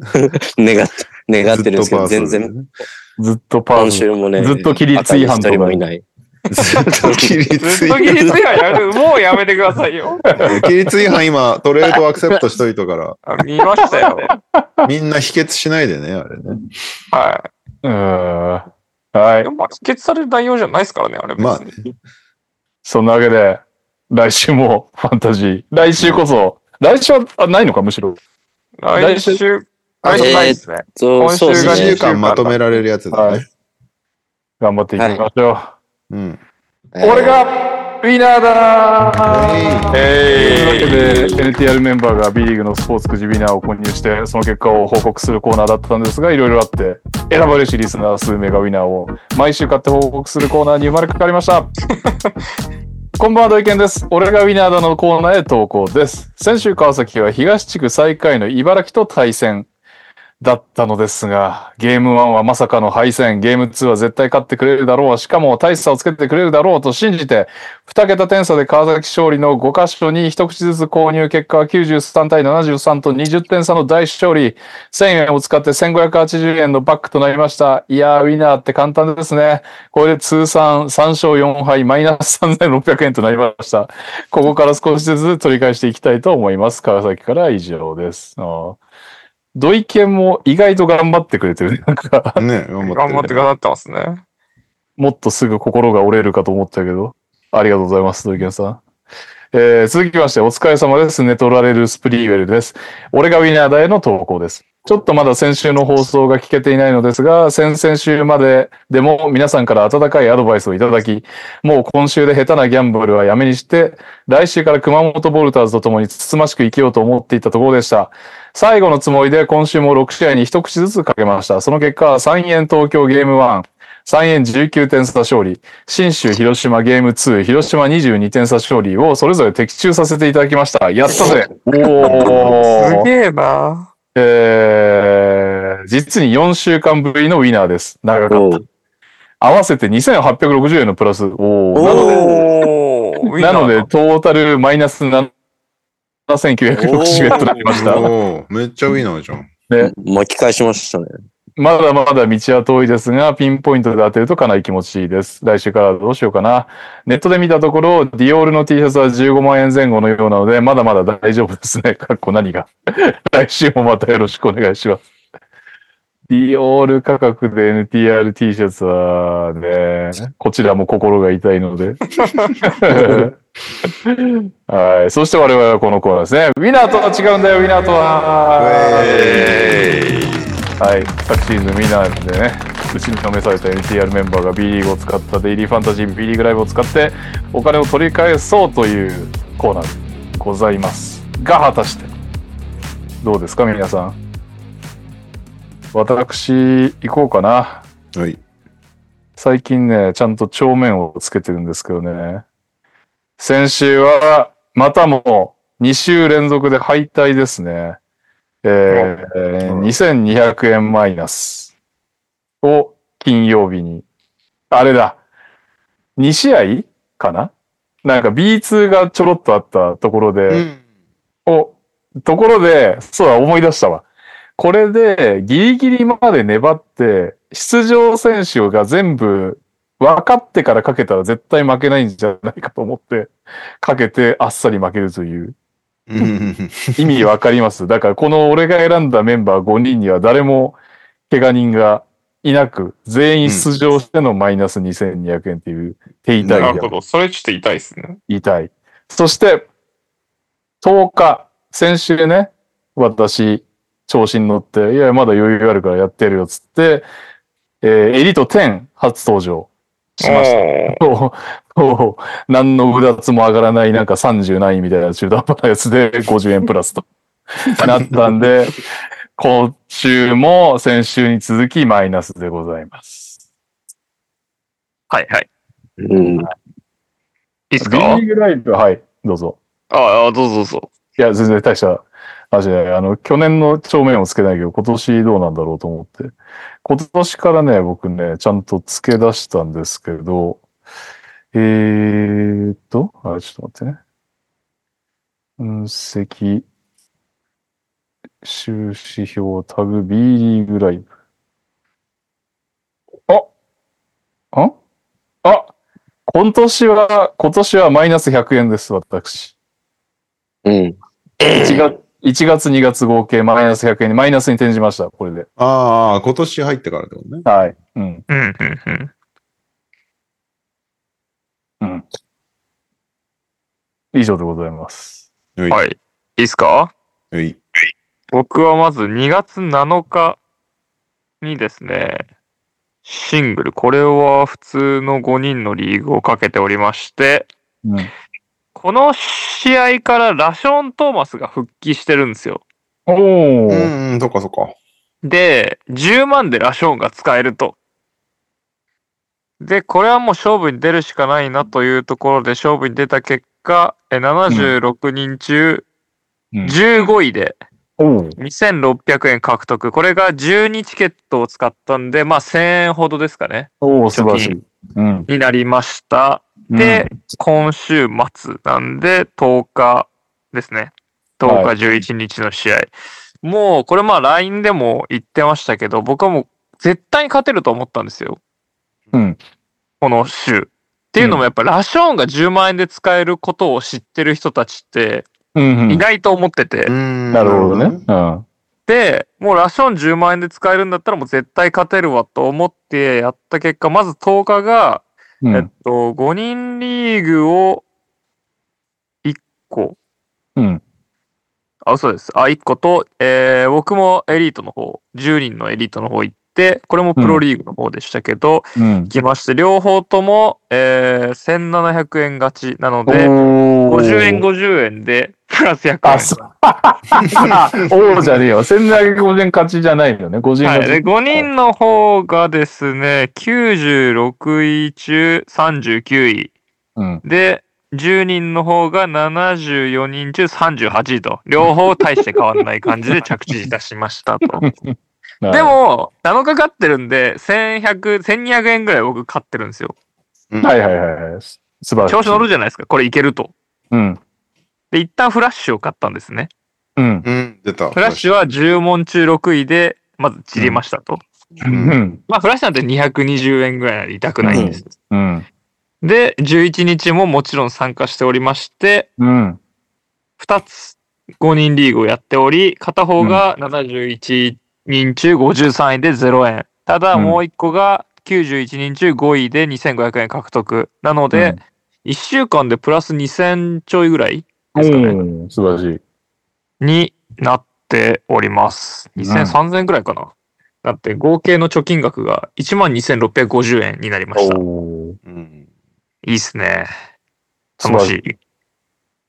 S5: 願って、願ってるんですけど、
S1: ずっ
S5: 全
S1: とパーソナルでね。
S5: 然
S2: ずっとパー
S5: 今
S2: ズ。
S5: 週もね、
S2: ずっと規律違反と
S5: 赤い一人もい
S2: か。
S5: ない。
S1: ずっと規律
S4: う。ずっと切りついはやめて、もうやめてくださいよ。
S1: 規律違反今、トレードアクセプトしといたか
S4: あ見ましたよ。
S1: ら、みんな否決しないでね、あれね。
S4: は
S2: うーん。
S4: い。
S2: は
S4: で
S2: い。
S4: もまあ、否決される内容じゃないですからね、あれ別に。
S1: まあね
S2: そんなわけで、来週もファンタジー。来週こそ。来週はあないのか、むしろ。
S4: 来週、来週ないですね。
S5: そう、
S4: 今週
S5: そう
S4: が
S5: で
S1: 2
S5: す
S1: 週
S5: ね。
S1: 間まとめられるやつだ
S2: は
S1: ね
S2: い。頑張っていきましょう。
S1: うん。
S2: 俺がウィナーだーというわけで、NTR メンバーが B リーグのスポーツくじウィナーを購入して、その結果を報告するコーナーだったんですが、いろいろあって、選ばれしリスナー数名がウィナーを毎週買って報告するコーナーに生まれ変わりました。こんばんは、土井健です。俺がウィナーだのコーナーへ投稿です。先週川崎は東地区最下位の茨城と対戦だったのですが、ゲーム1はまさかの敗戦、ゲーム2は絶対勝ってくれるだろう、しかも大差をつけてくれるだろうと信じて、2桁点差で川崎勝利の5箇所に一口ずつ購入結果は93対73と20点差の大勝利。1000円を使って1580円のバックとなりました。いやー、ウィナーって簡単ですね。これで通算3勝4敗マイナス3600円となりました。ここから少しずつ取り返していきたいと思います。川崎からは以上です。あー土井健も意外と頑張ってくれてる。なんか、
S1: ね、頑張って。
S3: 頑張ってくださってますね。
S2: もっとすぐ心が折れるかと思ったけど。ありがとうございます、土井健さん。えー続きまして、お疲れ様です。寝取られるスプリーウェルです。俺がウィナーだへの投稿です。ちょっとまだ先週の放送が聞けていないのですが、先々週まででも皆さんから温かいアドバイスをいただき、もう今週で下手なギャンブルはやめにして、来週から熊本ボルターズと共につつましく生きようと思っていたところでした。最後のつもりで今週も6試合に一口ずつかけました。その結果、3円東京ゲーム1、3円19点差勝利、新州広島ゲーム2、広島22点差勝利をそれぞれ的中させていただきました。やったぜおー
S3: すげえな。
S2: えー、実に4週間ぶりのウィナーです。長かっ
S5: お
S2: た
S5: う。
S2: 合わせて2860円のプラス。おー
S5: お
S2: なので
S3: おーウィナーだ
S2: なので、トータルマイナス7960円となりました。
S1: おーめっちゃウィナーじゃん。
S5: 巻き返しましたね。
S2: まだまだ道は遠いですが、ピンポイントで当てるとかなり気持ちいいです。来週からどうしようかな。ネットで見たところ、ディオールの T シャツは15万円前後のようなので、まだまだ大丈夫ですね。 かっこ何が。来週もまたよろしくお願いします。ディオール価格で NTR T シャツはね、こちらも心が痛いので。 はい。そして我々はこのコーナーですね。ウィナーとは違うんだよ、ウィナーとは。
S1: え
S2: はい、昨シーズンウィナーでね、打ちのめされた NTR メンバーが B リーグを使ったデイリーファンタジー B リーグライブを使ってお金を取り返そうというコーナーでございます。が果たして、どうですか皆さん。私、行こうかな。
S1: ーはい。
S2: 最近ね、ちゃんと帳面をつけてるんですけどね。先週は、またも2週連続で敗退ですね。えー
S1: うん
S2: 2200円マイナスを金曜日に。あれだ。2試合かななんか B2 がちょろっとあったところで、お、ところで、そうだ、思い出したわ。これで、ギリギリまで粘って、出場選手が全部分かってからかけたら絶対負けないんじゃないかと思って、かけてあっさり負けるという。
S1: うん
S2: 意味わかります。だから、この俺が選んだメンバー5人には誰も怪我人がいなく、全員出場してのマイナス2200円っていう、手痛い
S3: な
S2: や
S3: るほど。それちょっと痛いですね。
S2: 痛い。そして、10日、先週ね、私、調子に乗って、いや、まだ余裕あるからやってるよ、っつって、えーエリート10初登場しました。
S3: お
S2: こうこう何のうだつも上がらない、なんか30何位みたいな中途半端なやつで50円プラス となったんで、今週も先週に続きマイナスでございます。
S4: はいはい。
S5: う
S4: い
S5: ん。
S4: いっす
S2: B リ
S4: か
S2: ーグライブ、はい、どうぞ。
S4: ああ、どうぞどうぞ。
S2: いや、全然大した話じゃない。あの、去年の帳面をつけないけど、今年どうなんだろうと思って。今年からね、僕ね、ちゃんと付け出したんですけど、えーっと、あれ、ちょっと待ってね。分析、収支表、タグ、B リーグライブ。あんあ今年は、今年はマイナス100円です、私。
S5: うん。
S2: 1月、1月、2月合計マイナス100円に、マイナスに転じました、これで。
S1: ああ、今年入ってからってことね。
S2: はい。うん。
S4: うんうんうん。
S2: 以上でございます。
S1: はい。
S4: はいいいっすか
S1: はい。
S4: 僕はまず2月7日にですね、シングル。これは普通の5人のリーグをかけておりまして、
S2: うん
S4: この試合からラショーン・トーマスが復帰してるんですよ。
S2: お
S1: う
S2: ー。
S1: んうん、そっかそっか。
S4: で、10万でラショーンが使えると。で、これはもう勝負に出るしかないなというところで勝負に出た結果、え76人中
S2: うん
S4: 15位で
S2: おー。
S4: 2600円獲得。これが12チケットを使ったんで、まあ1000円ほどですかね。
S2: おー、素晴らしい。うん。
S4: になりました。で、今週末なんで10日ですね。10日、
S2: は
S4: 11日の試合。もう、これまあ LINE でも言ってましたけど、僕はもう絶対に勝てると思ったんですよ。
S2: うん。
S4: この週。っていうのもやっぱラショーンが10万円で使えることを知ってる人たちって
S2: うん。うん
S4: 意外と思ってて。
S1: ん
S2: なるほどね。うん。
S4: で、もうラション10万円で使えるんだったらもう絶対勝てるわと思ってやった結果、まず10日が、
S2: う
S4: えっ
S2: ん。
S4: と、5人リーグを1個。
S2: うん。
S4: あ、嘘です。あ、1個と、えー、僕もエリートの方、10人のエリートの方行って、これもプロリーグの方でしたけど、
S2: うん
S4: 行。きまして、両方とも、えー、1700円勝ちなので、
S2: お
S4: 50円50円で、プラス100円。
S2: あ、そう。 おーじゃねえよ。1750円勝ちじゃないよね。50円
S4: はい、
S2: 勝
S4: で
S2: ち。
S4: 5人の方がですね、96位中39位。
S2: うん。
S4: で、10人の方が74人中38位と、両方大して変わらない感じで着地いたしましたと。で
S2: は
S4: も、7日勝ってるんで、1100、1200円ぐらい僕勝ってるんですよ。
S2: い、はいはいはいはい。す素晴らしい。
S4: 調子乗るじゃないですか、これいけると。
S2: うん。
S4: で、一旦フラッシュを買ったんですね。
S2: うん。
S1: うん、出た。
S4: フラッシュは10問中6位で、まず散りましたと。
S2: う
S1: うん
S2: ん。
S4: まあ、フラッシュなんて220円ぐらいなり痛くないんです。
S2: うん。
S4: で、11日ももちろん参加しておりまして、
S2: うん。
S4: 2つ5人リーグをやっており、片方が71人中53位で0円。ただ
S2: うん
S4: もう1個が91人中5位で2500円獲得。なので、1週間でプラス2000ちょいぐらいですかね、
S2: うん。素晴らしい。
S4: になっております。
S2: うん
S4: 2000、3000ぐらいかな。だって合計の貯金額が12,650円になりました。い
S2: おー
S1: うん
S4: いっすね。
S2: 素晴ら
S4: 楽
S2: し
S4: し
S2: い。
S4: い。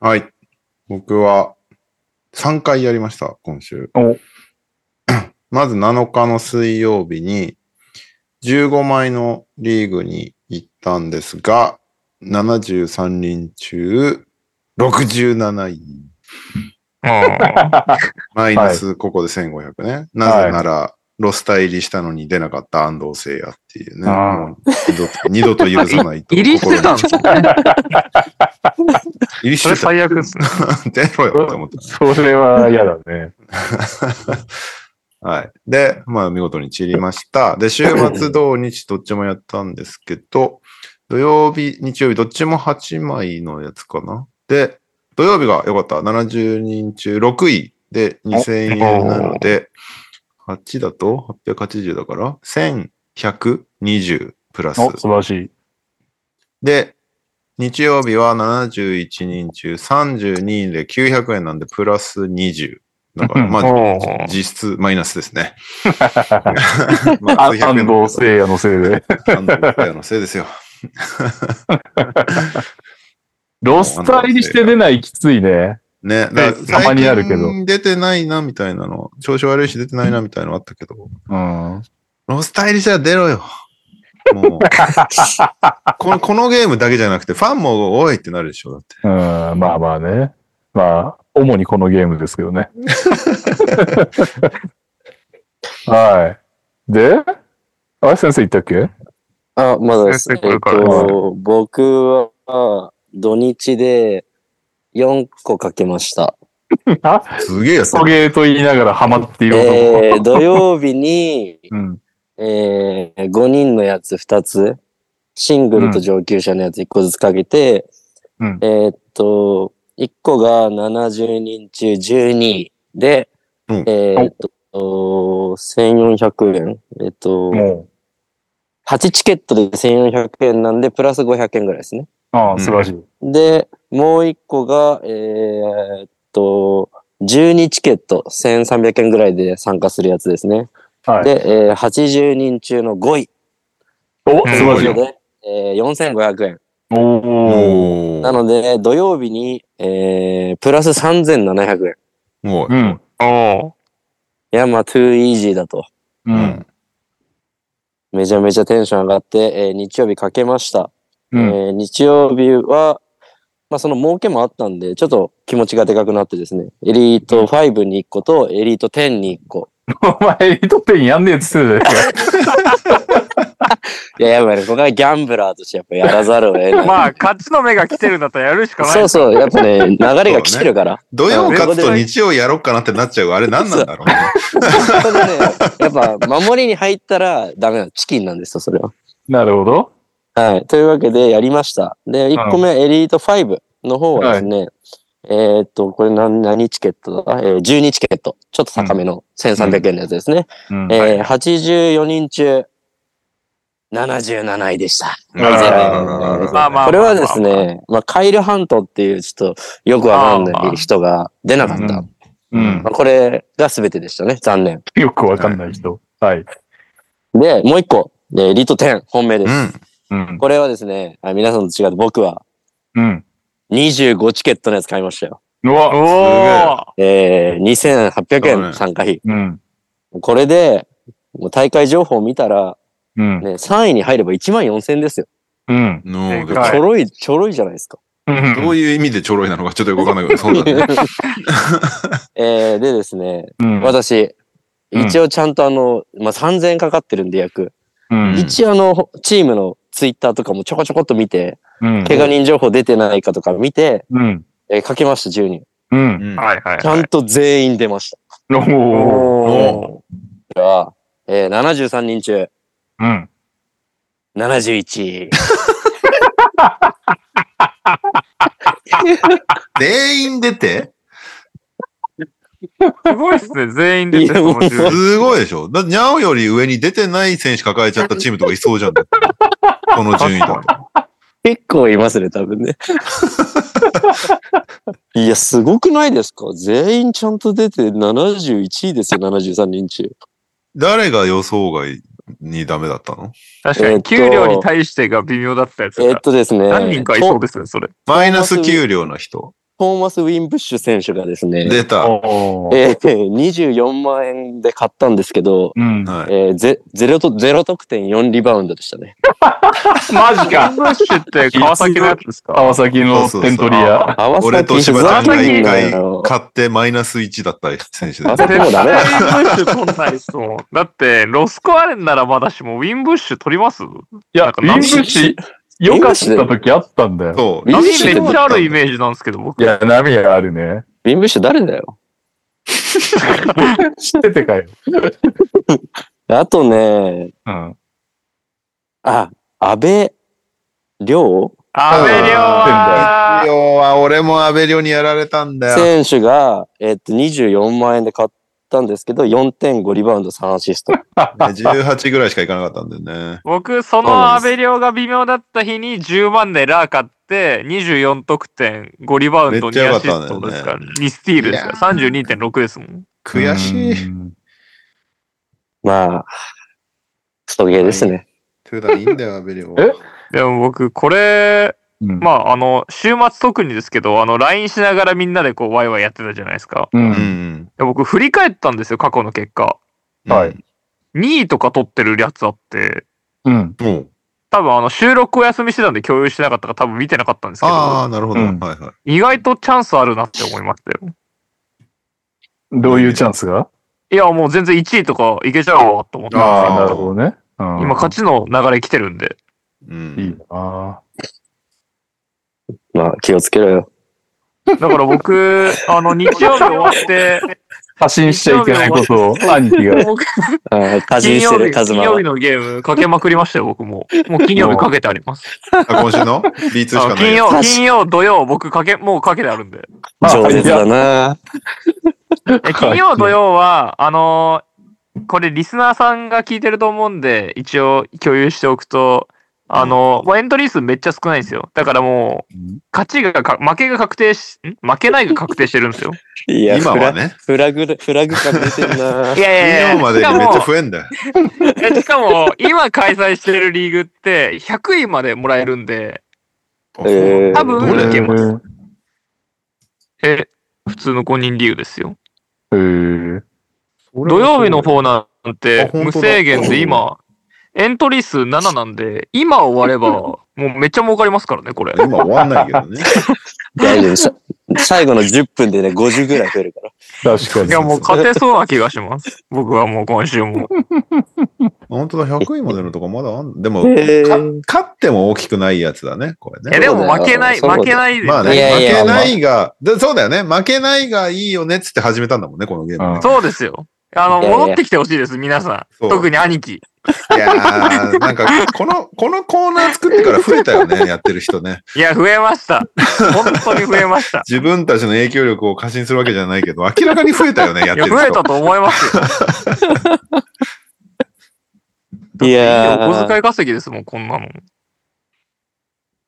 S1: はい。僕は3回やりました、今週
S2: お。
S1: まず7日の水曜日に15枚のリーグに行ったんですが、73人中67位。
S4: うん。
S1: マイナスここで1500ね。なぜなら、ロスタ入りしたのに出なかった安藤聖也っていうね。
S2: あー
S1: もう二度と二度と許さないと。
S4: 入りしてたんですね。
S1: 入り
S4: そ
S1: してた。
S4: れ最悪ですね。
S1: 出ろよって思った。
S2: それは嫌だね。
S1: はい。で、まあ見事に散りました。で、週末、土日、どっちもやったんですけど、土曜日、日曜日、どっちも8枚のやつかな。で、土曜日が良かった。70人中6位で2000円なので、8だと880だから、1120プラス。
S2: お、素晴らしい。
S1: で、日曜日は71人中32位で900円なんで、プラス20。だから、まあ、
S4: うん
S1: 実質マイナスですね。ま
S2: あ、
S1: あ
S2: 安藤聖也のせいで。
S1: 安藤聖也のせいですよ。
S2: ロスター入りして出ないきついね。
S1: ね。だから
S2: たまにあるけど
S1: 最近出てないなみたいなの。調子悪いし出てないなみたいなのあったけど。
S2: うん。
S1: ロスタイリじゃ出ろよ。もうこの。このゲームだけじゃなくて、ファンも多いってなるでしょ。だって。
S2: うん、まあまあね。まあ、主にこのゲームですけどね。はい。で、あれ先生言ったっけ
S5: あ、まだです。えっ
S4: 先生これから
S2: です
S5: と、僕は、土日で4個かけました。
S2: あ、
S1: すげえやつ
S2: ソ。ゲーと言いながらハマっている男。
S5: えー、土曜日に、
S2: うん。
S5: えー、5人のやつ2つ、シングルと上級者のやつ1個ずつかけて、
S2: うん
S5: えーっと、1個が70人中12位で、
S1: うん
S5: えーっと、1400円。えーっと、
S2: も
S5: 8チケットで1400円なんで、プラス500円ぐらいですね。
S2: う、ああ、素晴らしい。
S5: で、もう1個が、えーっと、12チケット1300円ぐらいで参加するやつですね。
S2: はい
S5: で、えー80人中の5位
S2: お、
S3: ん
S2: 素
S5: という
S2: 晴
S5: こ
S2: ら
S5: と
S2: しい。
S5: で、えー4500円。
S2: お
S1: お
S2: お。
S5: な
S1: ー
S5: ので、土曜日に、えープラス3700円。
S1: もう、
S2: うん。
S3: お
S5: いや、まあ、too easy だと。
S2: うん。
S5: めちゃめちゃテンション上がって、えー日曜日かけました。
S2: う
S5: え
S2: ん。
S5: ー日曜日は、まあ、その儲けもあったんで、ちょっと気持ちがでかくなってですね、エリート5に1個とエリート10に1個。
S2: お前、エリートペンやんねえっつってた じゃないですか。
S5: いや、やばいね。ここはギャンブラーとしてやっぱやらざるを得ない。
S4: まあ、勝ちの目が来てるんだったらやるしかない。
S5: そうそう、やっぱね、流れが来てるから。
S1: 土曜勝つと日曜やろうかなってなっちゃうあれ何なんだろうね。
S5: 本当にね、やっぱ守りに入ったらダメなのチキンなんですよ、それは。
S2: なるほど。
S5: はい。というわけで、やりました。で、1個目、エリート5の方はですね、えーっと、これ何、何チケットだえー、12チケット。ちょっと高めの1300円のやつですね。
S2: うん。
S5: えー84人中、77位でした。
S1: あららららら
S4: まあまあ。
S5: これはです。ね、まあ、カイルハントっていうちょっとよくわかんない人が出なかった。
S2: あー
S5: ま
S2: うん
S5: あ、。これが全てでしたね、残念。
S2: よくわかんない人。はい。
S5: で、もう一個、えーリト10、本命です。
S1: うん。
S2: うん。
S5: これはですね、あ皆さんと違って僕は
S2: うん。
S5: 25チケットのやつ買いましたよ。
S2: うわ。
S4: おお
S5: えー、2800
S1: う
S5: 円
S1: ん
S5: 参加費。
S2: うん。
S5: これで、もう大会情報を見たら、
S2: うん。
S5: ね、3位に入れば1万4000ですよ。
S2: うん。
S1: ので
S4: でかはい
S5: ちょろい、ちょろいじゃないですか。
S2: うん
S1: どういう意味でちょろいなのかちょっとよくわかん ないけど、そうだね。
S5: えー、でですね、
S2: うん。
S5: 私、
S2: うん
S5: 一応ちゃんとあの、まあ、3000円かかってるんで約。
S2: うん。
S5: 一応あの、チームのツイッターとかもちょこちょこっと見て、
S2: うん。
S5: 怪我人情報出てないかとか見て、
S2: うん。
S5: えーかけました、10人。
S2: うん。
S4: はいはい
S5: ちゃ
S4: はい。
S5: んと全員出ました。
S2: おお。
S1: お
S5: では、えー、73人中、
S2: うん。
S5: 71位。
S1: 全員出て
S4: すごいですね。全員出てて面白い。
S1: すごいでしょだってニャオより上に出てない選手抱えちゃったチームとかいそうじゃん。 この順位だと。
S5: 結構いますね、多分 ね。いや、すごくないですか全員ちゃんと出て71位ですよ、73人 中。
S1: 誰が予想外にダメだったの
S4: 確か
S5: えっ
S4: に、
S5: と
S4: 給料に対してが微妙だったやつ
S5: えーっ
S4: が。
S5: とですね。
S4: 何人かいそうですね、それ。
S1: マイナス給料の人。
S5: トーマス・ウィンブッシュ選手がですね、
S1: 出た。
S2: おお。
S5: えー、24万円で買ったんですけど、
S2: うん。
S1: はい。
S5: えー、ゼゼロとゼロ得点4リバウンドでしたね。
S2: マジか。
S4: ブッシュって川崎のやつですか
S2: 川崎のテントリア。
S5: 合わせ
S1: 俺と柴田が一回
S5: 合
S1: 買ってマイナス1だった選手
S5: わ
S1: で
S5: せ
S1: す。
S5: てもダメだよ。
S4: 絶対ブッシュ取んないですもん。だって、ロスコアレンならまだしも、ウィンブッシュ取ります
S2: いや、インブッシ、よかった時あったんだよ。
S1: そう。
S5: ウィン
S4: 波
S5: ブ
S4: め
S5: ッシュって
S4: っちゃあるイメージなんですけど、僕。
S2: いや、波があるね。
S5: ウィンブッシュ誰だよ。
S2: 知っててかよ。
S5: あとね、
S2: うん。
S5: あ、安倍亮
S4: アベリオは、
S1: 要は俺もアベリオにやられたんだよ。
S5: 選手が、えっと、24万円で買ったんですけど、4.5リバウンド3アシ スト。
S1: 18ぐらいしかいかなかったんだよね。
S4: 僕、そのアベリオが微妙だった日に10万でラー買って、24得点、5リバウンド、
S1: めっちゃ
S4: 2
S1: 良か
S4: ア
S1: っ
S4: シ
S1: たん
S4: ス
S1: だよ
S4: ト
S1: ね
S4: ですから、2スティールですから、32.6ですもん。
S1: 悔しい。
S2: うん。
S5: まあ、ストゲーですね。
S1: トゥーダいいんだよ、アベリオ。
S2: え
S4: でも僕、これ、
S2: うん
S4: まあ、あの、週末特にですけど、あの、LINE しながらみんなでこう、ワイワイやってたじゃないですか。
S2: う。
S1: うんん。。
S4: で僕、振り返ったんですよ、過去の結果。
S2: はい
S4: 2位とか取ってるやつあって、
S2: うん。
S1: もう。
S4: 多分あの、収録お休みしてたんで共有してなかったから多分見てなかったんですけ
S1: あ
S4: ど、
S1: あ、なるほど。
S2: う
S1: は
S2: ん
S1: いはい。
S4: 意外とチャンスあるなって思いましたよ。
S2: どういうチャンスが
S4: いや、もう全然1位とかいけちゃうわ、と思って。
S1: あー
S2: ああ、なるほどね。うん
S4: 今、勝ちの流れ来てるんで。
S1: う
S2: い
S1: ん。
S2: いな
S5: まあ、気をつけろよ。
S4: だから 僕、あの、日曜日終わって、
S2: 発信しちゃいけないことを、兄貴が。
S4: 僕、
S5: ああ、家事
S4: 金
S5: して
S4: 曜
S5: る、
S4: 日、
S5: カズ
S4: 金
S5: マ
S4: 曜
S5: は
S4: 日。のゲームかけまくりましたよ、僕も。もう金曜日かけてあります。
S1: あ、今週の ?B2 しか
S4: あ
S1: ない。
S4: 金曜、金曜、土曜、僕かけ、もうかけてある んで。
S5: 上手だな。
S4: え金曜土曜は、あのーこれリスナーさんが聞いてると思うんで、一応共有しておくと、あの、まあ、エントリー数めっちゃ少ないんですよ。だからもう
S2: うん、
S4: 勝ちがか、負けが確定し、ん負けないが確定してるん ですよ。
S5: いや、
S1: 今はね、
S5: フラグ、フラグ感出てんな
S4: い。やいやいや
S1: 今まで
S4: し
S1: に
S4: か
S1: めっち
S4: も
S1: ゃ増えんだよ。
S4: えしかも、今開催してるリーグって、100位までもらえるんで、
S5: えー
S4: 多分
S1: どれ
S4: いけます。
S2: す。
S4: え、普通の5人リーグですよ。
S2: へー
S4: 土曜日の方なん
S1: あ
S4: て、
S1: 本当だ
S4: 無制限で今、エントリー数7なんで、今終わ れば、もうめっちゃ儲かりますからね、これ。
S1: 今終わんないけどね。
S5: 大丈夫さ。最後の10分でね、50ぐらい増えるから。
S2: 確かに。
S4: いや、もう勝てそうな気がします。僕はもう今週も。
S1: 本当だ、100位までのとかまだあんでも、
S5: へー
S1: か勝っても大きくないやつだね、これね。
S4: え、でも負けない、
S5: そうだよ
S4: 負けないです。
S1: まあね、
S5: いやいや
S1: 負けないが、でそうだよね、負けないがいいよねっつって始めたんだもんね、このゲームね。
S4: そうですよ。あの、
S5: いやいや
S4: 戻ってきてほしいです、皆さ。
S1: そうん
S4: 特に兄貴。
S1: いやー、なんか、この、このコーナー作ってから増えたよね、やってる人ね。
S4: いや、増えま した。本当に増えました。
S1: 自分たちの影響力を過信するわけじゃないけど、明らかに増えたよね、やっ
S4: い
S1: てる人。
S4: や、増えたと思いますよ。
S5: いやー
S4: お小遣い稼ぎですもん、こんなの。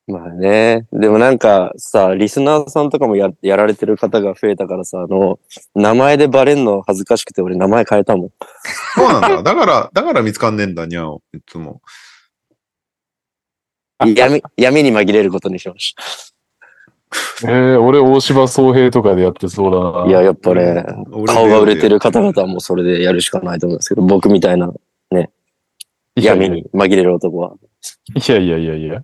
S5: まあね。でもなんかさ、リスナーさんとかもややられてる方が増えたからさ、あの、名前でバレんの恥ずかしくて俺名前変えたもん。
S1: そうなんだ。だから、だから見つかんねえんだ、にゃお。いつも。
S5: 闇、闇に紛れることにしまし
S2: えー俺、大柴総平とかでやってそうだ
S5: た。
S2: な。
S5: いや、やっぱね、
S1: 俺
S5: 顔が売れて。る方々はもうそれでやるしかないと思うんですけど、僕みたいない
S2: やいや
S5: 闇
S2: い
S5: に紛れる男は。
S2: やいやいやいや。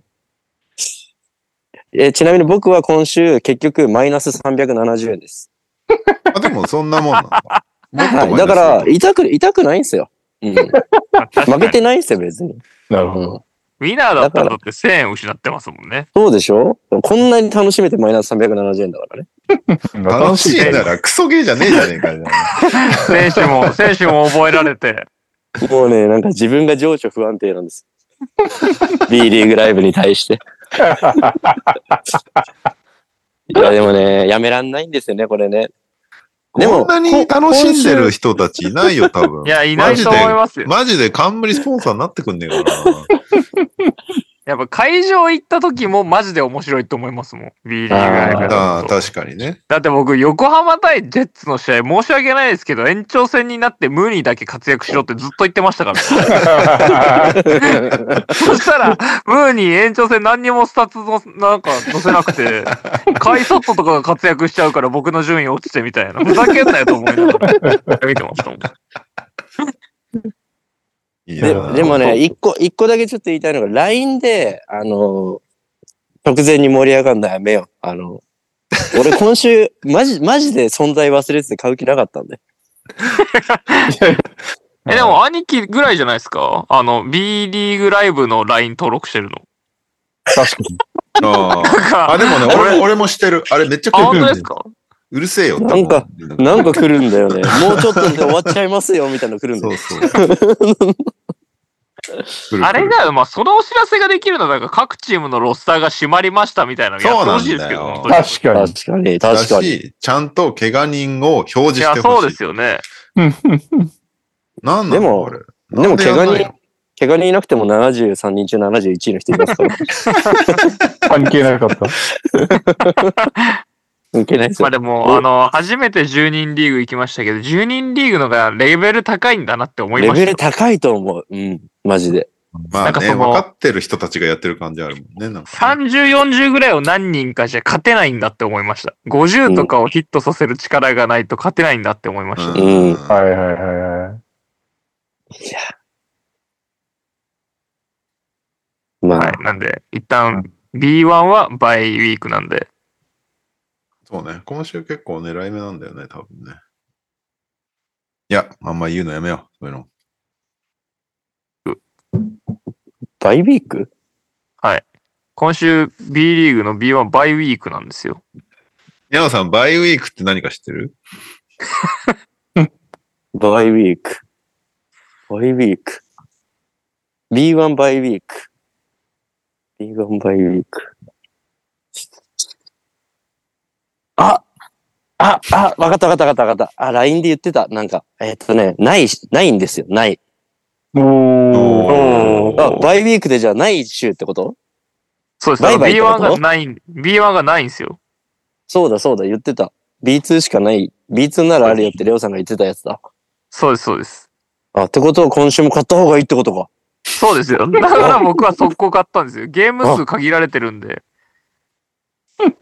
S5: えーちなみに僕は今週結局マイナス370円です。
S1: あ、でもそんなもんなんだ。もっとマイナス
S5: はい。だから、痛く、痛くないんですよ。 うん。負けてないんですよ、別に。
S2: なる
S5: う
S2: ほど。
S5: ん。
S4: ウィナーだったらだって1000円失ってますもんね。
S5: そうでしょこんなに楽しめてマイナス370円だからね。
S1: 楽しいならクソゲーじゃねえじゃねえかよ。
S4: 選手も、選手も覚えられて。
S5: もうね、なんか自分が情緒不安定なんです。B リーグライブに 対して。いや、でもね、やめらんないんですよね、これね。で
S1: こ
S5: も
S1: んなに楽しんでる人たちいないよ、多分。
S4: いや、いないと思いますよ。
S1: マジで冠スポンサーになってくんねえかな。
S4: やっぱ会場行った時もマジで面白いと思いますもん。B リーグライブ
S1: ああ
S4: だと。
S1: 確かにね。
S4: だって僕、横浜対ジェッツの試合、申し訳ないですけど、延長戦になってムーニーだけ活躍しろってずっと言ってましたから。そしたら、ムーニー延長戦何にもスタッツの、なんか載せなく て、カイソットとかが活躍しちゃうから僕の順位落ちてみたいな。ふざけんなよと思いながら見てましたもん。
S1: いい
S5: で
S1: な
S5: でもね、一個、一個だけちょっと言いたいのが、LINE で、あの、直前に盛り上がんのやめよう。あの、俺今週、 マジ、マジで存在忘れてて買う気なかったんで。
S4: え、でも兄貴ぐらいじゃないですかあの、B リーグライブの LINE 登録してるの。
S2: 確かに。
S1: ああ
S4: なんか
S1: あ、でもね、俺俺もしてる。あれめっちゃ
S4: あ、
S1: 来
S4: 本
S1: る
S4: 当
S1: よ
S4: で
S1: ね
S4: す。か
S1: うるせえよ。
S5: なんか
S1: 多分、
S5: なんか来るんだよね。もうちょっとで終わっちゃいますよ、みたいなの来るんだ
S1: そ
S5: よ。
S1: うそう。
S4: あれが、まあ、そのお知らせができるのは、なんか各チームのロスターが締まりましたみたいなのやってほしいですけど、
S1: そうなんだよ
S4: 本当に
S2: 確かに。
S5: 確かに、
S1: だ
S5: 確かに。
S1: し、ちゃんと怪我人を表示
S4: い
S1: し
S4: や、
S1: て
S4: そ
S1: ほ
S4: うで
S1: しい。
S4: すよね。
S1: なんな
S5: で
S1: の
S5: も
S1: あれ。
S5: でも怪
S1: なん
S5: 我
S1: やんない
S5: 人、怪我人いなくても73人中71位の人いま すから。
S2: 関係なかった。
S5: いけないです
S4: まあ
S5: よ。
S4: でも、あの、初めて10人リーグ行きましたけど、10人リーグのがレベル高いんだなって思い
S5: レ
S4: まし
S5: ベ
S4: た
S5: ル
S4: よ。
S5: 高いと思う。うん、マジで。
S1: ま
S4: な
S1: あ
S4: んか
S1: ね、
S4: その
S1: 分かってる人たちがやってる感じあるもんね。なんかね
S4: 30、40ぐらいを何人かじゃ勝てないんだって思いました。50とかをヒットさせる力がないと勝てないんだって思いました。
S5: うん
S1: うん
S2: はいはいはいはい。
S5: まあ、
S4: はい。なんで、一旦 B1 はバイウィークなんで。
S1: そうね。今週結構狙い目なんだよね、多分ね。いや、あんま言うのやめよう。そういうの。
S5: バイビーク
S4: 今週 B リーグの B1 バイウィークなんですよ。
S1: ニャオさん、バイウィークって何か知ってる
S5: バイウィーク。バイウィーク。B1 バイウィーク。B1 バイウィーク。ああ、あ、わかったわかったわかったわかった。あ、LINE で言ってた。なんか、えーっとね、ないし、ないんですよ。ない。
S2: おー。
S3: お
S5: あ、バイウィークでじゃあない週ってこと
S4: そうです。
S5: バイバイってこ
S4: B1
S5: と
S4: がない、B1 がないんですよ。
S5: そうだそうだ、言ってた。B2 しかない。B2 ならあるよってレオさんが言ってたやつだ。
S4: そうです、そうです。
S5: あ、ってことは今週も買った方がいいってことか。
S4: そうです よ。だから僕は速攻買ったんですよ。ゲーム数限られてるんで。だっ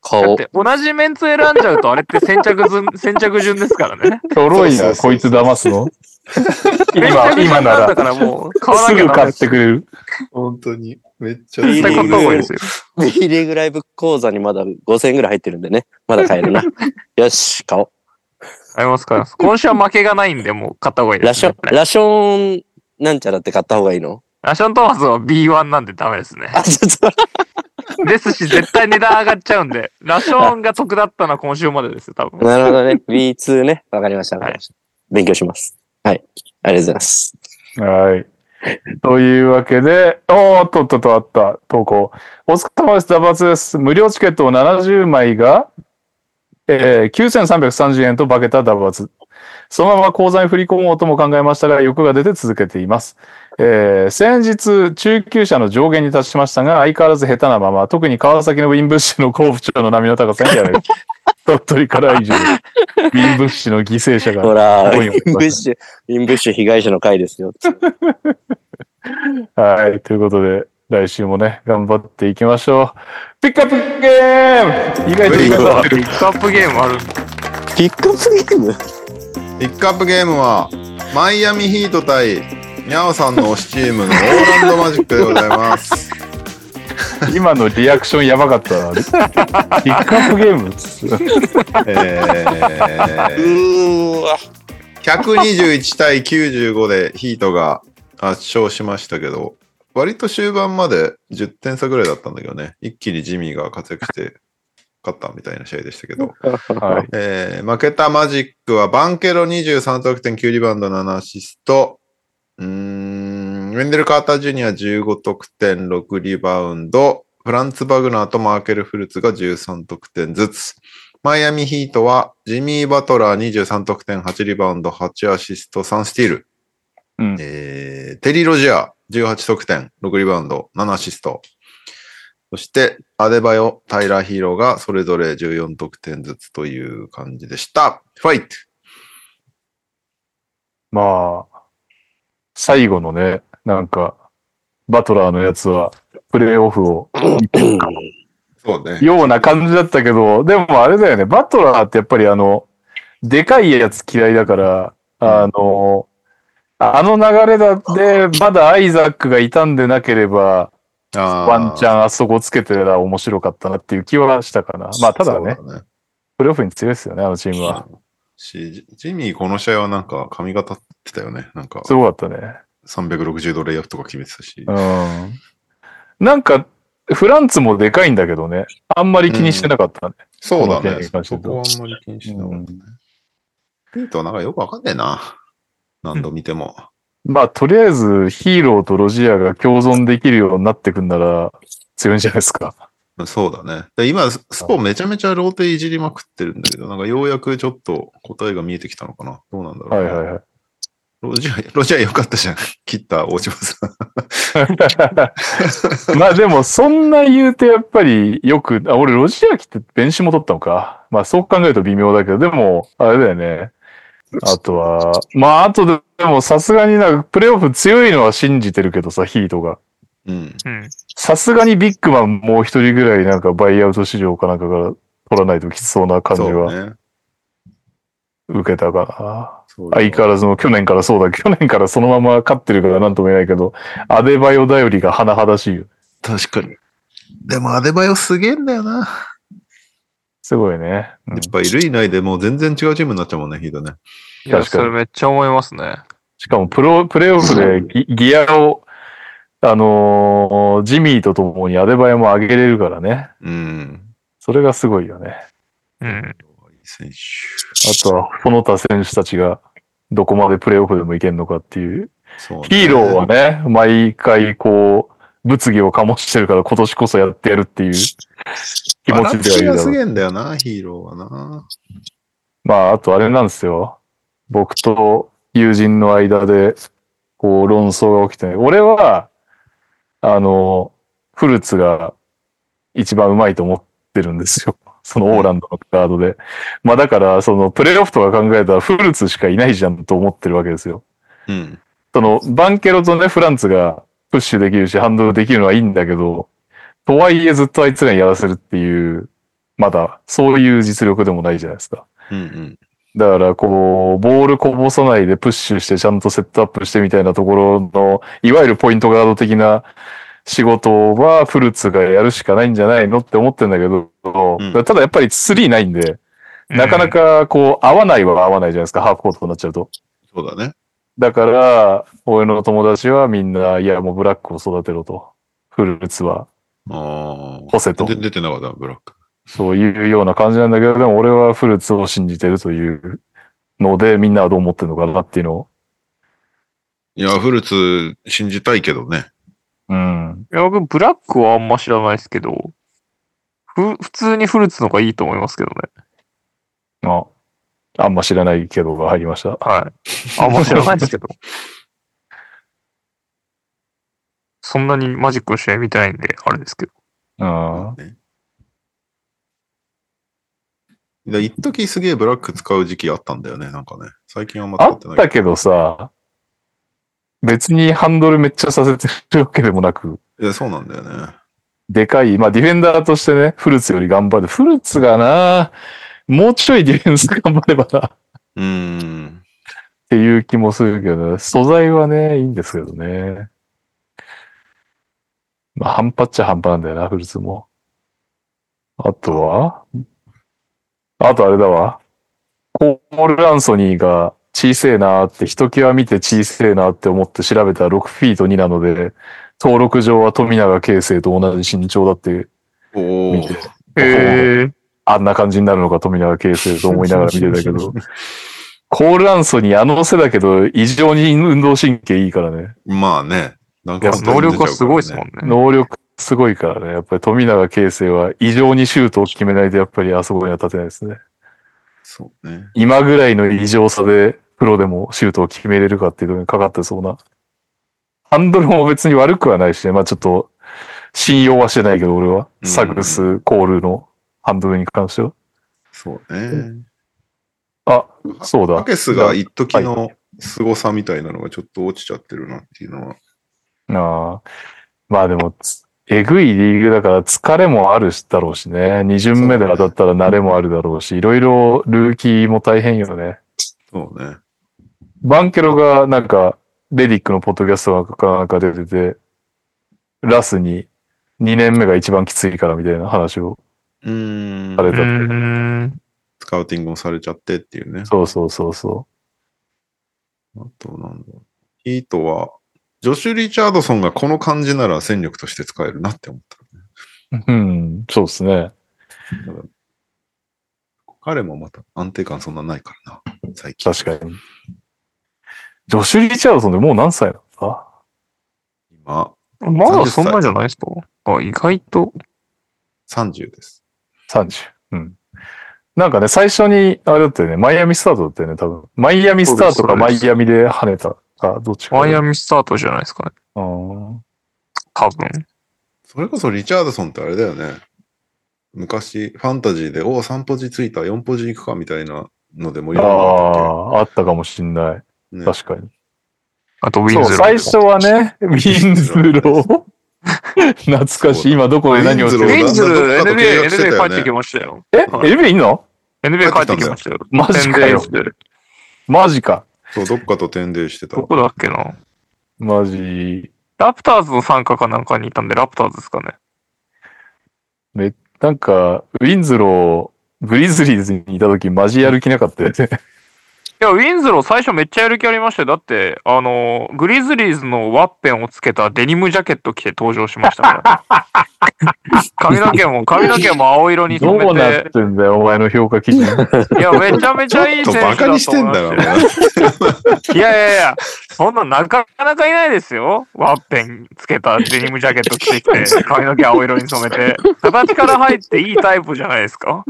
S5: 顔。
S4: て同じメンツ選んじゃうとあれって先着順、先着順ですからね。
S2: ちょろい
S1: そうそう
S2: な、
S1: そう
S2: こいつ騙す の。
S4: 先着
S2: 今、
S4: 順
S2: 今
S4: ん
S2: な
S4: だ
S2: ら。
S4: からもう買わ
S2: す
S4: なきゃ
S2: ぐ
S4: ならな
S2: 買
S4: い。
S2: ってくれる。
S1: 本当に。めっちゃ
S4: 絶対買った方がいいですよ。
S5: B リーグライブ講座にまだ5000円ぐらい入ってるんでね。まだ買えるな。よし、買おう。
S4: 買います、買います。今週は負けがないんで、もう買った方がいいで
S5: ラ
S4: す、
S5: シ
S4: ね
S5: ョ。ン、ラション、なんちゃらって買った方がいいの
S4: ラショントーマスは B1 なんでダメですね。
S5: あ、ちょっと、
S4: ですし、絶対値段上がっちゃうんで、ラションが得だったのは今週までですよ、多分。
S5: なるほどね。B2 ね。わかりました。わかりました勉強します。はい。ありがとうございます。
S2: はい。というわけで、おーっとっとっとあった、投稿。お疲れ様です、ダバツです。無料チケットを70枚が、えー、9330円と化けたダバツ。そのまま口座に振り込もうとも考えましたが、欲が出て続けています。えー、先日、中級者の上限に達しましたが、相変わらず下手なまま、特に川崎のウィンブッシュの好部長の波の高さにやられる。鳥取から以上、ウィンブッシュの犠牲者
S5: ほ
S2: が。
S5: ら、
S2: ど
S5: ウ
S2: ういうこ
S5: ィ
S2: と
S5: ンブッシュ、ウィンブッシュ被害者の会ですよ。
S2: はい。ということで、来週もね、頑張っていきましょう。ピックアップゲーム意外と意外と合って る
S4: ピックアップゲームあるんで
S5: ピックアップゲーム
S1: ピックアップゲームはマイアミヒート対ニャオさんの推しチームのオーランドマジックでございます。
S2: 今のリアクションやばかったな。ピックアップゲームっつって
S1: え ー、
S5: うーわ。
S1: 121対95でヒートが圧勝しましたけど、割と終盤まで10点差ぐらいだったんだけどね、一気にジミーが活躍して勝ったみたいな試合でしたけど、
S2: はい。
S1: えー負けたマジックはバンケロ23得点9リバウンド7アシスト。うーん、ウェンデル・カーター・ジュニア15得点6リバウンド。フランツ・バグナーとマーケル・フルツが13得点ずつ。マイアミ・ヒートはジミー・バトラー23得点8リバウンド8アシスト3スティール。
S2: うん
S1: えーテリー・ロジア18得点6リバウンド7アシスト。そして、アデバヨ、タイラーヒーローがそれぞれ14得点ずつという感じでした。ファイト
S2: まあ、最後のね、なんか、バトラーのやつは、プレイオフを、
S1: そうね。
S2: ような感じだったけど、でもあれだよね、バトラーってやっぱりあの、でかいやつ嫌いだから、あの、あの流れだで、まだアイザックが傷んでなければ、ワンチ
S1: ン。
S2: ャンあそこつけてたら面白かったなっていう気はしたかな。まあただね
S1: そ、うだね
S2: プレーオフに強いですよね、あのチームは。
S1: しジジミー、この試合はなんか髪型ってたよね。なんか
S2: すごかったね。
S1: 360度レイアップとか決めてたし。
S2: うん。なんか、フランツもでかいんだけどね、あんまり気にしてなかったね。
S1: そうだ
S2: この件
S1: ね
S2: に。関し
S1: そ
S2: て言うと
S1: こはあんまり気にしなかったね
S2: う。
S1: ヒートなんかよくわかんねえな。何度見ても。
S2: まあとりあえずヒーローとロジアが共存できるようになってくんなら強いんじゃないですか。
S1: そうだね。で今、ススポめちゃめちゃローテいじりまくってるんだけど、なんかようやくちょっと答えが見えてきたのかな。どうなんだろう、
S2: はいはいはい。
S1: ロジア、 ロジアよかったじゃん。切った大島さん。
S2: まあでもそんな言うてやっぱりよく、あ、俺ロジア来て弁士も取ったのか。まあそう考えると微妙だけど、でも、あれだよね。あとは、まああとででもさすがになんかプレイオフ強いのは信じてるけどさ、ヒートが。
S1: うん。
S4: うん。
S2: さすがにビッグマンもう一人ぐらいなんかバイアウト市場かなんかから取らないときつそうな感じ
S1: そう
S2: は
S1: ね。
S2: 受けたか
S1: そう
S2: な。相変わらずの去年からそうだ、去年からそのまま勝ってるからなんとも言えないけど、アデバイオ頼りが甚だしいよ。
S1: 確かに。でも、アデバイオすげえんだよな。
S2: すごいね。うん
S1: やっぱり、塁内でもう全然違うチームになっちゃうもんね、ヒートね。
S4: いや、
S2: 確か
S4: そ
S2: に
S4: れめっちゃ思いますね。
S2: しかもプロ、プレイオフでギギアを、あのージミーと共にアデバイオも上げれるからね。
S1: うん。
S2: それがすごいよね。
S4: うん。
S1: 選手。
S2: あとは、その他選手たちがどこまでプレイオフでもいけるのかっていう。
S1: そうね
S2: ヒーローはね、毎回こう、物議を醸してるから今年こそやってやるっていう気
S1: バ
S2: 持
S1: ラ
S2: ち
S1: ン
S2: ではい
S1: ス
S2: るだ
S1: がす
S2: ろう。
S1: げえんだよな、ヒーローはな。
S2: まあ、あとあれなんですよ。僕と友人の間で、こう、論争が起きて、俺は、あの、フルツが一番うまいと思ってるんですよ。 そのオーランドのカードで。まあだから、そのプレイオフとか考えたらフルツしかいないじゃんと思ってるわけですよ。
S1: うん。
S2: その、バンケロとね、フランツがプッシュできるし、ハンドルできるのはいいんだけど、とはいえずっとあいつらにやらせるっていう、まだ、そういう実力でもないじゃないですか。
S1: うんうん。
S2: だから、こう、ボールこぼさないでプッシュして、ちゃんとセットアップしてみたいなところの、いわゆるポイントガード的な仕事は、フルーツがやるしかないんじゃないのって思ってんだけど、
S1: ん
S2: ただやっぱり3ないんで、なかなかこう、合わないは合わないじゃないですか、ハーフコートになっちゃうと。
S1: そうだね。
S2: だから、俺の友達はみんな、いや、もうブラックを育てろと。フルーツは、
S1: ああ。
S2: 干せと
S1: で。出てなかった、ブラック。
S2: そういうような感じなんだけど、でも俺はフルーツを信じてるというので、みんなはどう思ってるのかなっていうのを。
S1: いや、フルーツ信じたいけどね。
S2: うん。
S4: いや、僕、ブラックはあんま知らないですけど、ふ、普通にフルーツの方がいいと思いますけどね。
S2: あ、あんま知らないけどが入りました。
S4: はい。あんま知らないですけど。そんなにマジックの試合見てないんで、あれですけど。
S2: うん。
S1: ね。だ一時すげえブラック使う時期あったんだよね、なんかね。最近あんま
S2: あ
S1: 使っ
S2: って
S1: ない
S2: たけどさ、別にハンドルめっちゃさせてるわけでもなく、
S1: いや、そうなんだよね。
S2: でかい、まあディフェンダーとしてね、フルーツより頑張る。フルーツがな、もうちょいディフェンス頑張ればな、っ
S1: うーん。
S2: ていう気もするけど、ね、素材はね、いいんですけどね。まあ半端っちゃ半端なんだよな、フルーツも。あとはあとあれだわ。コール・アンソニーが小せえなーって、ひときわ見て小せえなーって思って調べたら6フィート2なので、登録上は富永啓生と同じ身長だって
S1: お
S2: 見
S1: お
S2: て。、
S4: へえ。
S2: あんな感じになるのか富永啓生と思いながら見てたけ ど、コール・アンソニーあの背だけど、異常に運動神経いいからね。
S1: まあね。なん
S4: いや、能力はすごいですもん
S1: ね。
S4: ね。
S2: 能力すごいからね。やっぱり富永啓生は異常にシュートを決めないとやっぱりあそこには立てないですね。
S1: そうね。
S2: 今ぐらいの異常さでプロでもシュートを決めれるかっていうところにかかってそうな。ハンドルも別に悪くはないしね。まあちょっと信用はしてないけど俺は。
S1: うん
S2: サグス、コールのハンドルに関しては。
S1: そうね。
S2: あ、そうだ
S1: ア。ケスが一時の凄さみたいなのがちょっと落ちちゃってるなっていうのは。
S2: ああ。まあでもつ、えぐいリーグだから疲れもあるしだろうしね。二巡目で当たったら慣れもあるだろうし、いろいろルーキーも大変よね。
S1: そうね。
S2: バンケロがなんか、レディックのポッドキャストかなんかで出てて、ラスに2年目が一番きついからみたいな話を
S1: う
S2: さ
S1: ー
S2: れ
S1: ん。
S2: た
S4: う
S2: って。
S4: ーん。
S1: スカウティングもされちゃってっていうね。
S2: そうそうそうそ
S1: あとなんだろう。ヒートは、ジョシュ・リチャードソンがこの感じなら戦力として使えるなって思った。
S2: う。うん、そうですね。
S1: 彼もまた安定感そんなないからな、最近。
S2: 確かに。ジョシュ・リチャードソンでもう何歳なのか
S1: 今、
S4: まだそんなじゃないですかあ、意外と。
S1: 30です。
S2: 30。うん。なんかね、最初に、あれだったよね、マイアミスタートだったよね、多分。マイアミスタートか
S4: そう
S2: マ
S4: です
S2: イアミで跳ねたか、どっちか。
S4: マイア
S2: ミ。
S4: ミスタートじゃないですかね。多分。
S1: それこそリチャードソンってあれだよね。昔、ファンタジーで、おお、3ポジついた、4ポジ行くかみたいなので盛り
S2: あ
S1: 上がっ
S2: あ、あったかもしんない。
S1: たっけね
S2: 確かに。
S4: あと、ウィンズ
S2: そ
S4: ロ
S2: う、最
S4: ー。
S2: 初はね、ウィンズロー。懐
S1: そう
S2: か
S1: だ
S2: しい。今どこで何をして
S4: ウ
S1: ウ
S2: る
S1: ィ
S4: ィ
S1: ン
S4: ン
S1: ズロ
S4: ズロ
S1: ー
S4: ー、
S1: だんだんどっかと契
S4: NBA、
S1: 約してたよね
S4: NBA 帰ってきましたよ。
S2: え ?NBA いんの
S4: NBA 帰ってきましたよ。
S2: マジかよ
S4: 宣伝して
S2: マジか。
S1: そう、どっかと転々してた
S4: ど。こだっけな。
S2: マジ。
S4: ラプターズの参加かなんかにいたんで、ラプターズですかね。
S2: なんか、ウィンズロー、グリズリーズにいた時マジやる気なかったよね。
S4: いや、ウィンズロー最初めっちゃやる気ありましたよ。だって、あの、グリズリーズのワッペンをつけたデニムジャケット着て登場しまし たから。髪の毛も、髪の毛も青色に
S2: ど
S4: 染
S2: うなっ
S4: め
S2: てんだよ、お前の評価基準。
S4: て。いや、めちゃめちゃいい
S1: ちょ
S4: 選
S1: っ
S4: 手
S1: と
S4: だ
S1: バカ
S4: と思いま
S1: に
S4: す
S1: してんだ
S4: よ
S1: ろ、
S4: いやいやいや、そんななかなかいないですよ。ワッペンつけたデニムジャケット着てき て、髪の毛青色に染めて、形から入っていいタイプじゃないです か。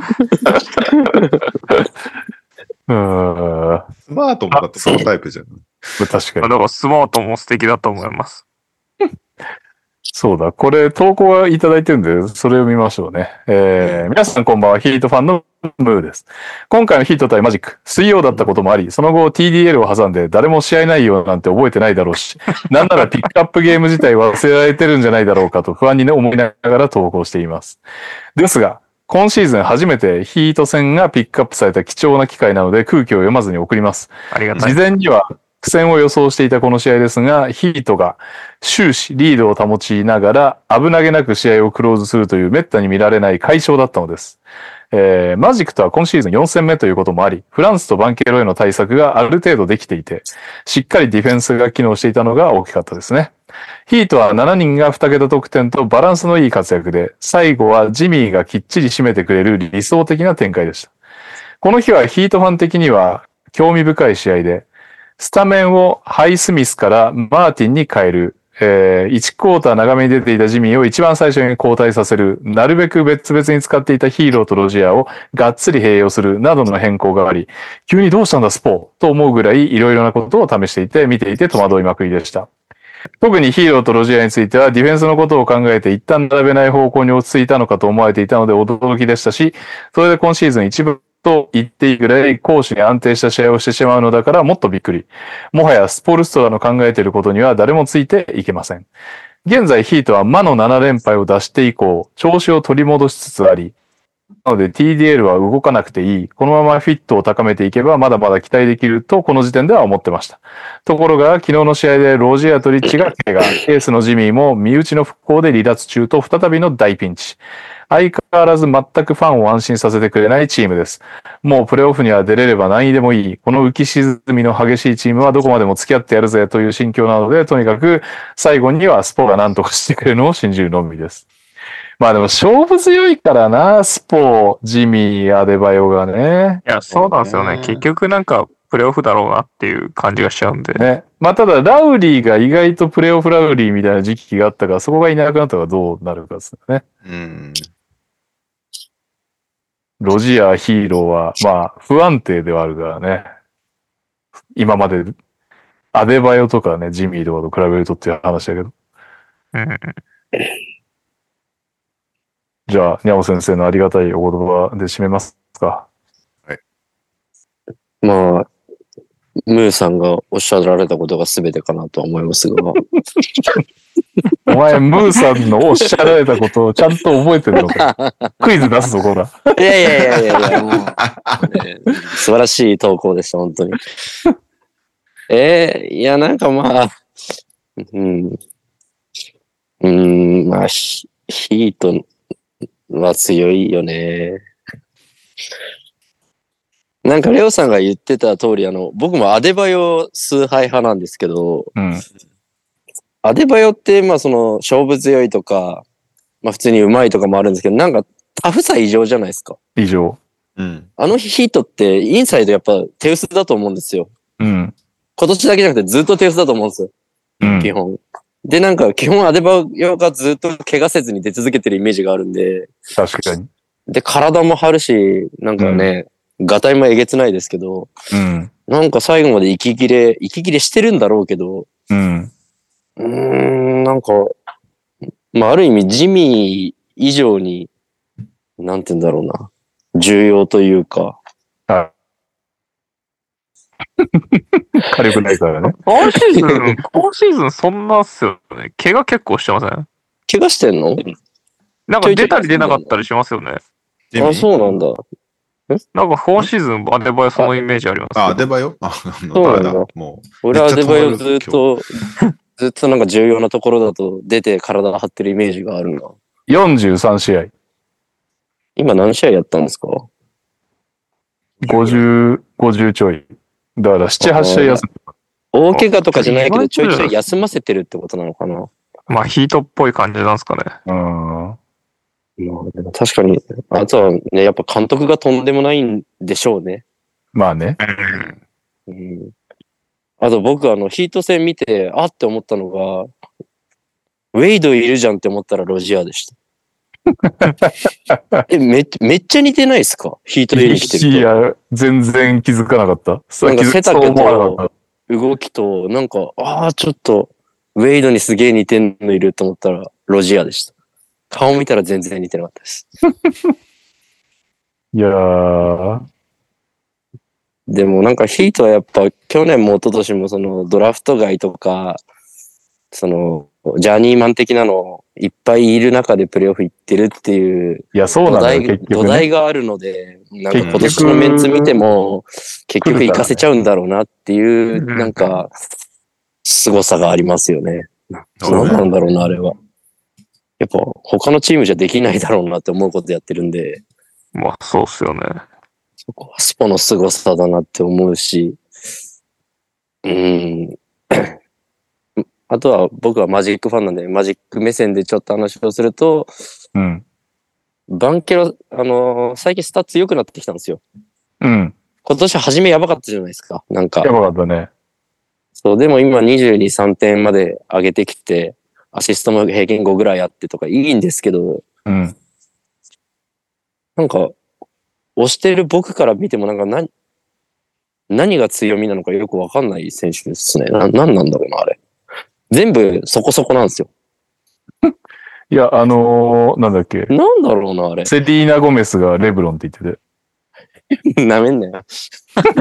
S2: うん。
S1: スマートもだってそのタイプじゃん。
S2: 確か
S4: だ
S2: に。
S4: からスマートも素敵だと思います。
S2: そうだ。これ、投稿はいただいてるんで、それを見ましょうね。えー、皆さんこんばんは。ヒートファンのムーです。今回のヒート対マジック、水曜だったこともあり、その後 TDL を挟んで誰も試合内容なんて覚えてないだろう し、なんならピックアップゲーム自体忘れられてるんじゃないだろうかと不安にね思いながら投稿しています。ですが、今シーズン初めてヒート戦がピックアップされた貴重な機会なので空気を読まずに送ります。
S4: ありがたい。
S2: 事前には苦戦を予想していたこの試合ですが、ヒートが終始リードを保ちながら危なげなく試合をクローズするという滅多に見られない快勝だったのです。えーマジックとは今シーズン4戦目ということもあり、フランスとバンケロへの対策がある程度できていて、しっかりディフェンスが機能していたのが大きかったですね。ヒートは7人が2桁得点とバランスのいい活躍で、最後はジミーがきっちり締めてくれる理想的な展開でした。この日はヒートファン的には興味深い試合で、スタメンをハイスミスからマーティンに変える、え1クォーター長めに出ていたジミーを一番最初に交代させる、なるべく別々に使っていたヒーローとロジアをがっつり併用するなどの変更があり、急にどうしたんだスポーと思うぐらいいろいろなことを試していて、見ていて戸惑いまくりでした。特にヒーローとロジアについてはディフェンスのことを考えて一旦並べない方向に落ち着いたのかと思われていたので驚きでしたし、それで今シーズン一部と言っていいぐらい攻守に安定した試合をしてしまうのだからもっとびっくり。もはやスポルストラの考えていることには誰もついていけません。現在ヒートは魔の7連敗を出して以降、調子を取り戻しつつあり、なので TDL は動かなくていい。このままフィットを高めていけばまだまだ期待できるとこの時点では思ってました。ところが昨日の試合でロジアとリッチが怪我、エースのジミーも身内の復興で離脱中と再びの大ピンチ。相変わらず全くファンを安心させてくれないチームです。もうプレイオフには出れれば何位でもいい。この浮き沈みの激しいチームはどこまでも付き合ってやるぜという心境なので、とにかく最後にはスポが何とかしてくれるのを信じるのみです。まあでも勝負強いからな、スポ、ジミー、アデバヨがね。
S4: いや、そうなんですよね。
S1: うん
S4: 結局なんか、プレイオフだろうなっていう感じがしちゃうんで。
S2: ね。まあただ、ラウリーが意外とプレイオフラウリーみたいな時期があったから、そこがいなくなったらどうなるかですよね。
S1: うん。
S2: ロジア、ヒーローは、まあ、不安定ではあるからね。今まで、アデバヨとかね、ジミーとかと比べるとっていう話だけど。
S4: うん。
S2: じゃあ、ニャオ先生のありがたいお言葉で締めますか。
S5: まあ、ムーさんがおっしゃられたことが全てかなとは思いますが、
S2: お前、ムーさんのおっしゃられたことをちゃんと覚えてるのか。クイズ出すぞ、こら。
S5: いやいやいやいやいや、もう、ね 素晴らしい投稿でした、本当に。えー、いや、なんかまあ、うん。うーん、まあ、ヒヒートは強いよね。なんか、レオさんが言ってた通り、あの、僕もアデバヨ崇拝派なんですけど、
S2: うん。
S5: アデバヨって、まあ、その、勝負強いとか、まあ、普通に上手いとかもあるんですけど、なんか、タフさ異常じゃないですか。
S2: 以上。
S1: うん。
S5: あのヒートって、インサイドやっぱ手薄だと思うんですよ。
S2: うん。
S5: 今年だけじゃなくてずっと手薄だと思うんですよ、
S2: うん。
S5: 基本。で、なんか基本アデバヨがずっと怪我せずに出続けてるイメージがあるんで、
S2: 確かに。
S5: で、体も張るし、なんかね、ガタイもえげつないですけど、
S2: うん。
S5: なんか最後まで息切れ、息切れしてるんだろうけど、
S2: うん。
S5: うーん、なんか、まあある意味ジミー以上に、なんて言うんだろうな、重要というか、
S2: 軽くないからね。
S4: 今シーズン、今シーズンそんなっすよね。怪我結構してません
S5: 怪我してんの
S4: なんか出たり出なかったりしますよね。
S1: ジミー
S5: あ、そうなんだ。
S4: なんか今シーズン、アデバイそのイメージあります。
S1: あ、アデバ ヨあ、あの
S5: そうなん
S1: 誰
S5: だ
S1: だもう。
S5: 俺はアデバイをずっと、ずっとなんか重要なところだと出て体張ってるイメージがあるな。
S2: 43試合。
S5: 今何試合やったんですか
S2: 50、50ちょい。だから、7、8試合休ん
S5: 大怪我とかじゃないけ
S4: あ
S5: ど、ちょいちょい休ませてるってことなのかな。ま
S4: まあ、ヒートっぽい感じなんですかね。
S2: うん。
S5: あでも確かに、あとはね、やっぱ監督がとんでもないんでしょうね。
S2: まあね。
S5: うん、あと僕、あの、ヒート戦見て、あって思ったのが、ウェイドいるじゃんって思ったらロジアでした。え、め、めっちゃ似てないですかヒートで生きてると。
S2: いや、全然気づかなかった。
S5: なんか
S2: 気づ
S5: 背丈と
S2: くと思わなかっ
S5: 動きと、なんか、ああ、ちょっと、ウェイドにすげえ似てんのいると思ったら、ロジアでした。顔見たら全然似てなかったです。
S2: いやー、
S5: でもなんかヒートはやっぱ去年も一昨年もそのドラフト外とか、そのジャーニーマン的なのいっぱいいる中でプレーオフ行ってるっていう
S2: いや、そう
S5: 土
S2: なんだ
S5: 台,、
S2: よ、結
S5: 土
S2: 局、ね。
S5: 台があるので、なんか今年のメンツ見ても結局行かせちゃうんだろうなっていうう、
S4: ん
S5: なんか凄さがありますよね。
S1: なるほ
S5: 何
S1: ど
S5: なんだろうな、あれは。やっぱ他のチームじゃできないだろうなって思うことやってるんで。
S4: まあ、そうっすよね。
S5: そこはスポの凄さだなって思うし、うん。 あとは僕はマジックファンなんで、マジック目線でちょっと話をすると、
S2: うん。
S5: バンケロ、あのー最近スタッツ良くなってきたんですよ。
S2: うん。
S5: 今年初めやばかったじゃないですか。なんか
S2: や。ばかったね。
S5: そう、でも今22、3点まで上げてきて、アシストも平均5ぐらいあってとかいいんですけど、
S2: うん。
S5: なんか、押してる僕から見てもなんか何、何が強みなのかよくわかんない選手ですね。な、なんなんだろうな、あれ。全部そこそこなんですよ。
S2: いや、あのー、なんだっけ。
S5: なんだろうな、あれ。
S2: セリーナ・ゴメスがレブロンって言ってて。
S5: なめんなよ。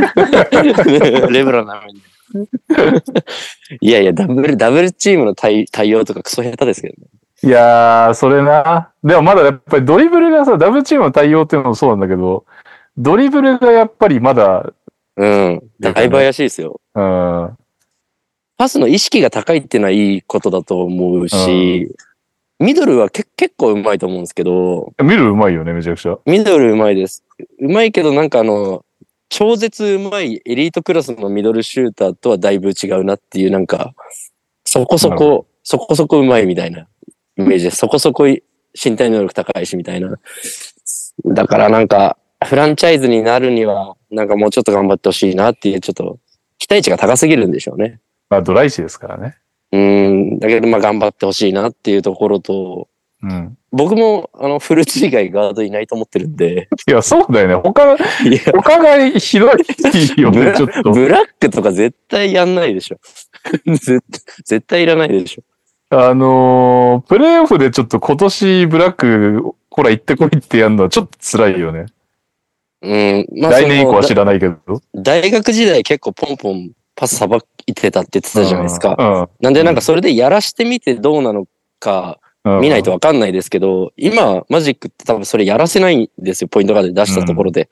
S5: レブロンなめんなよ。 いやいや、ダブル、ダブルチームの対対応とかクソ下手ですけどね。
S2: いやー、それな。でもまだやっぱりドリブルがさ、ダブルチームの対応っていうのもそうなんだけど、ドリブルがやっぱりまだ、
S5: うん。だいぶ怪しいですよ。
S2: うん、
S5: パスの意識が高いっていうのはいいことだと思うし、ミドルはけ結構うまいと思うんですけど、
S2: 見るうまいよね、めちゃくちゃ。
S5: ミドルうまいです。うまいけどなんかあの、超絶うまいエリートクラスのミドルシューターとはだいぶ違うなっていうなんか、そこそ
S2: なるほ
S5: こ、そこそこうまいみたいなイメージです。そこそこい身体能力高いしみたいな。だからなんか、フランチャイズになるには、なんかもうちょっと頑張ってほしいなっていう、ちょっと、期待値が高すぎるんでしょうね。
S2: まあ、ドライチですからね。
S5: うん、だけど、まあ、頑張ってほしいなっていうところと、
S2: うん。
S5: 僕も、あの、フルーツ以外ガードいないと思ってるんで、
S2: いや、そうだよね。他、
S5: いや、
S2: 他がひどいよね、ちょっと。
S5: ブラックとか絶対やんないで しょ。絶絶対いらないでしょ。
S2: あのー、プレイオフでちょっと今年ブラック、ほら行ってこいってやるのはちょっと辛いよね。
S5: うん、ま
S2: 来年以降は
S5: そ
S2: 知
S5: の
S2: らないけど。
S5: だ大学時代結構ポンポンパスさばいてたって言ってたじゃないですか。
S2: う
S5: なんで、なんかそれでやらしてみてどうなのか
S2: ん。うん。
S5: 見ないとわかんないですけど、今、マジックって多分それやらせないんですよ、ポイントガードで出したところで。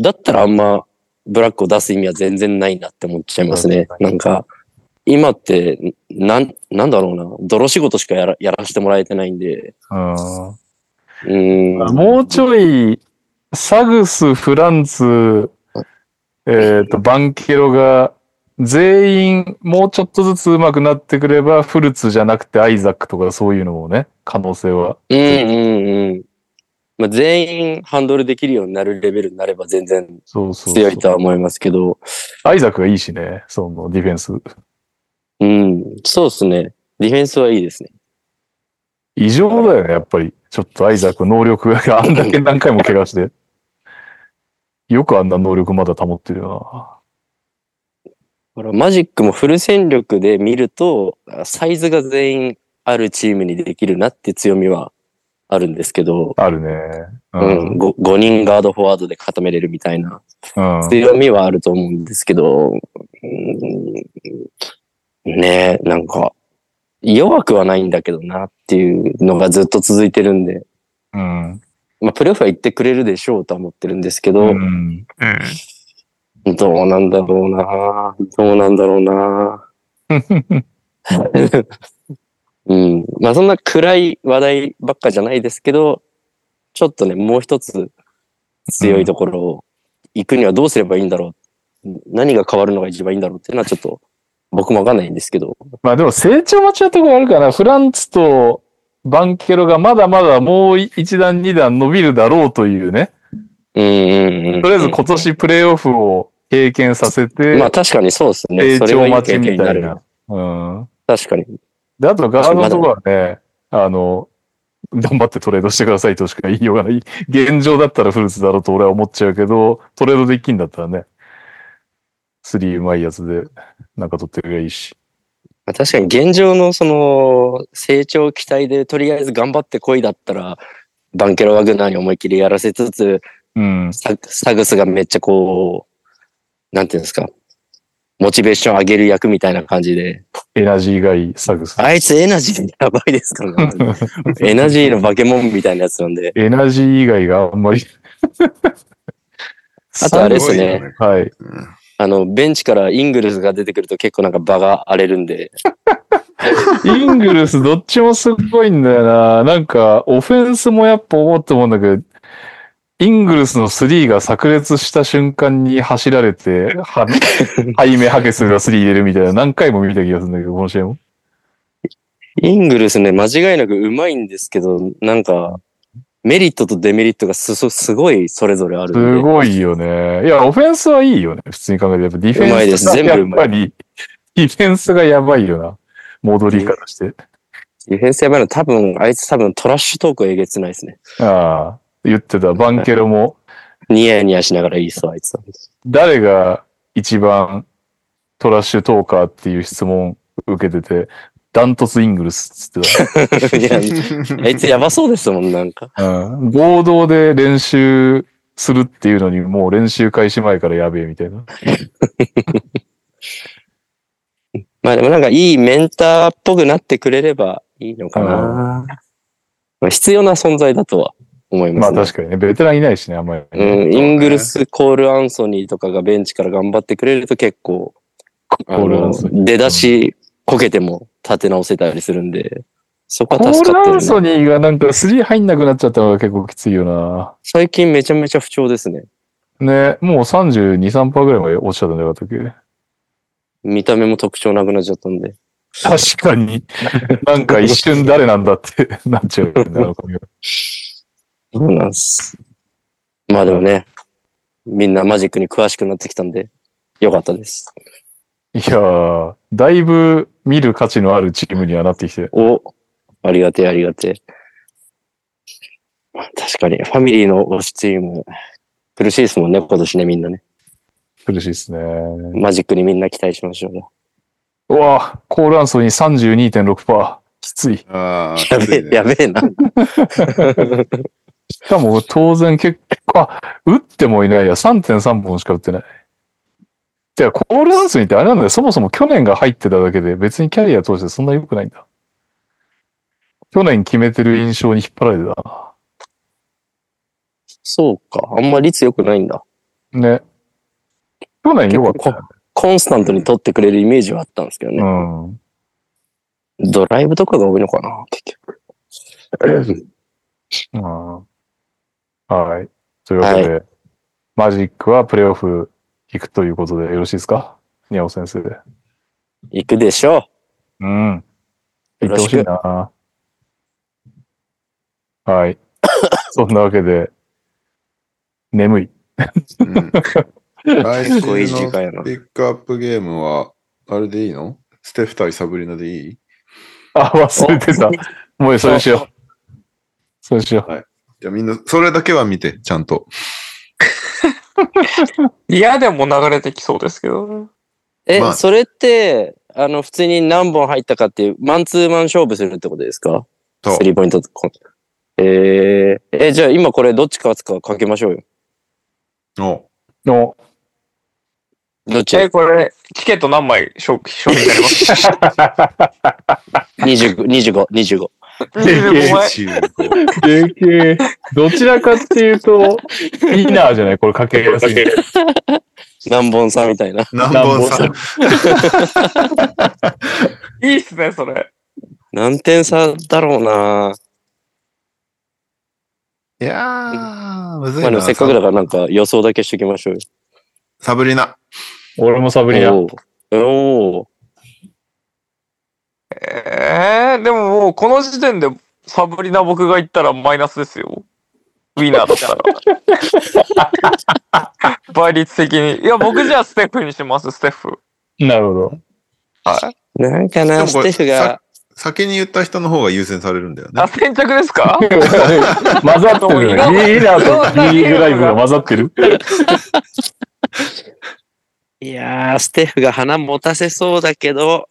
S5: だったらあんま、ブラックを出す意味は全然ないなって思っちゃいますね。なんか、今って、なん、なんだろうな、泥仕事しかやらやらせてもらえてないんで、
S2: うん。
S5: うーん、
S2: もうちょい、サグス、フランツ、えっ、と、バンケロが、全員、もうちょっとずつ上手くなってくれば、フルツじゃなくてアイザックとかそういうのもね、可能性は。
S5: うん、うん、うん。まあ、全員ハンドルできるようになるレベルになれば全然
S2: そうそうそう
S5: 強いとは思いますけど、
S2: アイザックがいいしね、そのディフェンス。
S5: うん、そうですね。ディフェンスはいいですね。
S2: 異常だよね、やっぱり。ちょっとアイザック能力があんだけ何回も怪我して。 よくあんな能力まだ保ってるよ
S5: ほら、マジックもフル戦力で見ると、サイズが全員あるチームにできるなって強みはあるんですけど、
S2: な。あるね。う
S5: うん、
S2: ん。
S5: 5, 人ガードフォワードで固めれるみたいな
S2: うん。
S5: 強みはあると思うんですけど、うんねえ、なんか、弱くはないんだけどなっていうのがずっと続いてるんで、
S2: うん。
S5: まあ、プレーオフは行ってくれるでしょうとは思ってるんですけど、
S2: うん。
S4: うん。
S5: どうなんだろうなどうなんだろう なうん。まあそんな暗い話題ばっかじゃないですけど、ちょっとね、もう一つ強いところを行くにはどうすればいいんだろう。何が変わるのが一番いいんだろうっていうのはちょっと僕もわかんないんですけど。
S2: まあでも成長待ちなところあるから、フランツとバンケロがまだまだもう一段二段伸びるだろうというね。
S5: うんうんうん。
S2: とりあえず今年プレイオフを経験させて、
S5: まあ確かにそうですね。
S2: 成
S5: それは
S2: 長
S5: いい
S2: 待ち
S5: 経験
S2: み
S5: に
S2: た
S5: ないる。
S2: な。うん。
S5: 確かに。
S2: で、あとガードのところはね、あの、頑張ってトレードしてくださいとしか言いようがない。現状だったらフルーツだろうと俺は思っちゃうけど、トレードできんだったらね、スリーうまいやつで、なんか取ってくればいいし。
S5: まあ確かに現状のその成長期待でとりあえず頑張ってこいだったら、バンケロワグナーに思いっきりやらせつつ、
S2: うん。
S5: ササグスがめっちゃこう、なんていうんですか、モチベーション上げる役みたいな感じで、
S2: エナジーがいい、サグス。
S5: あいつエナジーやばいですからね、 エナジーの化け物みたいなやつなんで、
S2: エナジー以外があんまり、
S5: あとあれです
S1: ごいよ
S5: ね、
S2: はい。
S5: あの、ベンチからイングルスが出てくると結構なんか場が荒れるんで、
S2: イングルスどっちもすごいんだよな。なんか、オフェンスもやっぱ思ってもんだけど、イングルスのスリーが炸裂した瞬間に走られて、は背面ハケスがスリー入れるみたいな何回も見た気がするんだけど、この試合も。
S5: イングルスね、間違いなくうまいんですけど、なんか、メリットとデメリットがす、そすごいそれぞれある
S2: す
S5: んで。
S2: ごいよね。いや、オフェンスはいいよね。普通に考えて。やっぱディフ
S5: うま
S2: ェ
S5: いで
S2: ンス
S5: す
S2: が
S5: 全部
S2: や
S5: う
S2: っ
S5: ま
S2: ぱり、ディフェンスがやばいよな。戻りからして。
S5: ディフェンスやばいの多分、あいつ多分トラッシュトークえげつないですね。
S2: ああ、言ってた。バンケロも、
S5: ニヤニヤしながらいいっすわ、あいつは。
S2: 誰が一番トラッシュトーカーっていう質問受けてて、ダントツイングルスっつって
S5: いや、あいつやばそうですもん、なんか。
S2: た。うん。合同で練習するっていうのに、もう練習開始前からやべえみたいな。
S5: まあでもなんかいいメンターっぽくなってくれればいいのかな。まあ必要な存在だとは思いま
S2: ますあ
S5: ね。
S2: 確かにね、ベテランいないしね、あんまりね。
S5: うん、イングルス、コール・アンソニーとかがベンチから頑張ってくれると結構、あ
S2: ールアンソニ
S5: の、出だし、こけても立て直せたりするんで、そこは
S2: コー
S5: 助
S2: ル
S5: かって
S2: ア
S5: る
S2: ン
S5: ね、
S2: ソニーがなんか3入んなくなっちゃったのが結構きついよな。
S5: 最近めちゃめちゃ不調ですね。
S2: ね、もう32、3%ぐらいまで落ちちゃったんじゃなかったっけ
S5: 見た目も特徴なくなっちゃったんで。
S2: 確かに。 なんか一瞬誰なんだってなっちゃうよ ねあの髪型
S5: そうなんです。まあでもね、みんなマジックに詳しくなってきたんで、よかったです。
S2: いやー、だいぶ見る価値のあるチームにはなってきて。
S5: お、ありがてえありがてえ。まあ確かに、ファミリーの推しチーム、苦しいですもんね、今年ね、みんなね。
S2: 苦しいですね。
S5: マジックにみんな期待しましょうね。
S2: うわコールアンソニー32.6%。きつい。し
S1: ああ、
S5: やべえ、やべえな。
S2: かも当然結構、あ、打ってもいないや。3.3本しか打ってない。てか、コールアンソニーってあれなんだよ。そもそも去年が入ってただけで、別にキャリア通してそんな良くないんだ。去年決めてる印象に引っ張られてたな。
S5: そうか。あんま率良くないんだ。
S2: ね。去年良かったよ
S5: コンスタントに取ってくれるイメージはあったんですけどね。
S2: ね。
S5: ドライブとかが多いのかな、結局。
S2: うん。うんはい。というわけで、マジックはプレイオフ行くということでよろしいですかニャオ先生。
S5: 行くでしょ
S2: うん。
S5: よ
S2: 行っ
S5: ろ
S2: て
S5: し
S2: ほ
S5: く
S2: しいな。 はい。そんなわけで、眠い。
S1: うん来週
S5: う。 すごい時
S1: の
S5: 間やな。
S1: ピックアップゲームは、あれでいいのステフ対サブリナでいい
S2: あ、忘れて た。もうそれしよう。それしよ
S1: じゃあみんな、それだけは見て、ちゃんと。
S3: いや、でも流れてきそうですけどね。
S5: え、
S1: まあ
S5: それって、あの、普通に何本入ったかっていう、マンツーマン勝負するってことですか
S1: そう
S5: スリーポイントとか。えー、え、じゃあ今これどっち勝つかかけましょうよ。
S1: お
S2: う。の、
S5: どっち
S3: え、これ、チケット何枚消費、消費になります
S5: ?25、25、25。
S3: ?25 枚。
S1: 25
S2: JK、どちらかっていう と、インナーじゃないこれかけやすい。
S5: 何本差みたいな。
S1: 何本差
S2: 何
S3: いいっすね、それ。
S5: 何点差だろうない
S1: やー、むずい
S5: まあで
S1: な。
S5: もせっかくだからなんか予想だけしときましょうよ。
S1: サブリナ。
S2: 俺もサブリナ。
S5: おーおー
S3: えー、でももうこの時点でサブリナ僕が言ったらマイナスですよ。ウィナーだったら。 倍率的に。いや、僕じゃあステッフにします、ステッフ。
S2: なるほど。
S3: はい。
S5: なんか
S1: で
S5: な、
S1: もこ
S5: ス
S1: れ
S5: テフが。
S1: 先に言った人の方が優先されるんだよね
S3: あ、。先着ですか
S2: 混ざってるね。リーダーと B リーグライブが混ざってる。
S5: いやー、ステフが花持たせそうだけど、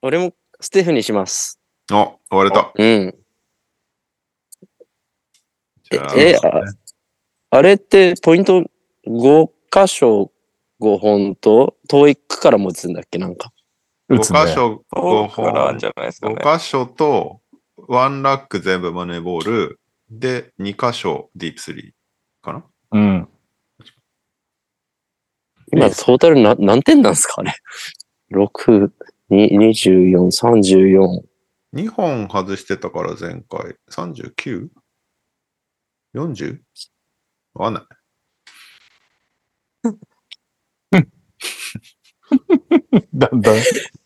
S5: 俺もステフにします。
S1: あ、割れた。
S5: うん。
S1: じゃあ
S5: え、ああれってポイント5箇所5本と、遠い区から持つんだっけなんか。
S2: 打つ
S1: 5箇
S2: ね。
S1: 所5
S3: 僕からな
S1: 本
S3: んじゃないですかね。
S1: 5箇所と、ワンラック全部マネーボール、で、2箇所ディープスリーかな
S2: うん。
S5: 今、トータルな何点なんですかあれ。6、に24、34。
S1: ?2 本外してたから前回、39?40? わかんない。
S2: だんだん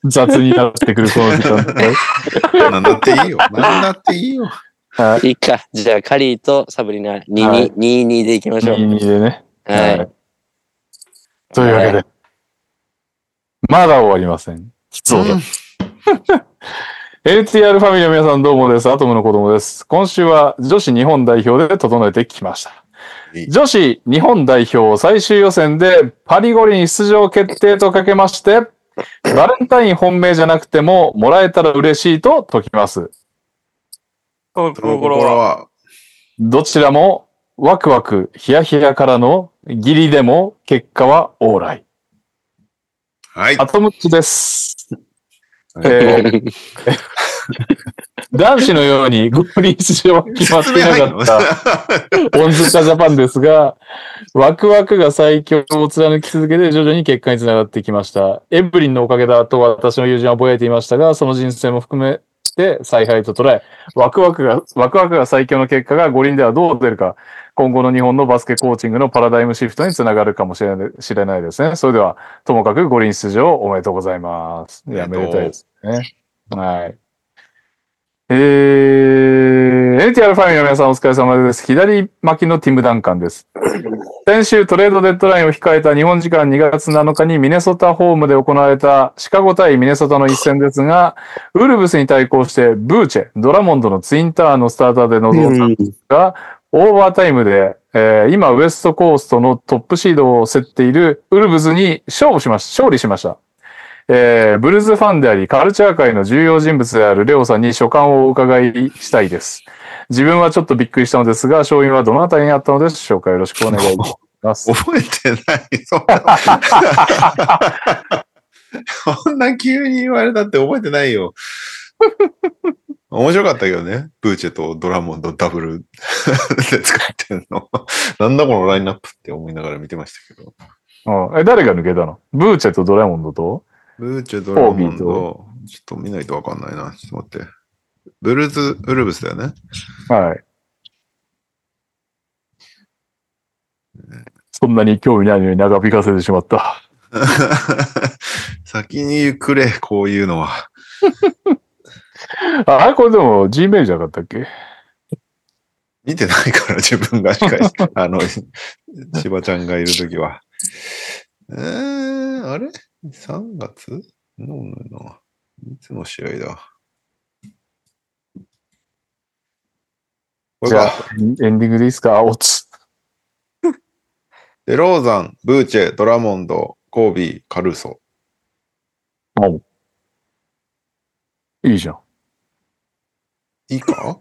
S2: 雑になってくるこの時間帯。
S1: なんだっていいよ。なんだっていいよ。
S2: はい。
S5: いいか。じゃあ、カリーとサブリナ、2、
S2: は
S5: 2
S2: い、
S5: 2、2でいきましょう。
S2: 22でね。
S5: はい。
S2: というわけで、まだ終わりません。そうだ。
S1: ん
S2: LTR ファミリーの皆さんどうもです。アトムの子供です。今週は女子日本代表で整えてきました
S1: い。
S2: 女子日本代表最終予選でパリ五輪出場決定とかけまして、バレンタイン本命じゃなくてももらえたら嬉しいと解きます。
S3: その
S1: その
S3: 心は、
S1: 心は、
S2: どちらもワクワク、ヒヤヒヤからのギリでも結果は往来。
S1: はい。
S2: アトムッチです。
S1: はい
S2: え ー男子のように五輪出場は決まってなかった。 オンズカジャパンですが、ワクワクが最強を貫き続けて徐々に結果につながってきました。エブリンのおかげだと私の友人はぼやいていましたが、その人生も含めて采配と捉え、ワクワクが、ワクワクが最強の結果が五輪ではどう出るか、今後の日本のバスケコーチングのパラダイムシフトにつながるかもしれない知れないですね。それでは、ともかく五輪出場おめでとうございます。いや、
S1: お
S2: め
S1: めでとう
S2: でたいですね。はい。えー、NTR ファミリーの皆さんお疲れ様です。左巻きのティム・ダンカンです。先週トレードデッドラインを控えた日本時間2月7日にミネソタホームで行われたシカゴ対ミネソタの一戦ですが、ウルブスに対抗してブーチェ、ドラモンドのツインターンのスターターで臨んだが、オーバータイムで、えー今、ウエストコーストのトップシードを競っているウルブズに勝負しまし、勝利しました。えーブルーズファンであり、カルチャー界の重要人物であるレオさんに所感をお伺いしたいです。自分はちょっとびっくりしたのですが、勝因はどのあたりにあったのでしょうかよろしくお願いしま す。
S1: 覚えてない。そんなそんな急に言われたって覚えてないよ。面白かったけどね。ブーチェとドラモンドダブルで使ってんの。なんだこのラインナップって思いながら見てましたけど。
S2: うん、え誰が抜けたのブーチェとドラえもんドと
S1: ブーチェ、ドラモンド。ちょっと見ないとわかんないな。ちょっと待って。ブルーズ、ウルブスだよね。
S2: はい。そんなに興味ないのに長引かせてしまった。
S1: 先にくれ、こういうのは。
S2: ああれこれでも G メールじゃなかったっけ
S1: 見てないから、自分がしか し、あの、しばちゃんがいるときは。えー、あれ ?3 月のな。いつの試合だ。これ
S2: じゃあ
S1: か。、
S2: エンエンディングでいいですかあ、おつ。
S1: デローザン、ブーチェ、ドラモンド、コービー、カルーソ。
S2: いいじゃん。
S1: いいか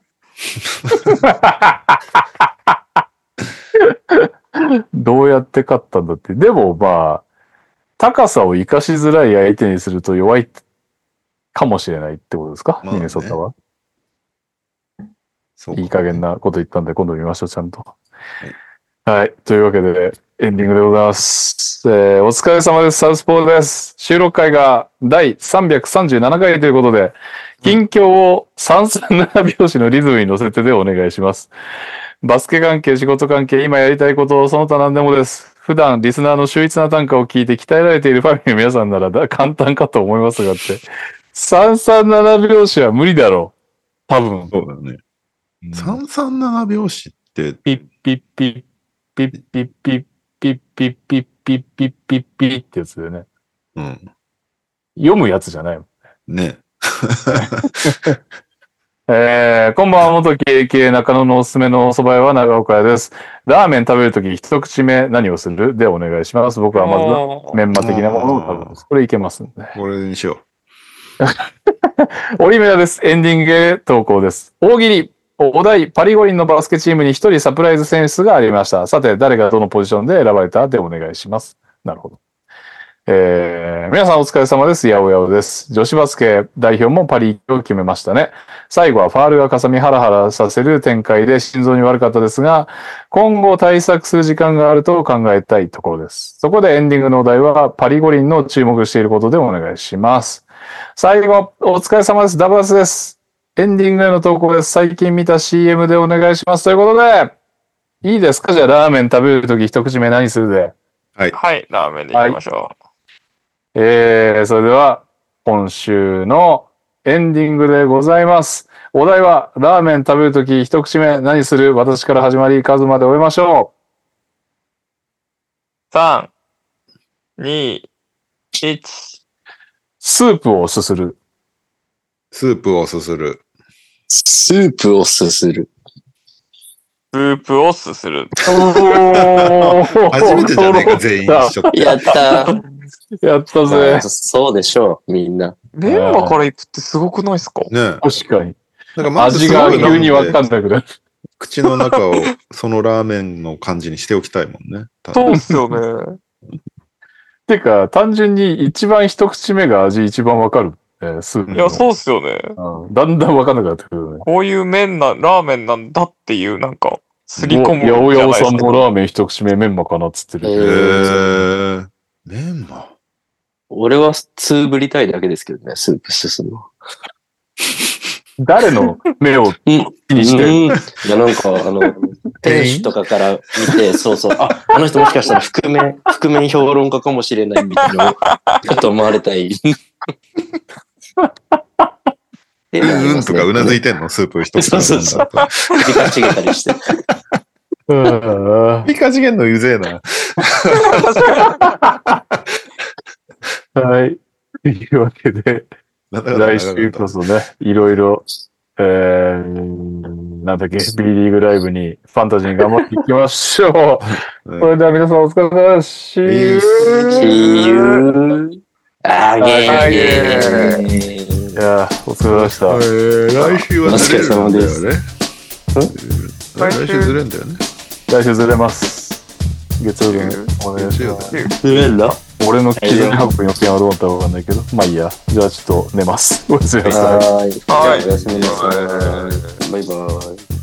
S2: どうやって勝ったんだって。でもまあ、高さを生かしづらい相手にすると弱いかもしれないってことですか、
S1: まあね
S2: ミネソタは。
S1: そうか
S2: いい加減なこと言ったんで、今度見ましょう、ちゃんと。はい。というわけで、エンディングでございます。えーお疲れ様です。サウスポーです。収録回が第337回ということで、近況を337拍子のリズムに乗せてでお願いします。バスケ関係、仕事関係、今やりたいこと、その他何でもです。普段、リスナーの秀逸な短歌を聞いて鍛えられているファミリーの皆さんならだ簡単かと思いますがって。337拍子は無理だろう。多分。
S1: そうだよね。337拍子って、
S2: ピッピッピッピッピッピッピッピッピッピッピッピッピッってやつでね。
S1: うん。
S2: 読むやつじゃないもん。
S1: ね。
S2: えー、こんばんは、元 KK 中野のおすすめのお蕎麦屋は長岡屋です。ラーメン食べるとき一口目何をするでお願いします。僕はまずメンマ的なものを食べます。これいけますんで。
S1: これにしよ
S2: オリメラです。エンディングへ投稿です。大喜利。お題、パリ五輪のバスケチームに一人サプライズ選出がありました。さて、誰がどのポジションで選ばれたでお願いします。なるほど。えー、皆さんお疲れ様です。やおやおです。女子バスケ代表もパリ行きを決めましたね。最後はファールがかさみハラハラさせる展開で心臓に悪かったですが、今後対策する時間があると考えたいところです。そこでエンディングのお題は、パリ五輪の注目していることでお願いします。最後、お疲れ様です。ダブラスです。エンディングへの投稿です。最近見た CM でお願いします。ということで、いいですかじゃあラーメン食べるとき一口目何するで。
S3: はい、ラーメンでいきましょ
S2: えー、それでは、今週のエンディングでございます。お題は、ラーメン食べるとき一口目何する私から始まり、数まで終えましょ
S3: う。3、2、1。
S2: う。スープをすする。
S1: う。スープをすする。
S5: スープをすする。
S3: スープをすする。
S1: 初めてじゃねえか、全員一緒って。
S5: やった ー
S2: やったぜ。
S5: そうでしょう、みんんな。
S3: メンマから行くってすごくないですか
S1: ね
S2: 確かに。
S1: え。なんかまず
S2: 味
S1: すごい
S2: が
S1: な
S2: 急にわか
S1: ん
S2: ん
S1: で
S2: なくなる。
S1: 口の中をそのラーメンの感じにしておきたいもんね。
S3: そうっすよね。
S2: てか、単純に一番一口目が味一番わかる。えースープの。
S3: いや、そうっすよね。
S2: うんだんだんわかんなくなってくるね。
S3: こういう麺な、ラーメンなんだっていう、なんか、すり込むんじ
S2: や
S3: ゃ
S2: おや
S3: ない
S2: お
S3: です
S2: さん
S3: か。
S2: もラーメン一口目メンマかなっつって
S5: え
S2: る。
S1: へえ
S5: ー
S1: ー。メンマ
S5: 俺はつぶりたいだけですけどね、スープすすむの。
S2: 誰の目を気にしてる
S5: うん。いや、なん か、あの、店主とかから見て、そうそう、あ、あの人もしかしたら覆面、覆面評論家かもしれないみたい な、ちょっと思われたい。
S1: うんとかうなず
S5: い
S1: いてんのスープ一口
S5: そうそうそうて。首かしげたり して。
S2: うん
S1: ピカ次元のゆぜえな。
S2: はい。というわけで、
S1: なかなか
S2: 来週こそね、いろいろ、えー、なんだっけ、B リーグライブに、ファンタジーに頑張っていきましょ う。それでは皆さんお疲れ様です。See you.
S5: See you again.
S2: いやーお疲れ様でした。
S1: えー来週はずれるんだよ
S5: お疲れ
S1: ね
S5: 様
S1: うん。来週ずれんだよね。
S2: 来週ずれます。月曜日にお願いします。俺の機材運ぶ予定はどうだったかわかんないけど、まあいいや。じゃあちょっと寝ます。おやすみなさい。
S5: はい。
S3: はい
S5: じゃあおやすみなさ
S3: はい
S5: い。バイバイ。